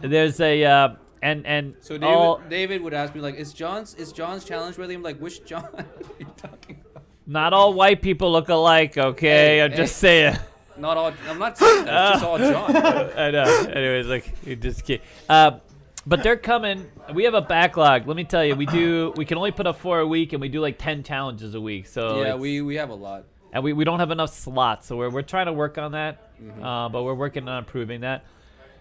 A: there's a uh, and and
S: So David,
A: all
S: David would ask me like, "Is John's is John's challenge really?" I'm like, "Which John?" are you
A: Uh,
S: talking about?"
A: not all white people look alike. Okay,
S: Hey,
A: I'm
S: hey.
A: just saying.
S: Not all. I'm not saying that. It's just all John.
A: I know. Anyways, like you just kid. Uh, but they're coming. We have a backlog. Let me tell you, we do. We can only put up four a week, and we do like ten challenges a week. So
S: yeah,
A: it's-
S: we we have a lot.
A: and we, we don't have enough slots, so we're, we're trying to work on that,
S: Mhm.
A: uh, but we're working on improving that.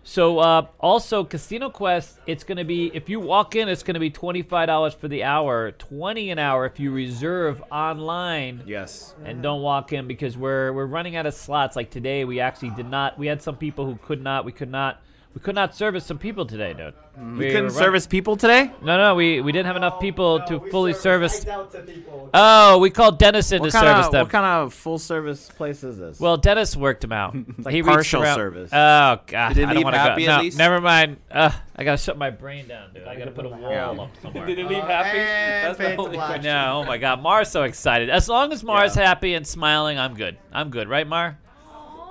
A: So uh, also Casino Quest, it's gonna be if you walk in, it's gonna be twenty five dollars for the hour, twenty an hour if you reserve online.
F: Yes.
A: And don't walk in because we're we're running out of slots. Like today, we actually did not. We had some people who could not. We could not. We could not service some people today, dude.
F: We
A: were
F: couldn't
A: run-
F: service people today?
A: No, no, we, we didn't have enough people to fully service.
M: out to people.
A: Oh, we called Dennis in
F: What
A: to
F: kinda-
A: service them.
F: What kind of full service place is this?
A: Well, Dennis worked him out.
F: like
A: reached
F: partial
A: around-
F: service.
A: Oh god,
F: Did he
A: I don't
F: leave
A: want to
F: happy
A: go.
F: at
A: No,
F: least?
A: never mind. Uh, I gotta shut my brain down, dude. I gotta put a wall
F: Yeah.
A: up somewhere.
B: Did it leave happy? That's the only question.
A: No, oh my god, Mar's so excited. As long as Mar's happy and smiling, I'm good. I'm good, right, Mar?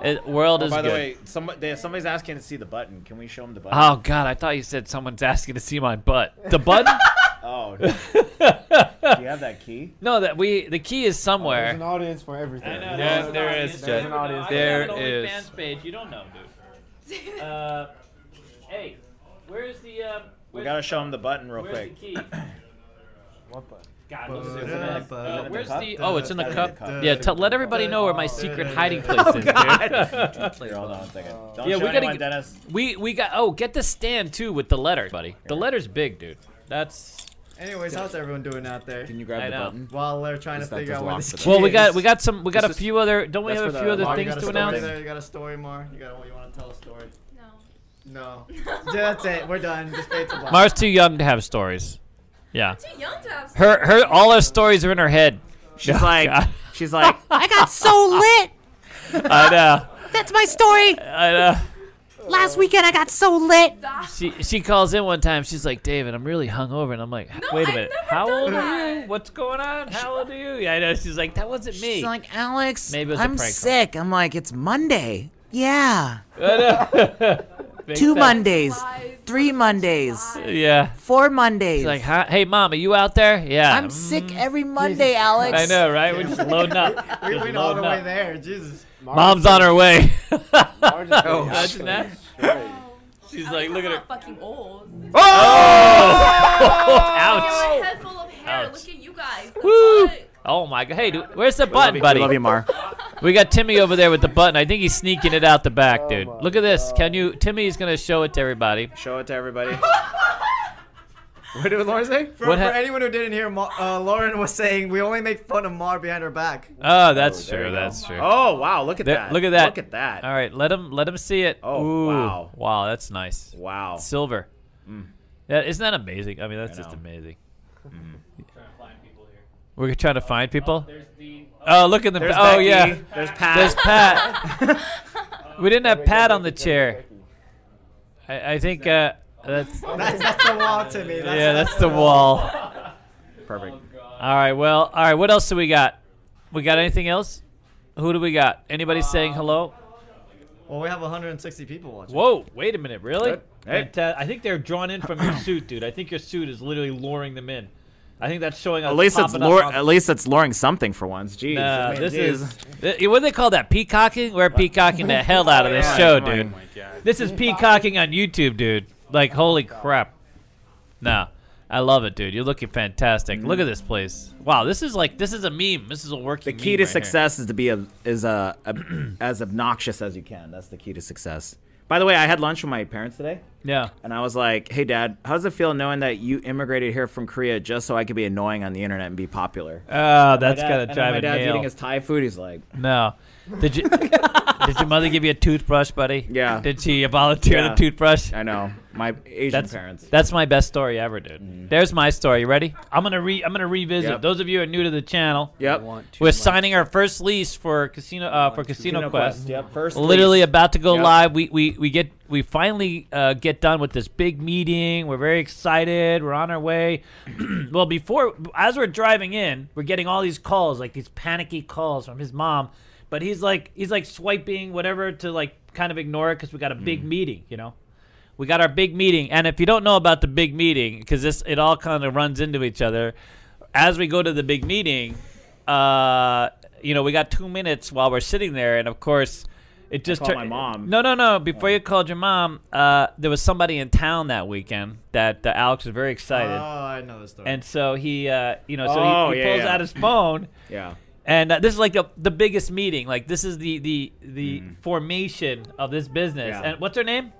A: It, world
F: Oh,
A: is
F: by the
A: good.
F: way, some, they, somebody's asking to see the button. Can we show them the button?
A: Oh god, I thought you said someone's asking to see my butt. The button?
F: oh. No. Do you have that key?
A: no, that we the key is somewhere.
O: There's an audience for everything.
A: I know,
O: There's
A: there's
O: an
A: an
O: audience.
A: audience.
O: There's an audience.
A: No, I got an
S: There is.
A: OnlyFans page. You don't know, dude. Uh, hey, where's the um?
F: We
A: where's-
F: gotta show them the button real
A: where's
F: quick.
A: the key?
F: What button?
A: God,
F: Is
A: look
F: it in
A: at
F: the
A: this.
F: cup?
A: Uh,
F: Is it in
A: where's
F: the
A: the?
F: cup?
A: Oh, it's in the
F: It's
A: cup.
F: in the cup.
A: Yeah, tell let everybody know
R: Oh,
A: where my secret hiding place is, dude.
F: dude. Hold on a second.
R: Oh.
A: Uh,
F: Don't show anyone,
A: get-
F: Dennis.
A: We we got. Oh, get the stand too with the letter, buddy. The letter's big, dude. That's.
R: Anyways, how's everyone doing out there? Can
F: you
A: grab I the know. button?
R: While they're trying to
A: Is that
R: figure
A: just
R: out where
A: locked
R: this
A: for
R: key
A: them? Well, we got-
R: is.
A: we got some- we got This a is- few other- don't we that's have a for few the other
R: Mark, you
A: things
R: got a
A: to
R: story
A: announce?
R: There, you got a story more? You got a, you want to tell a story? No. No.
P: No.
R: That's it. We're done. Just fade to black.
A: Mars too young to have stories. Yeah.
P: I'm too young to have
A: Her her all her stories are in her head.
F: She's
A: Oh,
F: like-
A: God.
F: she's like,
T: I got so lit.
A: I know.
T: That's my story.
A: I know.
T: Last weekend I got so lit.
A: She she calls in one time. She's like, David, I'm really hungover, and I'm like, wait a minute, how old are you? What's going on? How old are you? Yeah, I know. She's like, that wasn't me.
T: She's like, Alex,
A: Maybe it was a
T: I'm
A: prank call.
T: sick. I'm like, it's Monday. Yeah.
A: Makes
T: Two
A: sense.
T: Mondays, three Mondays,
A: Yeah.
T: four Mondays.
A: She's like, huh? hey, mom, are you out there? Yeah. Mm.
T: I'm sick every Monday, Alex.
A: I know, right? We're just loading up.
R: We
A: Just
R: went all the
A: loading
R: way
A: up.
R: there. Jesus.
A: Mom's on her way.
R: Oh,
A: Imagine that. She's like, look at her.
P: fucking old.
A: Oh! Ouch.
P: My head full of hair.
A: Ouch.
P: Look at you guys.
A: Woo! Oh my god. Hey, dude, where's the button,
F: you-
A: buddy?
F: we love you, Mar.
A: We got Timmy over there with the button. I think he's sneaking it out the
R: Oh
A: back, dude. Look at this. Can you? Timmy's gonna show it to everybody.
F: Show it to everybody. what did Lauren say?
R: For,
A: What
R: for
A: hap-
R: anyone who didn't hear, Ma- uh, Lauren was saying we only make fun of Mar behind her back.
A: Oh, that's
F: there
A: true.
F: you go.
A: That's true.
F: Oh, wow, look at
A: There-
F: that.
A: Look at that.
F: Look at that.
A: All right, let him let him see it.
F: Oh,
A: Ooh,
F: wow.
A: Wow, that's nice.
F: Wow.
A: Silver.
F: Mm.
A: That isn't that amazing? I mean, that's
F: I
A: just
F: know.
A: amazing.
B: Trying to find people here.
A: We're trying to find people.
B: there's Dean.
A: Oh, look at the.
B: There's
A: oh
B: Becky.
A: yeah.
B: There's Pat.
A: There's Pat. we didn't have Pat on the chair. I, I think uh, that's.
R: That's, that's the wall to me. That's,
A: yeah, that's the wall.
F: Perfect.
A: All right. Well. All right. What else do we got? We got anything else? Who do we got? Anybody saying hello?
R: Well, we have 160 people
E: Um,
R: watching.
A: Whoa! Wait a minute, really? uh,
R: Good. Hey.
A: Fanta- I think they're drawn in from your suit, dude. I think your suit is literally luring them in. I think that's showing us.
F: At least it's
A: popping up
F: lure,
A: on-
F: at least it's luring something for once. Jeez.
A: Nah,
F: I mean,
A: this
F: jeez.
A: is th- what do they call that? Peacocking? We're peacocking the hell out of this
F: Yeah,
A: show,
F: come on.
A: dude.
F: Oh my God.
A: This is peacocking on YouTube, dude. Like holy crap! No, I love it, dude. You're looking fantastic. Look at this place. Wow, this is like this is a meme. This is a working.
F: Mm. The key to success is to be a, is a, ob- as obnoxious as you can. That's the key to success. By the way, I had lunch with my parents today.
A: Yeah.
F: And I was like, "Hey, Dad, how does it feel knowing that you immigrated here from Korea just so I could be annoying on the internet and be popular?"
A: Oh,
F: And my
A: that's
F: dad-
A: gotta
F: and then
A: drive
F: My
A: a
F: dad's
A: nail.
F: eating his Thai food. He's like,
A: No, did you? did your mother give you a toothbrush, buddy? Yeah. Did she volunteer
F: Yeah.
A: the toothbrush?
F: I know. My Asian
A: that's,
F: parents. Mm.
A: That's my best story ever, dude. There's my story. You ready? I'm gonna re. I'm gonna revisit.
F: Yep.
A: Those of you who are new to the channel.
F: Yep. I want two
A: We're
F: months.
A: signing our first lease for casino uh, for Casino
F: Casino
A: Quest.
F: Quest, yep, first
A: Literally
F: lease.
A: about to go
F: Yep.
A: live. We we we get we finally uh, get done with this big meeting. We're very excited. We're on our way. well, before as we're driving in, we're getting all these calls, like these panicky calls from his mom. But he's like he's like swiping whatever to like kind of ignore it because we got a
F: Hmm.
A: big meeting, you know. We got our big meeting, and if you don't know about the big meeting, because this it all kind of runs into each other. As we go to the big meeting, uh, you know, we got two minutes while we're sitting there, and of course, it just
F: called
A: tur-
F: my
R: Um,
F: mom.
A: No, no, no. Before you called your mom, uh, there was somebody in town that weekend that uh, Alex was very excited.
R: Oh, I know this story.
A: And so he, uh, you know, so he-
R: Oh,
A: he,
R: yeah,
A: pulls
R: yeah.
A: out his phone.
F: Yeah.
A: And uh, this is like the the biggest meeting. Like this is the the the
R: Mm.
A: formation of this business.
F: Yeah.
A: And what's her name?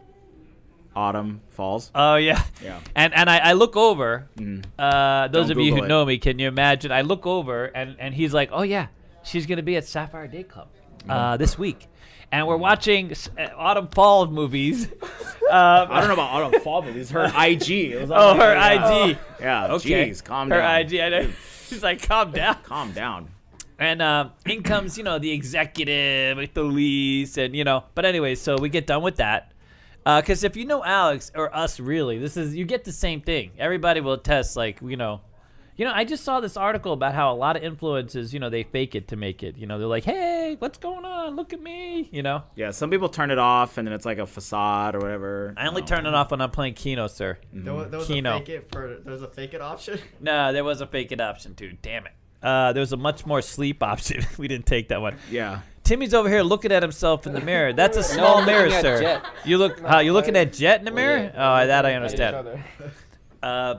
F: "Autumn falls."
A: Oh yeah.
F: Yeah.
A: And and I, I look over.
F: Mhm.
A: Uh, those
F: Don't
A: of you who
F: Google it.
A: know me, can you imagine? I look over and and he's like, oh yeah, she's gonna be at Sapphire Day Club
F: Mm.
A: uh, this week, and we're watching s- uh, Autumn Fall movies. um,
F: I don't know about Autumn Fall movies. Her IG. It was on
A: oh,
F: my-
A: her
F: yeah.
A: IG.
F: Yeah.
A: Okay.
F: Jeez, calm
A: Her
F: down.
A: IG. I know. She's like, calm down.
F: Calm down.
A: And um, in comes, you know, the executive with the lease, and you know. But anyway, so we get done with that. Because if you know Alex or us, really, this is you get the same thing. Everybody will attest, like you know, you know. I just saw this article about how a lot of influences, you know, they fake it to make it. You know, they're like, hey, what's going on? Look at me. You know.
F: Yeah. Some people turn it off, and then it's like a facade or whatever.
A: I only turn it off when I'm playing Keno, sir.
R: There was, there was
A: Keno.
R: a fake it for. There's a fake it option.
A: No, there was a fake it option too. Damn it. Uh, there was a much more sleep option. we didn't take that one.
F: Yeah.
A: Timmy's over here looking at himself in the mirror. That's a
F: No,
A: small
F: I'm
A: mirror,
F: looking at
A: sir.
F: Jet.
A: You look. how you looking at Jet in the
F: Well,
A: mirror?
F: yeah.
A: Oh, that I
F: At each
A: understand.
F: other.
A: Uh,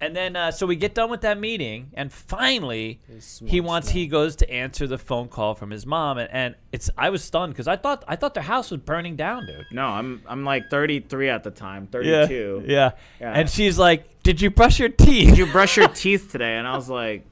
A: and then uh, so we get done with that meeting, and finally he
F: smart
A: wants he goes to answer the phone call from his mom, and, and it's I was stunned because I thought I thought their house was burning down, dude.
F: No, I'm I'm like 33 at the time, 32.
A: Yeah.
F: Yeah.
A: And she's like, "Did you brush your teeth?
F: Did you brush your teeth today?" And I was like,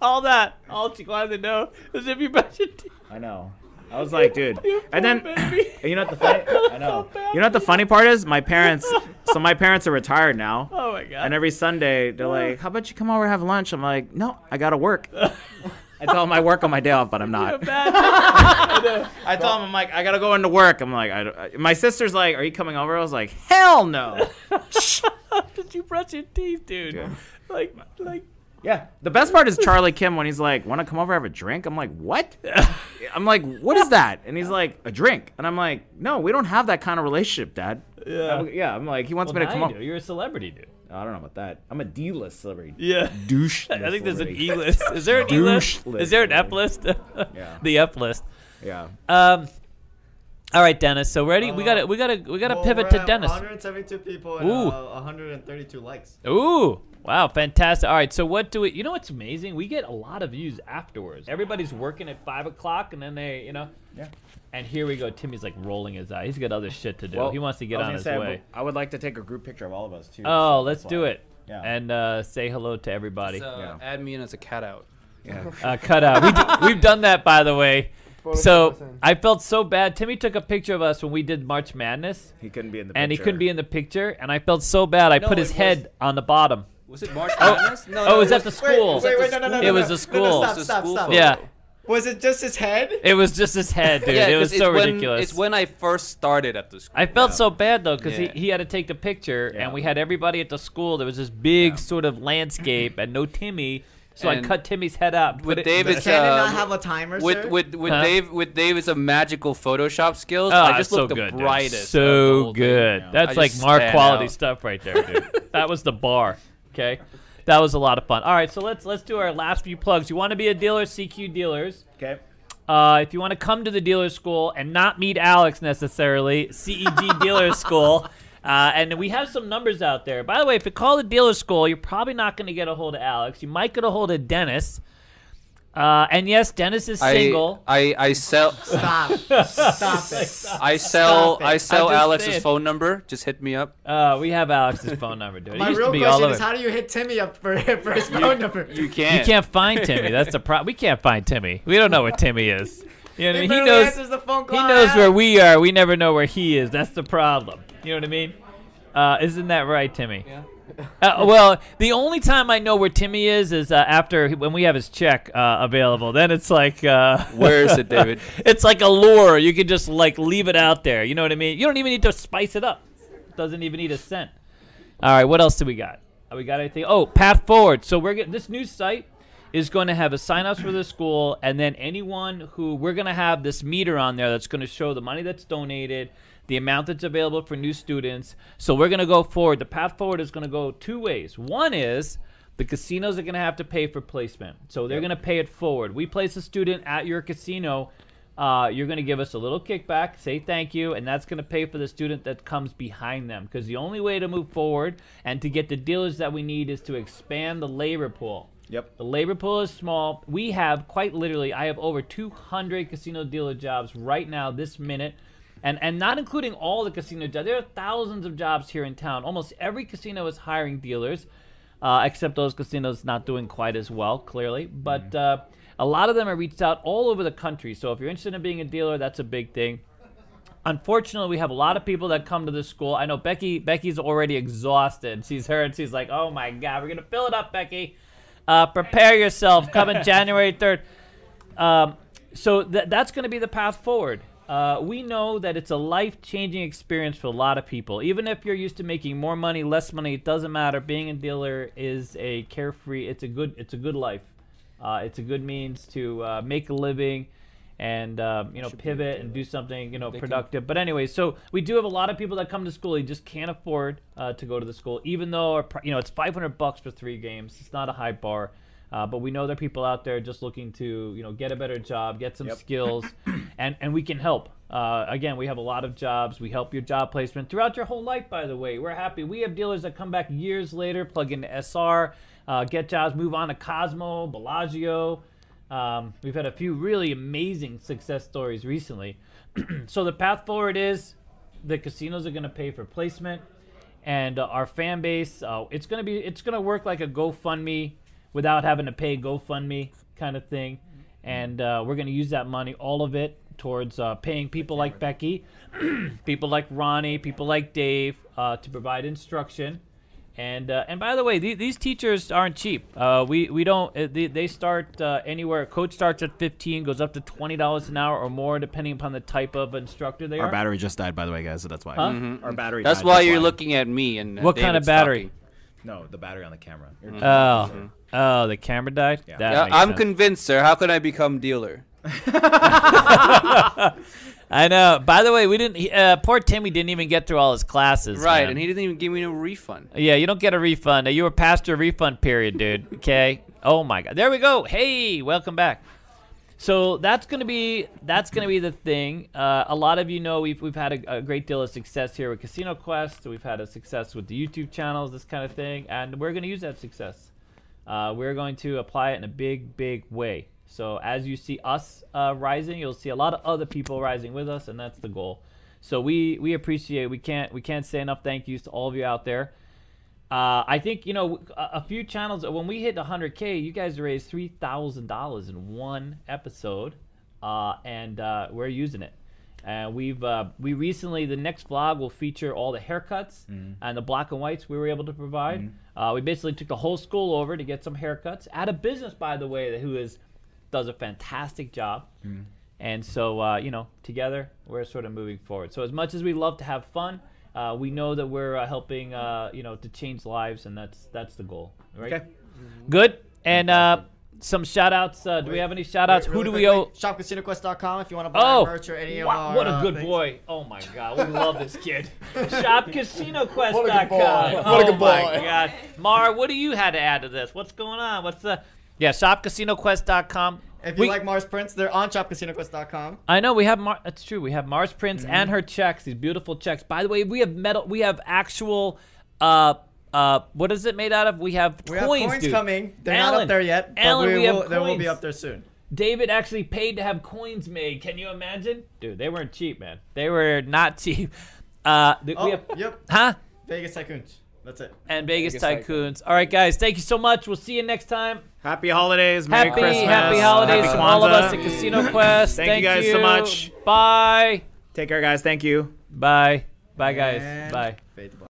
A: all that? All she wanted to know is if you brush your teeth."
F: I know. I was like, dude. And then
A: baby.
F: and you know what the funny I know. You know what the funny part is? My parents so my parents are retired now.
A: Oh my God.
F: And every Sunday they're like, "How about you come over and have lunch?" I'm like, "No, I got to work." I tell them I work on my day off, but I'm not. I tell them I'm like, "I got to go into work." I'm like, I don't, I- my sister's like, "Are you coming over?" I was like, "Hell no."
A: Did you brush your teeth, dude?
F: Yeah.
A: Like, like.
F: Yeah. The best part is Charlie Kim when he's like, "Want to come over have a drink?" I'm like, "What?" I'm like, "What is that?" And he's like, "A drink." And I'm like, "No, we don't have that kind of relationship, Dad."
A: Yeah.
F: I'm- yeah. I'm like, he wants
A: Well,
F: me to
A: now
F: come
A: you
F: over.
A: do. You're a celebrity, dude.
F: I don't know about that. I'm a D-list celebrity.
A: Yeah.
F: Douche.
A: I think there's an E list. Is there an E list? Is there an F list?
F: Yeah.
A: The F list.
F: Yeah.
A: Um. All right, Dennis. So ready? we gotta, we gotta, we
R: Uh-huh.
A: gotta
R: Well,
A: pivot
R: we're
A: to
R: at
A: Dennis.
R: 172 people and
A: Ooh.
R: uh, 132 likes.
A: Ooh. Wow, fantastic. All right, so what do we, you know what's amazing? We get a lot of views afterwards. Everybody's working at 5 o'clock and then they, you know.
F: Yeah.
A: And here we go. Timmy's like rolling his eye. He's got other shit to do. he wants to get
F: I was
A: on
F: gonna
A: his
F: say,
A: way.
F: I would like to take a group picture of all of us too.
A: Oh,
F: so
A: let's
F: that's
A: do
F: why.
A: it.
F: Yeah.
A: And uh, say hello to everybody.
S: So, Add me in as a cat out.
F: Yeah.
A: uh, cut out. We d- we've done that, by the way.
S: Photo
A: So
S: processing.
A: I felt so bad. Timmy took a picture of us when we did March Madness.
F: He couldn't be in the
A: and he
F: picture.
A: couldn't be in the picture, and I felt so bad. I
S: No,
A: put
S: it
A: his
S: was-
A: head on the bottom.
S: Was it March
A: Oh,
S: Madness? No,
A: oh,
S: no,
A: it was
S: it
A: at the
S: was-
A: school.
S: wait, wait, wait, no, no, no,
A: It
S: no,
A: was
S: no.
A: the
S: No, no,
A: school.
S: stop, stop, stop.
A: Yeah,
R: Was it just his head?
A: it was just his head, dude. it was
S: 'cause
A: so
S: it's when-
A: ridiculous.
S: It's when I first started at the school.
A: I felt so bad though because
S: Yeah.
A: he, he had to take the picture, and we had everybody at the school. There was this big sort of landscape, and no Timmy. So
S: And
A: I cut Timmy's head out.
S: With
A: put it-
S: Dave, it's,
A: Can it
S: uh,
A: not
R: have a timer,
S: With
R: sir?
S: with with
A: Huh?
S: Dave with Dave is a magical Photoshop skills.
A: Oh,
S: I just
A: so
S: look the
A: good, dude.
S: brightest.
A: So good.
S: Yeah. I
A: That's like
S: just
A: Mark
S: stand
A: quality
S: out.
A: stuff right there, dude. that was the bar. Okay. That was a lot of fun. All right, so let's let's do our last few plugs. You want to be a dealer? CQ Dealers.
R: Okay.
A: Uh, if you want to come to the dealer school and not meet Alex necessarily, CEG Dealer School. Uh, and we have some numbers out there. By the way, if you call the dealer school, you're probably not going to get a hold of Alex. You might get a hold of Dennis. Uh, and yes, Dennis is single.
U: I, I, I sell.
A: Stop. Stop it.
U: I sell.
A: Stop it.
U: I sell
A: I just
U: Alex's
A: did.
U: phone number. Just hit me up.
A: Uh, we have Alex's phone number, dude.
E: My real question is, how do you hit Timmy up for, for his phone number? You
A: You can't find Timmy. That's the problem. We can't find Timmy. We don't know where Timmy is. You know, what I
E: He
A: mean? he
E: barely
A: knows.
E: answers the phone
A: He
E: call,
A: knows
E: Alex.
A: where we are. We never know where he is. That's the problem. You know what I mean? Uh, isn't that right, Timmy? Yeah. uh, well, the only time I know where Timmy is is uh, after when we have his check uh, available. Then it's like, uh,
U: Where is it, David?
A: it's like a lure. You can just like leave it out there. You know what I mean? You don't even need to spice it up. Doesn't even need a scent. All right, what else do we got? Uh, We got anything? Oh, path forward. So we're get, this new site is going to have a sign ups for the school, and then anyone who we're going to have this meter on there that's going to show the money that's donated, the amount that's available for new students. So we're going to go forward. The path forward is going to go two ways. One is the casinos are going to have to pay for placement, so they're going to pay it forward. We place a student at your casino. Uh, you're going to give us a little kickback, say thank you, and that's going to pay for the student that comes behind them. Because the only way to move forward and to get the dealers that we need is to expand the labor pool. Yep. The labor pool is small. We have quite literally, I have over 200 casino dealer jobs right now, this minute. And, and not including all the casino jobs, there are thousands of jobs here in town. Almost every casino is hiring dealers uh, except those casinos not doing quite as well, clearly. But uh, a lot of them are reached out all over the country. So if you're interested in being a dealer, that's a big thing. Unfortunately, we have a lot of people that come to this school. I know Becky. Becky's already exhausted. She's heard. She's like, "Oh my God, we're gonna fill it up, Becky." Uh, prepare yourself. Coming January third. Um, so th- that's going to be the path forward. Uh, we know that it's a life changing experience for a lot of people. Even if you're used to making more money, less money, it doesn't matter. Being a dealer is a carefree. It's a good. It's a good life. Uh, it's a good means to uh, make a living, and um, you know pivot and do something you know
S: They can-
A: productive. But anyway, so we do have a lot of people that come to school. They just can't afford uh, to go to the school, even though our, pri- you know it's 500 bucks for three games. It's not a high bar. Uh, but we know there are people out there just looking to, you know, get a better job, get some
S: Yep.
A: skills, and and we can help. Uh, again, we have a lot of jobs. We help your job placement throughout your whole life. By the way, we're happy. We have dealers that come back years later, plug into SR, uh, get jobs, move on to Cosmo, Bellagio. Um, we've had a few really amazing success stories recently. so the path forward is the casinos are going to pay for placement and uh, our fan base. Uh, it's gonna be it's gonna work like a GoFundMe without having to pay GoFundMe kind of thing,
U: Mm-hmm.
A: and uh, we're gonna use that money, all of it, towards uh, paying people like Becky, people like Ronnie, people like Dave uh, to provide instruction. And uh, and by the way, the, these teachers aren't cheap. Uh, we we don't uh, they, they start uh, anywhere. Coach starts at fifteen, goes up to twenty dollars an hour or more, depending upon the type of instructor they
F: Our
A: are.
F: battery just died, by the way, guys. So that's why.
A: Huh?
F: Mhm. Our battery.
U: That's
F: died,
U: why
F: that's
U: you're
F: why.
U: looking at me and uh,
A: What kind of
U: David's
A: battery?
U: talking.
V: No, the battery on the camera.
F: Mm-hmm.
A: Oh,
U: Mhm.
A: oh, the camera died. Yeah,
U: Yeah, I'm convinced, sir. How can I become dealer?
A: I know. By the way, we didn't. he- Uh, poor Timmy didn't even get through all his classes.
U: right,
A: man.
U: and he didn't even give me a refund.
A: Yeah, you don't get a refund. You were past your refund period, dude. Okay. Oh my God. There we go. Hey, welcome back. So that's gonna be that's gonna be the thing. Uh, a lot of you know we've we've had a, a great deal of success here with Casino Quest. We've had a success with the YouTube channels, this kind of thing, and we're gonna use that success. Uh, we're going to apply it in a big, big way. So as you see us uh, rising, you'll see a lot of other people rising with us, and that's the goal. So we we appreciate. We can't we can't say enough thank yous to all of you out there. Uh, I think you know a, a few channels. When we hit 100k, you guys raised three thousand dollars in one episode, uh, and uh, we're using it. And we've uh, we recently the next vlog will feature all the haircuts
S: Mhm.
A: and the black and whites we were able to provide. Uh, we basically took the whole school over to get some haircuts. Out of business, by the way, who is does a fantastic job.
V: Mm-hmm.
S: Mhm.
A: And so, uh, you know, together we're sort of moving forward. So, as much as we love to have fun, uh, we know that we're uh, helping, uh, you know, to change lives, and that's that's the goal. Right?
S: Okay.
A: Good. And uh, some shout outs. Uh, do we have any shout outs? Who do we owe?
E: ShopCasinoQuest.com if you want to buy
A: Oh,
E: our merch or any of
A: wha-
E: our.
A: what a
E: uh,
A: good
E: things.
A: boy. Oh my God, we love this kid. ShopCasinoQuest.com.
E: What a good boy.
A: Oh
E: What a good
A: my
E: boy.
A: God. Mar, what do you had to add to this? What's going on? What's the. Yeah, shopcasinoquest.com.
E: If you like Mars prints, they're on ShopCasinoQuest.com.
A: I know we have Mar- that's true. We have Mars Prince
E: Mm-hmm.
A: and her checks, these beautiful checks. By the way, we have metal. We have actual. Uh, uh, what is it made out of? We have
E: We have
A: coins.
E: coins
A: dude.
E: coming. They're not
A: Alan,
E: up there yet, but
A: Alan,
E: we
A: we have
E: will, they will be
A: coins.
E: up there soon.
A: David actually paid to have coins made. Can you imagine? Dude, they weren't cheap, man. They were not cheap. Uh, th-
E: Oh,
A: we have,
E: yep.
A: Huh?
E: Vegas Tycoons. That's it.
A: And Vegas,
E: Vegas
A: Tycoons. All right, guys. Thank you so much. We'll see you next time.
F: Happy holidays. Merry
A: happy,
F: Christmas.
A: happy holidays
F: happy
A: from all of
F: Kwanzaa.
A: us at Casino Quest.
F: Thank, you guys so much.
A: Bye.
F: Take care, guys. Thank you.
A: Bye. Bye, guys. Bye.
E: Fade to black.